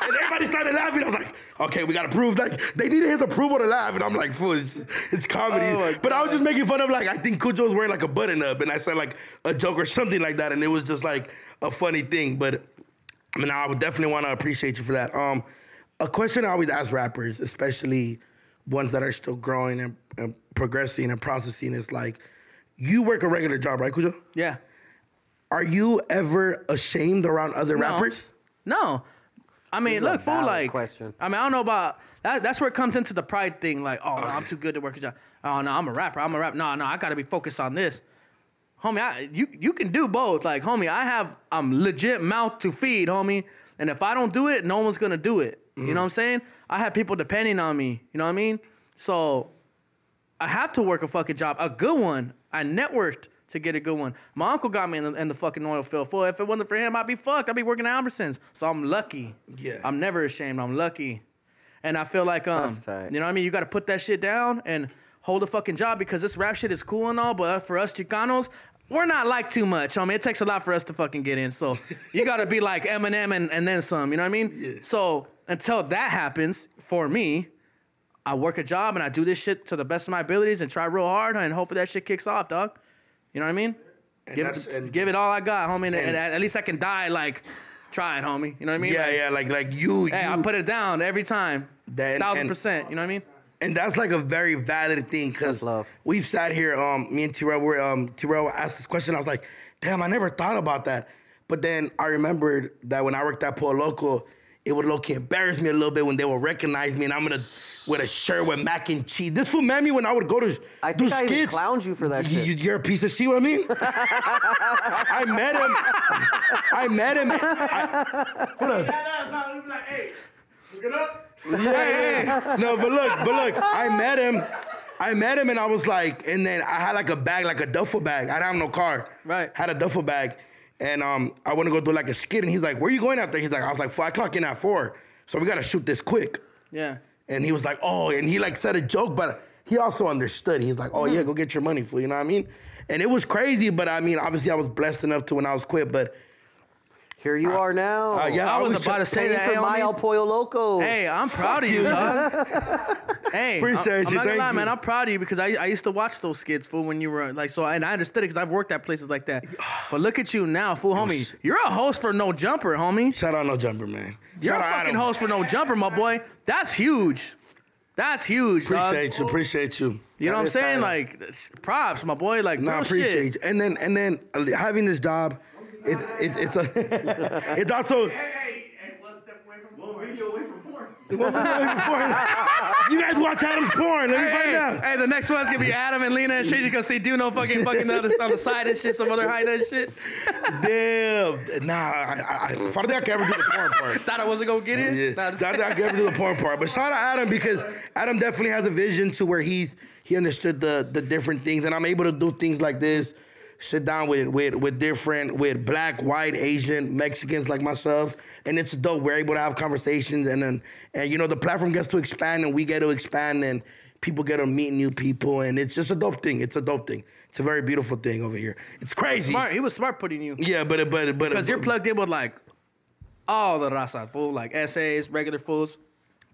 [SPEAKER 1] And everybody started laughing. I was like, okay, we gotta prove like they needed his approval to laugh. And I'm like, fool, it's, it's comedy.
[SPEAKER 2] Oh, my
[SPEAKER 1] but I was
[SPEAKER 2] God.
[SPEAKER 1] just making fun of like I think Cujo was wearing like a button up, and I said like a joke or something like that, and it was just like a funny thing. But I mean, I would definitely want to appreciate you for that. Um, a question I always ask rappers, especially ones that are still growing and, and progressing and processing, is like, you work a regular job, right, Cujo?
[SPEAKER 2] Yeah.
[SPEAKER 1] Are you ever ashamed around other
[SPEAKER 2] No.
[SPEAKER 1] rappers?
[SPEAKER 2] No. I mean,
[SPEAKER 3] is a
[SPEAKER 2] look, fool,
[SPEAKER 3] valid
[SPEAKER 2] like,
[SPEAKER 3] question.
[SPEAKER 2] I mean, I don't know about that. That's where it comes into the pride thing. Like, oh, no, I'm too good to work a job. Oh, no, I'm a rapper. I'm a rapper. No, no, I got to be focused on this. Homie, I, you, you can do both. Like, homie, I have, I'm legit mouth to feed, homie. And if I don't do it, no one's going to do it.
[SPEAKER 3] Mm-hmm.
[SPEAKER 2] You know what I'm saying? I have people depending on me. You know what I mean? So I have to work a fucking job, a good one. I networked to get a good one. My uncle got me in the, in the fucking oil field. Fool, if it wasn't for him, I'd be fucked. I'd be working at Albertsons. So I'm lucky.
[SPEAKER 1] Yeah.
[SPEAKER 2] I'm never ashamed. I'm lucky. And I feel like um,
[SPEAKER 3] That's
[SPEAKER 2] you
[SPEAKER 3] tight.
[SPEAKER 2] know what I mean. You got to put that shit down and hold a fucking job because this rap shit is cool and all, but for us Chicanos. We're not like too much. I mean, it takes a lot for us to fucking get in. So you gotta be like Eminem and, and then some. You know what I mean? So until that happens for me, I work a job and I do this shit to the best of my abilities and try real hard and hopefully that shit kicks off, dog. You know what I mean? give,
[SPEAKER 1] that's-
[SPEAKER 2] it,
[SPEAKER 1] and-
[SPEAKER 2] give it all I got, homie. And,
[SPEAKER 1] and-
[SPEAKER 2] and at at least I can die like trying, homie. You know what I mean?
[SPEAKER 1] yeah,
[SPEAKER 2] Like,
[SPEAKER 1] yeah, like like you.
[SPEAKER 2] Hey,
[SPEAKER 1] you
[SPEAKER 2] I put it down every time.
[SPEAKER 1] That-
[SPEAKER 2] thousand
[SPEAKER 1] and-
[SPEAKER 2] percent. You know what I mean?
[SPEAKER 1] and that's like a very valid thing because
[SPEAKER 3] That's love.
[SPEAKER 1] we've sat here. Um, me and Terrell were um, Terrell asked this question. I was like, damn, I never thought about that. But then I remembered that when I worked at Puerto Loco, it would low key embarrass me a little bit when they would recognize me and I'm gonna with a shirt with mac and cheese. This fool met me when I would go to
[SPEAKER 3] I
[SPEAKER 1] do
[SPEAKER 3] think I even
[SPEAKER 1] skits.
[SPEAKER 3] clowned you for that
[SPEAKER 1] Y-
[SPEAKER 3] shit.
[SPEAKER 1] y- You're a piece of shit. What I mean? I met him. I met him. I, hold on. Yeah, yeah. No, but look, but look, I met him. I met him and I was like, and then I had like a bag, like a duffel bag. I didn't have no car.
[SPEAKER 2] Right.
[SPEAKER 1] Had a duffel bag. And um, I want to go do like a skit. And he's like, where you going out there? He's like, I was like, five o'clock in at four. So we got to shoot this quick.
[SPEAKER 2] Yeah.
[SPEAKER 1] And he was like, oh, and he like said a joke, but he also understood. He's like, oh
[SPEAKER 2] Mm-hmm.
[SPEAKER 1] yeah, go get your money, fool. You know what I mean? And it was crazy, but I mean, obviously I was blessed enough to when I was quit, but
[SPEAKER 3] Here you are now.
[SPEAKER 1] uh, yeah,
[SPEAKER 2] I was
[SPEAKER 1] always
[SPEAKER 2] about
[SPEAKER 1] try-
[SPEAKER 2] to say
[SPEAKER 3] Paying
[SPEAKER 2] that.
[SPEAKER 3] for
[SPEAKER 2] Ah, Hey,
[SPEAKER 3] my El
[SPEAKER 2] homie.
[SPEAKER 3] Pollo Loco.
[SPEAKER 2] hey, I'm proud of you, dog.
[SPEAKER 1] Appreciate
[SPEAKER 2] hey, I'm- I'm
[SPEAKER 1] you.
[SPEAKER 2] not
[SPEAKER 1] Thank
[SPEAKER 2] gonna lie,
[SPEAKER 1] you.
[SPEAKER 2] man. I'm proud of you because I, I used to watch those skits, fool, when you were like so, and I understood it because I've worked at places like that. But look at you now, fool, homie. You're a host for No Jumper, homie.
[SPEAKER 1] Shout out No Jumper, man.
[SPEAKER 2] You're
[SPEAKER 1] Shout
[SPEAKER 2] a
[SPEAKER 1] out
[SPEAKER 2] fucking
[SPEAKER 1] Adam.
[SPEAKER 2] host for no jumper, my boy. That's huge. That's huge.
[SPEAKER 1] Appreciate
[SPEAKER 2] dog.
[SPEAKER 1] you, appreciate you.
[SPEAKER 2] you. know what I'm
[SPEAKER 3] is
[SPEAKER 2] saying?
[SPEAKER 3] tight.
[SPEAKER 2] Like that's- props, my boy. Like
[SPEAKER 1] No,
[SPEAKER 2] real
[SPEAKER 1] I appreciate
[SPEAKER 2] shit.
[SPEAKER 1] you. And then and then uh, having this job, it, it, it's a it's also. One video away from porn. you guys watch Adam's porn. Let me find
[SPEAKER 2] Hey,
[SPEAKER 1] out.
[SPEAKER 2] hey, the next one's gonna be Adam and Lena and shit. You're gonna see Duno fucking fucking the other on the side and shit, some other high and shit.
[SPEAKER 1] Damn. Nah, I, I, I, if I think I could ever do the porn part.
[SPEAKER 2] Thought I wasn't gonna get it.
[SPEAKER 1] Yeah,
[SPEAKER 2] Nah,
[SPEAKER 1] not
[SPEAKER 2] just-
[SPEAKER 1] that I could ever do the porn part. But shout out Adam because Adam definitely has a vision to where he's he understood the the different things, and I'm able to do things like this. Sit down with with with different with black, white, Asian, Mexicans like myself, and it's dope. We're able to have conversations, and then and you know the platform gets to expand, and we get to expand, and people get to meet new people, and it's just a dope thing. It's a dope thing. It's a very beautiful thing over here. It's crazy.
[SPEAKER 2] smart. He was smart putting you
[SPEAKER 1] Yeah, but but but
[SPEAKER 2] because you're plugged in with like all the raza fool, like essays, regular fools.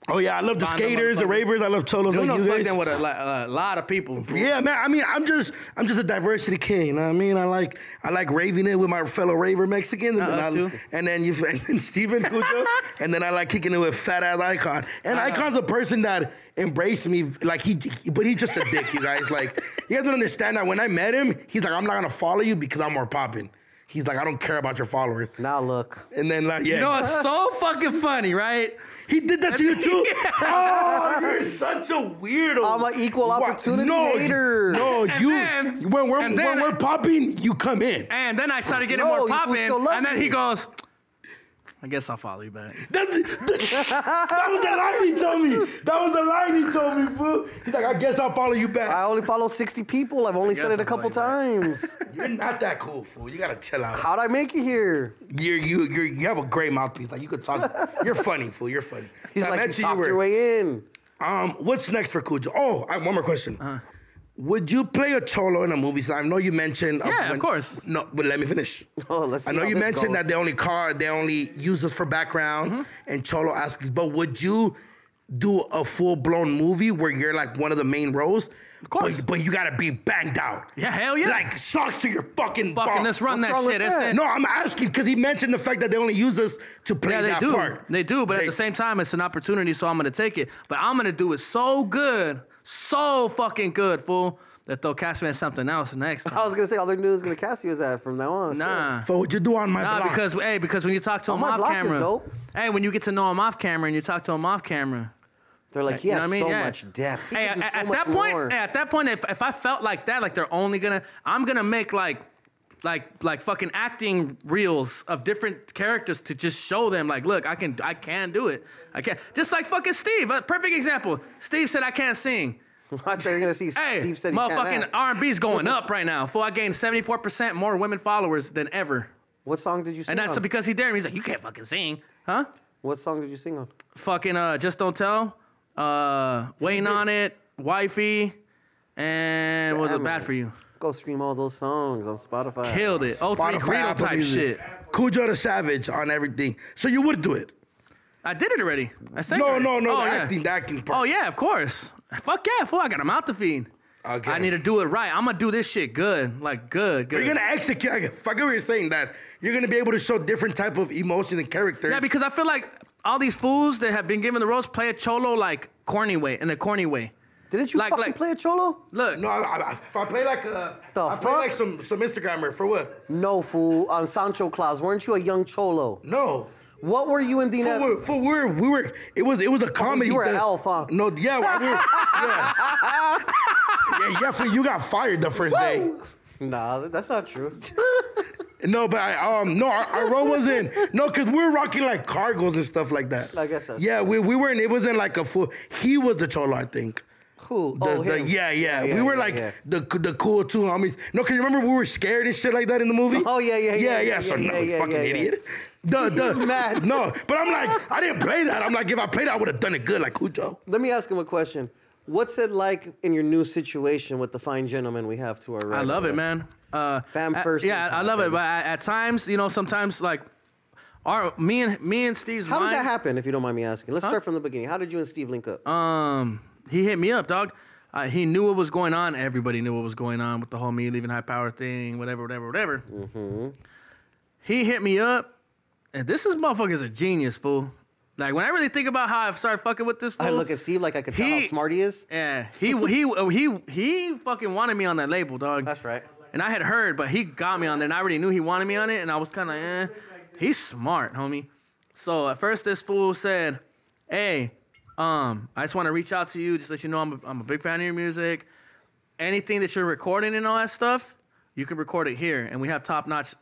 [SPEAKER 1] Oh yeah, I love the
[SPEAKER 2] Bond,
[SPEAKER 1] skaters, the
[SPEAKER 2] motherfucker.
[SPEAKER 1] ravers. I love cholos like
[SPEAKER 2] Duno's
[SPEAKER 1] you
[SPEAKER 2] plugged
[SPEAKER 1] guys.
[SPEAKER 2] in with a, li- a lot of people.
[SPEAKER 1] Yeah, man. I mean, I'm just, I'm just a diversity king. You know what I mean? I like, I like raving it with my fellow raver Mexicans, and,
[SPEAKER 2] Uh,
[SPEAKER 1] then,
[SPEAKER 2] us
[SPEAKER 1] I,
[SPEAKER 2] too.
[SPEAKER 1] and then you, and then Steven Cujo, and then I like kicking it with fat ass Icon. And
[SPEAKER 2] Uh-huh.
[SPEAKER 1] Icon's a person that embraced me, like he, but he's just a dick, you guys. Like, you guys don't understand that. When I met him, he's like, I'm not gonna follow you because I'm more popping. He's like, I don't care about your followers.
[SPEAKER 3] Now look.
[SPEAKER 1] And then like, yeah,
[SPEAKER 2] You know, it's so fucking funny, right?
[SPEAKER 1] he did that to you too. Oh, you're such a weirdo.
[SPEAKER 3] I'm an equal
[SPEAKER 1] Why-
[SPEAKER 3] opportunity
[SPEAKER 1] no,
[SPEAKER 3] hater.
[SPEAKER 1] No,
[SPEAKER 2] And
[SPEAKER 1] you.
[SPEAKER 2] then-
[SPEAKER 1] when we're
[SPEAKER 2] and then
[SPEAKER 1] when
[SPEAKER 2] I-
[SPEAKER 1] we're popping, you come in.
[SPEAKER 2] And then I started getting
[SPEAKER 3] No,
[SPEAKER 2] more
[SPEAKER 3] you fools
[SPEAKER 2] popping,
[SPEAKER 3] still love
[SPEAKER 2] and then
[SPEAKER 3] me.
[SPEAKER 2] he goes, "I guess I'll follow you back."
[SPEAKER 1] That's, that was the line he told me. That was the line he told me, fool. He's like, I guess I'll follow you back.
[SPEAKER 3] I only follow 60 people. I've only said
[SPEAKER 2] guess
[SPEAKER 3] it a
[SPEAKER 2] I'm
[SPEAKER 3] couple
[SPEAKER 2] like
[SPEAKER 3] times.
[SPEAKER 1] You're not that cool, fool. You gotta chill out.
[SPEAKER 3] How'd I make it here?
[SPEAKER 1] You're, you you you have a great mouthpiece. Like you could talk. You're funny, fool. You're funny.
[SPEAKER 3] He's
[SPEAKER 1] I
[SPEAKER 3] like,
[SPEAKER 1] met
[SPEAKER 3] you
[SPEAKER 1] you, you
[SPEAKER 3] talked
[SPEAKER 1] were-
[SPEAKER 3] your way in.
[SPEAKER 1] Um, what's next for Cujo? Oh, I have one more question.
[SPEAKER 2] Uh-huh.
[SPEAKER 1] Would you play a cholo in a movie? So I know you mentioned. uh,
[SPEAKER 2] Yeah, of course.
[SPEAKER 1] No, but let me finish.
[SPEAKER 3] Oh, let's see
[SPEAKER 1] I know
[SPEAKER 3] how
[SPEAKER 1] you
[SPEAKER 3] this
[SPEAKER 1] mentioned
[SPEAKER 3] goes.
[SPEAKER 1] that they only car, they only use us for background
[SPEAKER 2] Mm-hmm.
[SPEAKER 1] and cholo aspects. But would you do a full blown movie where you're like one of the main roles? Of
[SPEAKER 2] course.
[SPEAKER 1] But, but you gotta be banged out.
[SPEAKER 2] Yeah, hell yeah.
[SPEAKER 1] Like socks to your fucking.
[SPEAKER 2] Fucking,
[SPEAKER 1] balls.
[SPEAKER 2] let's run
[SPEAKER 3] oh, What's
[SPEAKER 2] that
[SPEAKER 3] wrong
[SPEAKER 2] shit.
[SPEAKER 3] with
[SPEAKER 2] That's
[SPEAKER 3] that?
[SPEAKER 2] it.
[SPEAKER 1] No, I'm asking because he mentioned the fact that they only use us to play
[SPEAKER 2] yeah, they
[SPEAKER 1] that
[SPEAKER 2] do.
[SPEAKER 1] part.
[SPEAKER 2] They do, but
[SPEAKER 1] They-
[SPEAKER 2] at the same time, it's an opportunity, so I'm gonna take it. But I'm gonna do it so good, so fucking good, fool, that they'll cast me as something else next time.
[SPEAKER 3] I was gonna say all their news is gonna cast you as that from now on. so-
[SPEAKER 2] nah.
[SPEAKER 1] For what you do on my
[SPEAKER 2] Nah,
[SPEAKER 1] block.
[SPEAKER 2] because hey, because when you talk to
[SPEAKER 3] Oh,
[SPEAKER 2] him
[SPEAKER 3] my
[SPEAKER 2] off
[SPEAKER 3] block is
[SPEAKER 2] camera,
[SPEAKER 3] dope.
[SPEAKER 2] hey, when you get to know him off camera and you talk to him off camera,
[SPEAKER 3] They're like, he
[SPEAKER 2] You know
[SPEAKER 3] has
[SPEAKER 2] what I mean?
[SPEAKER 3] so
[SPEAKER 2] Yeah.
[SPEAKER 3] much depth. He
[SPEAKER 2] Hey,
[SPEAKER 3] can do
[SPEAKER 2] at,
[SPEAKER 3] so
[SPEAKER 2] at
[SPEAKER 3] much
[SPEAKER 2] that point,
[SPEAKER 3] more.
[SPEAKER 2] hey, at that point, if, if I felt like that, like they're only gonna, I'm gonna make like, like, like fucking acting reels of different characters to just show them, like, look, I can, I can do it, I can. Just like fucking Steve, a perfect example. Steve said I can't sing.
[SPEAKER 3] I thought you were gonna see
[SPEAKER 2] Hey,
[SPEAKER 3] Steve said he can't
[SPEAKER 2] motherfucking uh,
[SPEAKER 3] act.
[SPEAKER 2] R&B's going up right now. Fool, I gained 74% more women followers than ever,
[SPEAKER 3] What song did you sing
[SPEAKER 2] and that's
[SPEAKER 3] on?
[SPEAKER 2] because he dared me. He's like, you can't fucking sing, huh?
[SPEAKER 3] what song did you sing on?
[SPEAKER 2] fucking uh just don't tell uh waiting on it wifey and was
[SPEAKER 3] Damn
[SPEAKER 2] it bad
[SPEAKER 3] it.
[SPEAKER 2] for you
[SPEAKER 3] Go stream all those songs on Spotify.
[SPEAKER 2] killed it oh three
[SPEAKER 1] Spotify,
[SPEAKER 2] Greedo
[SPEAKER 1] Apple
[SPEAKER 2] type
[SPEAKER 1] Music.
[SPEAKER 2] shit
[SPEAKER 1] Cujo the Savage on everything. So you would do it.
[SPEAKER 2] i did it already i sang
[SPEAKER 1] No,
[SPEAKER 2] already.
[SPEAKER 1] no, no,
[SPEAKER 2] oh,
[SPEAKER 1] the
[SPEAKER 2] yeah.
[SPEAKER 1] acting- the acting part.
[SPEAKER 2] oh yeah of course fuck yeah fool i got a mouth to feed
[SPEAKER 1] Okay.
[SPEAKER 2] i need to do it right i'm gonna do this shit good like good good
[SPEAKER 1] You're gonna execute. I get- fuck what you're saying that you're gonna be able to show different type of emotion and characters.
[SPEAKER 2] yeah because i feel like all these fools that have been given the roles play a cholo like corny way in a corny way
[SPEAKER 3] Didn't you
[SPEAKER 2] Like-
[SPEAKER 3] fucking
[SPEAKER 2] like-
[SPEAKER 3] play a cholo?
[SPEAKER 2] look
[SPEAKER 1] no, I, I, if I play like a,
[SPEAKER 3] The
[SPEAKER 1] I play
[SPEAKER 3] fuck?
[SPEAKER 1] like some some Instagrammer for what?
[SPEAKER 3] No, fool. On Sancho Claus, weren't you a young cholo?
[SPEAKER 1] No.
[SPEAKER 3] What were you in the
[SPEAKER 1] For, we're, for we're, we were it was it was a comedy.
[SPEAKER 3] you were
[SPEAKER 1] the-
[SPEAKER 3] elf, huh?
[SPEAKER 1] No, yeah, well, we were, yeah. yeah, yeah. So you got fired the first day.
[SPEAKER 3] Nah, that's not true.
[SPEAKER 1] No, but I um no our, our role wasn't no because we were rocking like cargos and stuff like that.
[SPEAKER 3] I guess that's-
[SPEAKER 1] yeah, we, we weren't. It wasn't like a full. He was the cholo, I think.
[SPEAKER 3] Who?
[SPEAKER 1] The,
[SPEAKER 3] oh,
[SPEAKER 1] the-
[SPEAKER 3] him.
[SPEAKER 1] yeah, yeah, We were
[SPEAKER 3] yeah,
[SPEAKER 1] like
[SPEAKER 3] yeah.
[SPEAKER 1] the the cool two homies. No, cause you remember we were scared and shit like that in the movie.
[SPEAKER 3] Oh, yeah, yeah, yeah,
[SPEAKER 1] yeah, yeah.
[SPEAKER 3] yeah,
[SPEAKER 1] so
[SPEAKER 3] yeah,
[SPEAKER 1] no,
[SPEAKER 3] yeah,
[SPEAKER 1] fucking
[SPEAKER 3] yeah, yeah.
[SPEAKER 1] idiot. The, the,
[SPEAKER 3] He's mad.
[SPEAKER 1] No, but I'm like, I didn't play that. I'm like, if I played, I would have done it good, like Cujo.
[SPEAKER 3] Let me ask him a question. What's it like in your new situation with the fine gentleman we have to our right?
[SPEAKER 2] I love it, man. Uh,
[SPEAKER 3] Fam
[SPEAKER 2] at-
[SPEAKER 3] first
[SPEAKER 2] Yeah,
[SPEAKER 3] income,
[SPEAKER 2] I love
[SPEAKER 3] baby.
[SPEAKER 2] it. But at, at times, you know, sometimes like our me and me and Steve's
[SPEAKER 3] How did
[SPEAKER 2] mind-
[SPEAKER 3] that happen, if you don't mind me asking? Let's start from the beginning. How did you and Steve link up?
[SPEAKER 2] Um, he hit me up, dog. Uh, he knew what was going on. Everybody knew what was going on with the whole me leaving high power thing, whatever, whatever, whatever.
[SPEAKER 3] Mm-hmm.
[SPEAKER 2] He hit me up, and this is motherfucker's a genius, fool. Like when I really think about how I've started fucking with this fool,
[SPEAKER 3] I look at Steve like I could tell how
[SPEAKER 2] he-
[SPEAKER 3] smart he is.
[SPEAKER 2] Yeah, he he he he fucking wanted me on that label, dog.
[SPEAKER 3] That's right.
[SPEAKER 2] And I had heard, but he got me on there, and I already knew he wanted me on it, and I was kind of, eh. He's smart, homie. So at first, this fool said, "Hey, um, I just want to reach out to you, just let you know I'm a, I'm a big fan of your music. Anything that you're recording and all that stuff, you can record it here, and we have top notch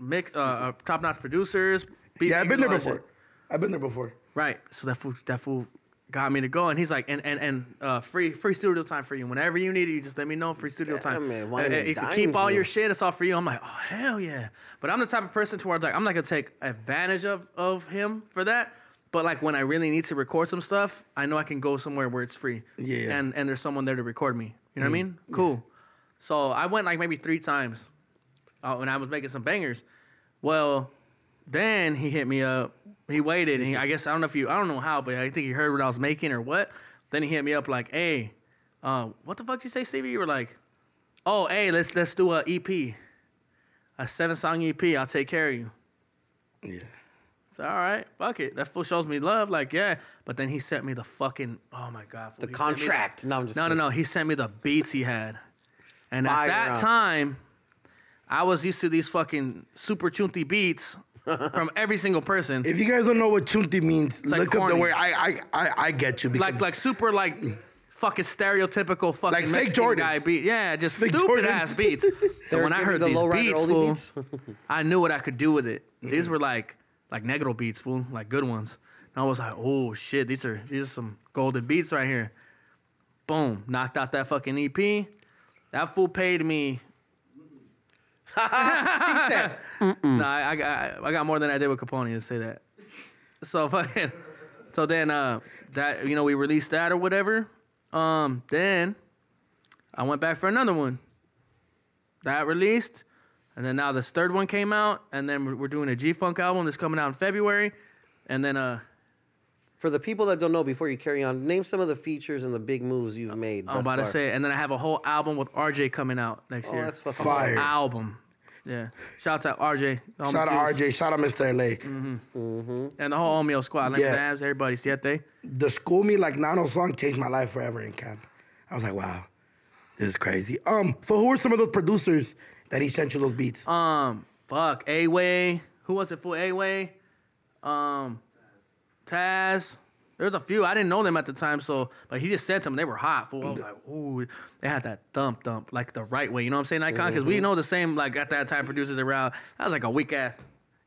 [SPEAKER 2] mix, uh, uh, top notch producers. beat
[SPEAKER 1] Yeah, I've been there
[SPEAKER 2] makers, all that
[SPEAKER 1] before.
[SPEAKER 2] shit."
[SPEAKER 1] I've been there before.
[SPEAKER 2] Right. So that fool, that fool got me to go, and he's like, and and and uh, free free studio time for you. Whenever you need it, you just let me know. Free studio time.
[SPEAKER 3] man, wine
[SPEAKER 2] Uh, uh,
[SPEAKER 3] and
[SPEAKER 2] you can
[SPEAKER 3] dine
[SPEAKER 2] keep all
[SPEAKER 3] you.
[SPEAKER 2] your shit. It's all for you. I'm like, oh hell yeah. But I'm the type of person to where I'm like, I'm not gonna take advantage of of him for that. But like when I really need to record some stuff, I know I can go somewhere where it's free.
[SPEAKER 1] Yeah.
[SPEAKER 2] And and there's someone there to record me. You know what I mean? Cool. So I went like maybe three times uh, when I was making some bangers. Well, then he hit me up. He waited, and he, I guess I don't know if you, I don't know how, but I think he heard what I was making or what. Then he hit me up like, "Hey, uh, what the fuck you say, Stevie?" You were like, "Oh, hey, let's let's do a EP, a seven song EP. I'll take care of you."
[SPEAKER 1] Yeah.
[SPEAKER 2] So, All right, fuck it. That fool shows me love, like yeah. But then he sent me the fucking oh my god, fool.
[SPEAKER 3] The
[SPEAKER 2] He sent me
[SPEAKER 3] contract. No, I'm just
[SPEAKER 2] no, no,
[SPEAKER 3] kidding.
[SPEAKER 2] no. He sent me the beats he had, and
[SPEAKER 3] Fire,
[SPEAKER 2] at that
[SPEAKER 3] huh?
[SPEAKER 2] time, I was used to these fucking super chunty beats from every single person.
[SPEAKER 1] If you guys don't know what chunti means,
[SPEAKER 2] like
[SPEAKER 1] look up the
[SPEAKER 2] corny.
[SPEAKER 1] word. I I I, I get you because
[SPEAKER 2] like like super like fucking stereotypical fucking
[SPEAKER 1] Like fake
[SPEAKER 2] Mexican
[SPEAKER 1] Jordans.
[SPEAKER 2] guy beat. Yeah, just
[SPEAKER 1] Fake
[SPEAKER 2] stupid
[SPEAKER 1] Jordans.
[SPEAKER 2] ass beats. So when I
[SPEAKER 3] giving
[SPEAKER 2] heard
[SPEAKER 3] the
[SPEAKER 2] these
[SPEAKER 3] lowrider
[SPEAKER 2] beats,
[SPEAKER 3] only
[SPEAKER 2] fool,
[SPEAKER 3] beats?
[SPEAKER 2] I knew what I could do with it. These were like like negro beats, fool, like good ones. And I was like, oh shit, these are these are some golden beats right here. Boom, knocked out that fucking EP. That fool paid me. no, I, I, got- I got more than I did with Capone to say that. So fucking. So then uh that you know we released that or whatever. Um then I went back for another one. That released and then now this third one came out and then we're- we're doing a G-Funk album that's coming out in February and then uh
[SPEAKER 3] For the people that don't know, before you carry on, name some of the features and the big moves you've made.
[SPEAKER 2] I'm
[SPEAKER 3] thus
[SPEAKER 2] about to
[SPEAKER 3] far.
[SPEAKER 2] say and then I have a whole album with RJ coming out next
[SPEAKER 3] Oh,
[SPEAKER 2] year.
[SPEAKER 3] that's fucking
[SPEAKER 1] Fire.
[SPEAKER 2] Album. Yeah. Shout out to RJ. all my
[SPEAKER 1] shout out
[SPEAKER 2] dudes,
[SPEAKER 1] RJ, shout out Mr. LA.
[SPEAKER 2] And the whole Omeo squad. Like
[SPEAKER 1] Yeah.
[SPEAKER 2] Babs, everybody, Siete.
[SPEAKER 1] The school me like Nano song changed my life forever in camp. I was like, wow, this is crazy. Um, so who were some of those producers that he sent you those beats?
[SPEAKER 2] Um, fuck, A Way. Who was it for A Way? Um, Taz. There was a few. I didn't know them at the time, so but he just sent them. They were hot. Fool. I was like, ooh, they had that thump thump like the right way. You know what I'm saying, Icon?
[SPEAKER 1] Mm-hmm.
[SPEAKER 2] Because we know the same like at that time producers around. That was like a weak ass.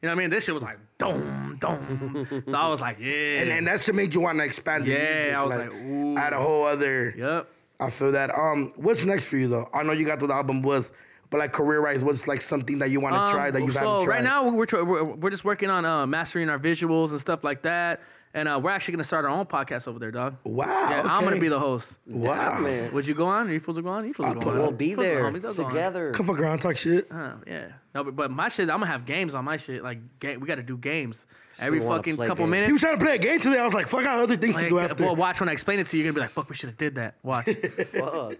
[SPEAKER 2] You know what I mean? This shit was like dom dom. so I was like, yeah.
[SPEAKER 1] and, and that shit made you want to expand. your
[SPEAKER 2] Yeah,
[SPEAKER 1] music,
[SPEAKER 2] I was like, ooh.
[SPEAKER 1] add a whole other.
[SPEAKER 2] yep.
[SPEAKER 1] I feel that. Um, what's next for you though? I know you got what the album was, but like career wise, what's like something that you want to try that you
[SPEAKER 2] Um, so
[SPEAKER 1] haven't tried?
[SPEAKER 2] right now we're, tr- we're we're just working on uh, mastering our visuals and stuff like that, and uh, we're actually gonna start our own podcast over there, dog.
[SPEAKER 1] Wow,
[SPEAKER 2] Yeah, I'm gonna
[SPEAKER 1] okay.
[SPEAKER 2] be the host.
[SPEAKER 1] wow,
[SPEAKER 3] man.
[SPEAKER 2] Would you go on? Are you fools to go on? You fools will go
[SPEAKER 1] put
[SPEAKER 2] on.
[SPEAKER 1] it
[SPEAKER 3] We'll
[SPEAKER 1] up.
[SPEAKER 3] be
[SPEAKER 2] Fools will
[SPEAKER 3] there
[SPEAKER 2] go on. These will go on.
[SPEAKER 3] together.
[SPEAKER 1] come for ground talk shit.
[SPEAKER 2] Uh, yeah. No, but, but my shit, I'm gonna have games on my shit. Like, game, we gotta do games every
[SPEAKER 3] wanna
[SPEAKER 2] fucking
[SPEAKER 3] play
[SPEAKER 2] couple
[SPEAKER 3] games.
[SPEAKER 2] minutes.
[SPEAKER 1] He was trying to play a game today. I was like, fuck, I got other things to
[SPEAKER 2] Like,
[SPEAKER 1] do after.
[SPEAKER 2] well, watch when I explain it to you, you're gonna be like, "Fuck, we should have did that." Watch,
[SPEAKER 3] Fuck.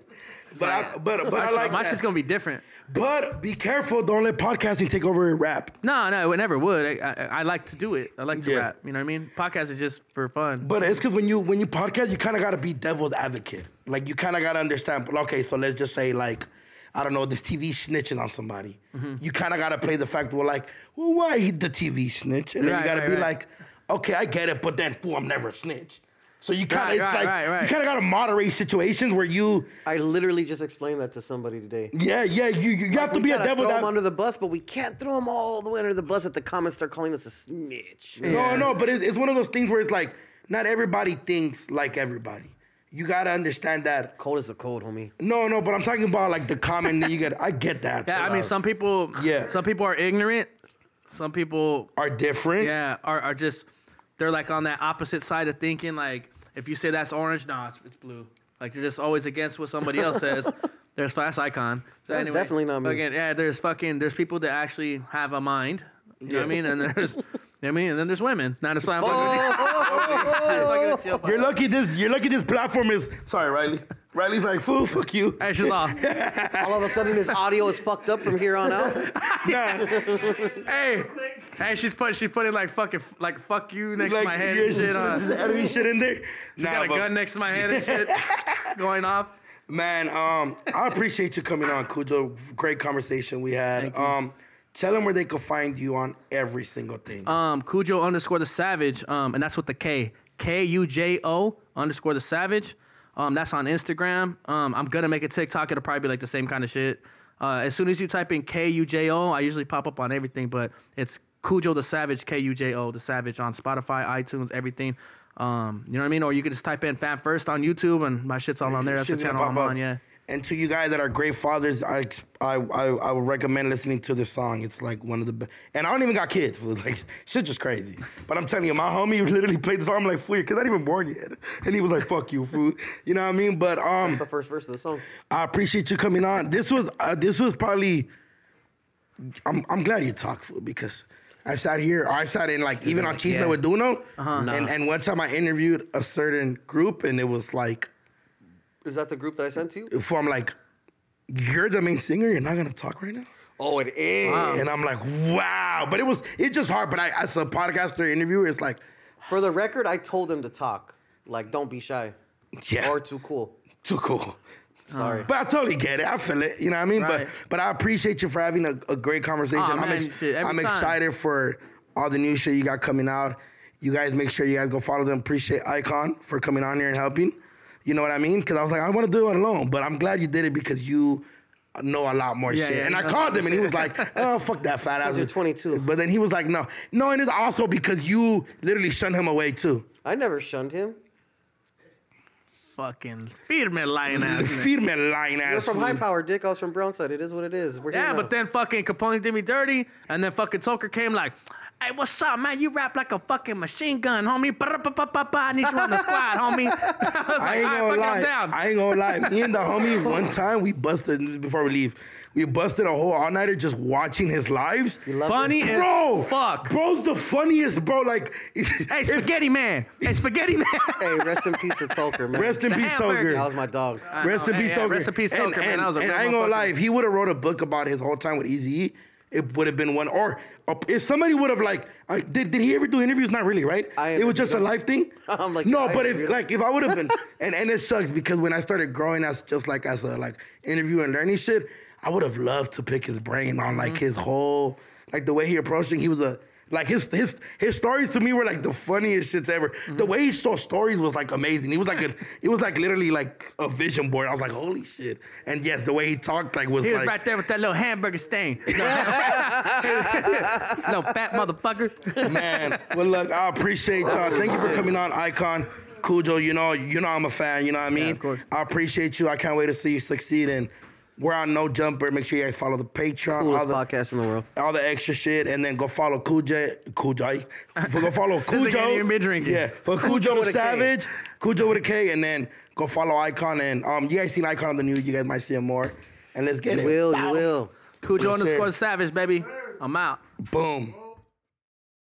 [SPEAKER 1] but I, but but I
[SPEAKER 2] Watch-
[SPEAKER 1] like
[SPEAKER 2] my
[SPEAKER 1] that.
[SPEAKER 2] shit's gonna be different.
[SPEAKER 1] But be careful. Don't let podcasting take over rap.
[SPEAKER 2] No, no, it never would. I, I, I like to do it. I like to
[SPEAKER 1] Yeah.
[SPEAKER 2] rap. You know what I mean? Podcast is just for fun.
[SPEAKER 1] But it's because when you when you podcast, you kind of gotta be devil's advocate. Like you kind of gotta understand. well, Okay, so let's just say like. I don't know. This TV snitches on somebody.
[SPEAKER 2] Mm-hmm.
[SPEAKER 1] You kind of gotta play the fact. Well, like, well, why he the TV snitch? And then
[SPEAKER 2] Right,
[SPEAKER 1] you gotta
[SPEAKER 2] right,
[SPEAKER 1] be
[SPEAKER 2] right.
[SPEAKER 1] like, okay, I get it, but then fool, I'm never a snitch. So you kind of
[SPEAKER 2] Right,
[SPEAKER 1] it's
[SPEAKER 2] right,
[SPEAKER 1] like
[SPEAKER 2] right, right.
[SPEAKER 1] you kind of gotta moderate situations where you,
[SPEAKER 3] I literally just explained that to somebody today.
[SPEAKER 1] yeah, yeah, you you, you have to
[SPEAKER 3] We
[SPEAKER 1] be a
[SPEAKER 3] gotta
[SPEAKER 1] devil's
[SPEAKER 3] throw them
[SPEAKER 1] advocate.
[SPEAKER 3] under the bus, but we can't throw them all the way under the bus. At the comments, start calling us a snitch.
[SPEAKER 1] No, no, but it's, it's one of those things where it's like not everybody thinks like everybody. You gotta understand that.
[SPEAKER 3] Cold is the cold, homie.
[SPEAKER 1] No, no, but I'm talking about like the common that you get. I get that.
[SPEAKER 2] Yeah, I mean, some people.
[SPEAKER 1] Yeah.
[SPEAKER 2] Some people are ignorant. Some people.
[SPEAKER 1] are different.
[SPEAKER 2] Yeah, are are just they're like on that opposite side of thinking. Like if you say that's orange, nah, it's, it's blue. Like you're just always against what somebody else says. There's fast icon. So
[SPEAKER 3] That's definitely not me.
[SPEAKER 2] Again, yeah, there's fucking there's people that actually have a mind. You know what I mean? And there's, you know what I mean? And then there's women. Not as fine.
[SPEAKER 1] oh, You're lucky this. You're lucky this platform is. Sorry, Riley. Riley's like, fool, fuck you.
[SPEAKER 2] That's just all.
[SPEAKER 3] All of a sudden, his audio is fucked up from here on out.
[SPEAKER 1] Nah.
[SPEAKER 2] Hey, hey, she's put she put in like fucking like fuck you next to my head
[SPEAKER 1] yeah,
[SPEAKER 2] and
[SPEAKER 1] just-
[SPEAKER 2] shit on.
[SPEAKER 1] just editing shit in there.
[SPEAKER 2] She got a
[SPEAKER 1] but-
[SPEAKER 2] gun next to my head and shit going off.
[SPEAKER 1] Man, um, I appreciate you coming on, Cujo. Great conversation we had. Um, tell them where they could find you on every single thing.
[SPEAKER 2] Um, Cujo underscore the Savage, um, and that's with the K. K U J O underscore the Savage. Um, that's on Instagram. Um, I'm gonna make a TikTok. It'll probably be like the same kind of shit. Uh, as soon as you type in K U J O, I usually pop up on everything, but it's Cujo the Savage, K U J O the Savage on Spotify, iTunes, everything. Um, you know what I mean? Or you could just type in Fan First on YouTube, and my shit's all on there. That's the
[SPEAKER 1] Shit's gonna
[SPEAKER 2] channel I'm
[SPEAKER 1] pop up.
[SPEAKER 2] on. Yeah.
[SPEAKER 1] And to you guys that are great fathers, I ex- I I, I would recommend listening to this song. It's like one of the best. And I don't even got kids. fool. Like shit, just crazy. But I'm telling you, my homie literally played the song. I'm like, fool, your kids not even born yet. And he was like, fuck you, fool. You know what I mean? But um,
[SPEAKER 3] The first verse of the song.
[SPEAKER 1] I appreciate you coming on. This was uh, this was probably. I'm I'm glad you talked fool because I've sat here. Or I've sat in like even on Cheese
[SPEAKER 2] Yeah. Uh-huh.
[SPEAKER 1] with Duno, and and one time I interviewed a certain group and it was like
[SPEAKER 3] Is that the group that I sent to you?
[SPEAKER 1] if I'm like, you're the main singer, you're not gonna talk right now.
[SPEAKER 3] Oh, it is.
[SPEAKER 1] And I'm like, wow. But it was it's just hard. But I as a podcaster interviewer, it's like,
[SPEAKER 3] For the record, I told him to talk. Like, don't be shy.
[SPEAKER 1] Yeah.
[SPEAKER 3] Or too cool.
[SPEAKER 1] too cool.
[SPEAKER 3] Sorry.
[SPEAKER 1] But I totally get it. I feel it. You know what I mean?
[SPEAKER 2] Right.
[SPEAKER 1] But but I appreciate you for having a, a great conversation.
[SPEAKER 2] Aw,
[SPEAKER 1] I'm,
[SPEAKER 2] man, shit, every
[SPEAKER 1] I'm
[SPEAKER 2] time.
[SPEAKER 1] excited for all the new shit you got coming out. You guys make sure you guys go follow them. Appreciate Icon for coming on here and helping. You know what I mean? Because I was like, I want to do it alone, but I'm glad you did it because you know a lot more
[SPEAKER 2] Yeah,
[SPEAKER 1] shit.
[SPEAKER 2] yeah,
[SPEAKER 1] and
[SPEAKER 2] he
[SPEAKER 1] I
[SPEAKER 2] knows
[SPEAKER 1] called
[SPEAKER 2] a lot
[SPEAKER 1] him
[SPEAKER 2] more
[SPEAKER 1] and he
[SPEAKER 2] shit.
[SPEAKER 1] was like, oh, fuck that fat ass.
[SPEAKER 3] you're 22.
[SPEAKER 1] But then he was like, no. No, and it's also because you literally shunned him away too.
[SPEAKER 3] I never shunned him.
[SPEAKER 2] Fucking firme lying ass. nigga.
[SPEAKER 1] Feed me line ass.
[SPEAKER 3] You're from
[SPEAKER 1] fool.
[SPEAKER 3] High Power, Dick. I was from Brownside. It is what it is. We're here
[SPEAKER 2] Yeah,
[SPEAKER 3] now.
[SPEAKER 2] but then fucking Capone did me dirty, and then fucking Toker came like, "Hey, what's up, man? You rap like a fucking machine gun, homie. Ba-da-ba-ba-ba-ba. I need you on the squad, homie." I was
[SPEAKER 1] I
[SPEAKER 2] like,
[SPEAKER 1] ain't
[SPEAKER 2] "All right,
[SPEAKER 1] gonna
[SPEAKER 2] fuck,
[SPEAKER 1] lie.
[SPEAKER 2] I'm down."
[SPEAKER 1] I ain't gonna lie. Me and the homie one time we busted before we leave. We busted a whole all nighter just watching his lives.
[SPEAKER 3] love
[SPEAKER 2] Funny as
[SPEAKER 1] Bro,
[SPEAKER 2] fuck.
[SPEAKER 1] Bro's the funniest, bro. Like,
[SPEAKER 2] Hey, spaghetti man. Hey, spaghetti man.
[SPEAKER 3] hey, rest in peace to Toker, man.
[SPEAKER 1] rest in peace,
[SPEAKER 2] Hamburger.
[SPEAKER 3] That
[SPEAKER 1] Toger.
[SPEAKER 3] was my dog.
[SPEAKER 1] Rest in
[SPEAKER 2] Hey,
[SPEAKER 1] peace,
[SPEAKER 2] yeah,
[SPEAKER 1] Toger.
[SPEAKER 2] rest in peace,
[SPEAKER 1] And,
[SPEAKER 2] Toker, man.
[SPEAKER 1] and-
[SPEAKER 2] That was a
[SPEAKER 1] and
[SPEAKER 2] real
[SPEAKER 1] I ain't gonna lie.
[SPEAKER 2] motherfucker.
[SPEAKER 1] If he would have wrote a book about his whole time with Eazy, it would have been one. Or uh, if somebody would have like, I, did, did he ever do interviews? Not really, right?
[SPEAKER 3] I
[SPEAKER 1] it was just a
[SPEAKER 3] interviewed him.
[SPEAKER 1] life thing.
[SPEAKER 3] I'm like,
[SPEAKER 1] no,
[SPEAKER 3] I
[SPEAKER 1] but if
[SPEAKER 3] interviewed him.
[SPEAKER 1] like if I would have been, and and it sucks because when I started growing as just like as a like interview and learning shit, I would have loved to pick his brain on like
[SPEAKER 2] Mm-hmm.
[SPEAKER 1] his whole like the way he approached it. He was a like his his his stories to me were like the funniest shits ever.
[SPEAKER 2] Mm-hmm.
[SPEAKER 1] The way he told stories was like amazing. He was like a it was like literally like a vision board. I was like, holy shit! And yes, the way he talked like was
[SPEAKER 2] He was
[SPEAKER 1] like
[SPEAKER 2] right there with that little hamburger stain. No, no fat motherfucker.
[SPEAKER 1] Man, well, look, I appreciate y'all. Thank you for coming on, Icon. Cujo, you know, you know I'm a fan. You know what I mean.
[SPEAKER 2] of course.
[SPEAKER 1] I appreciate you. I can't wait to see you succeed. And we're on No Jumper. Make sure you guys follow the Patreon, all
[SPEAKER 3] Coolest
[SPEAKER 1] the
[SPEAKER 3] podcast in the world.
[SPEAKER 1] all the extra shit, and then go follow Cujo. Cujo, go follow Cujo.
[SPEAKER 2] ain't even been drinking.
[SPEAKER 1] Yeah, for
[SPEAKER 3] Cujo
[SPEAKER 1] Cujo
[SPEAKER 3] with a K.
[SPEAKER 1] Savage, Cujo with a K, and then go follow Icon. And um, you guys seen Icon on the news? You guys might see him more. And let's get
[SPEAKER 3] You
[SPEAKER 1] it.
[SPEAKER 3] will, you will.
[SPEAKER 2] Cujo
[SPEAKER 1] Yes, sir.
[SPEAKER 2] underscore savage, baby. I'm out.
[SPEAKER 1] Boom.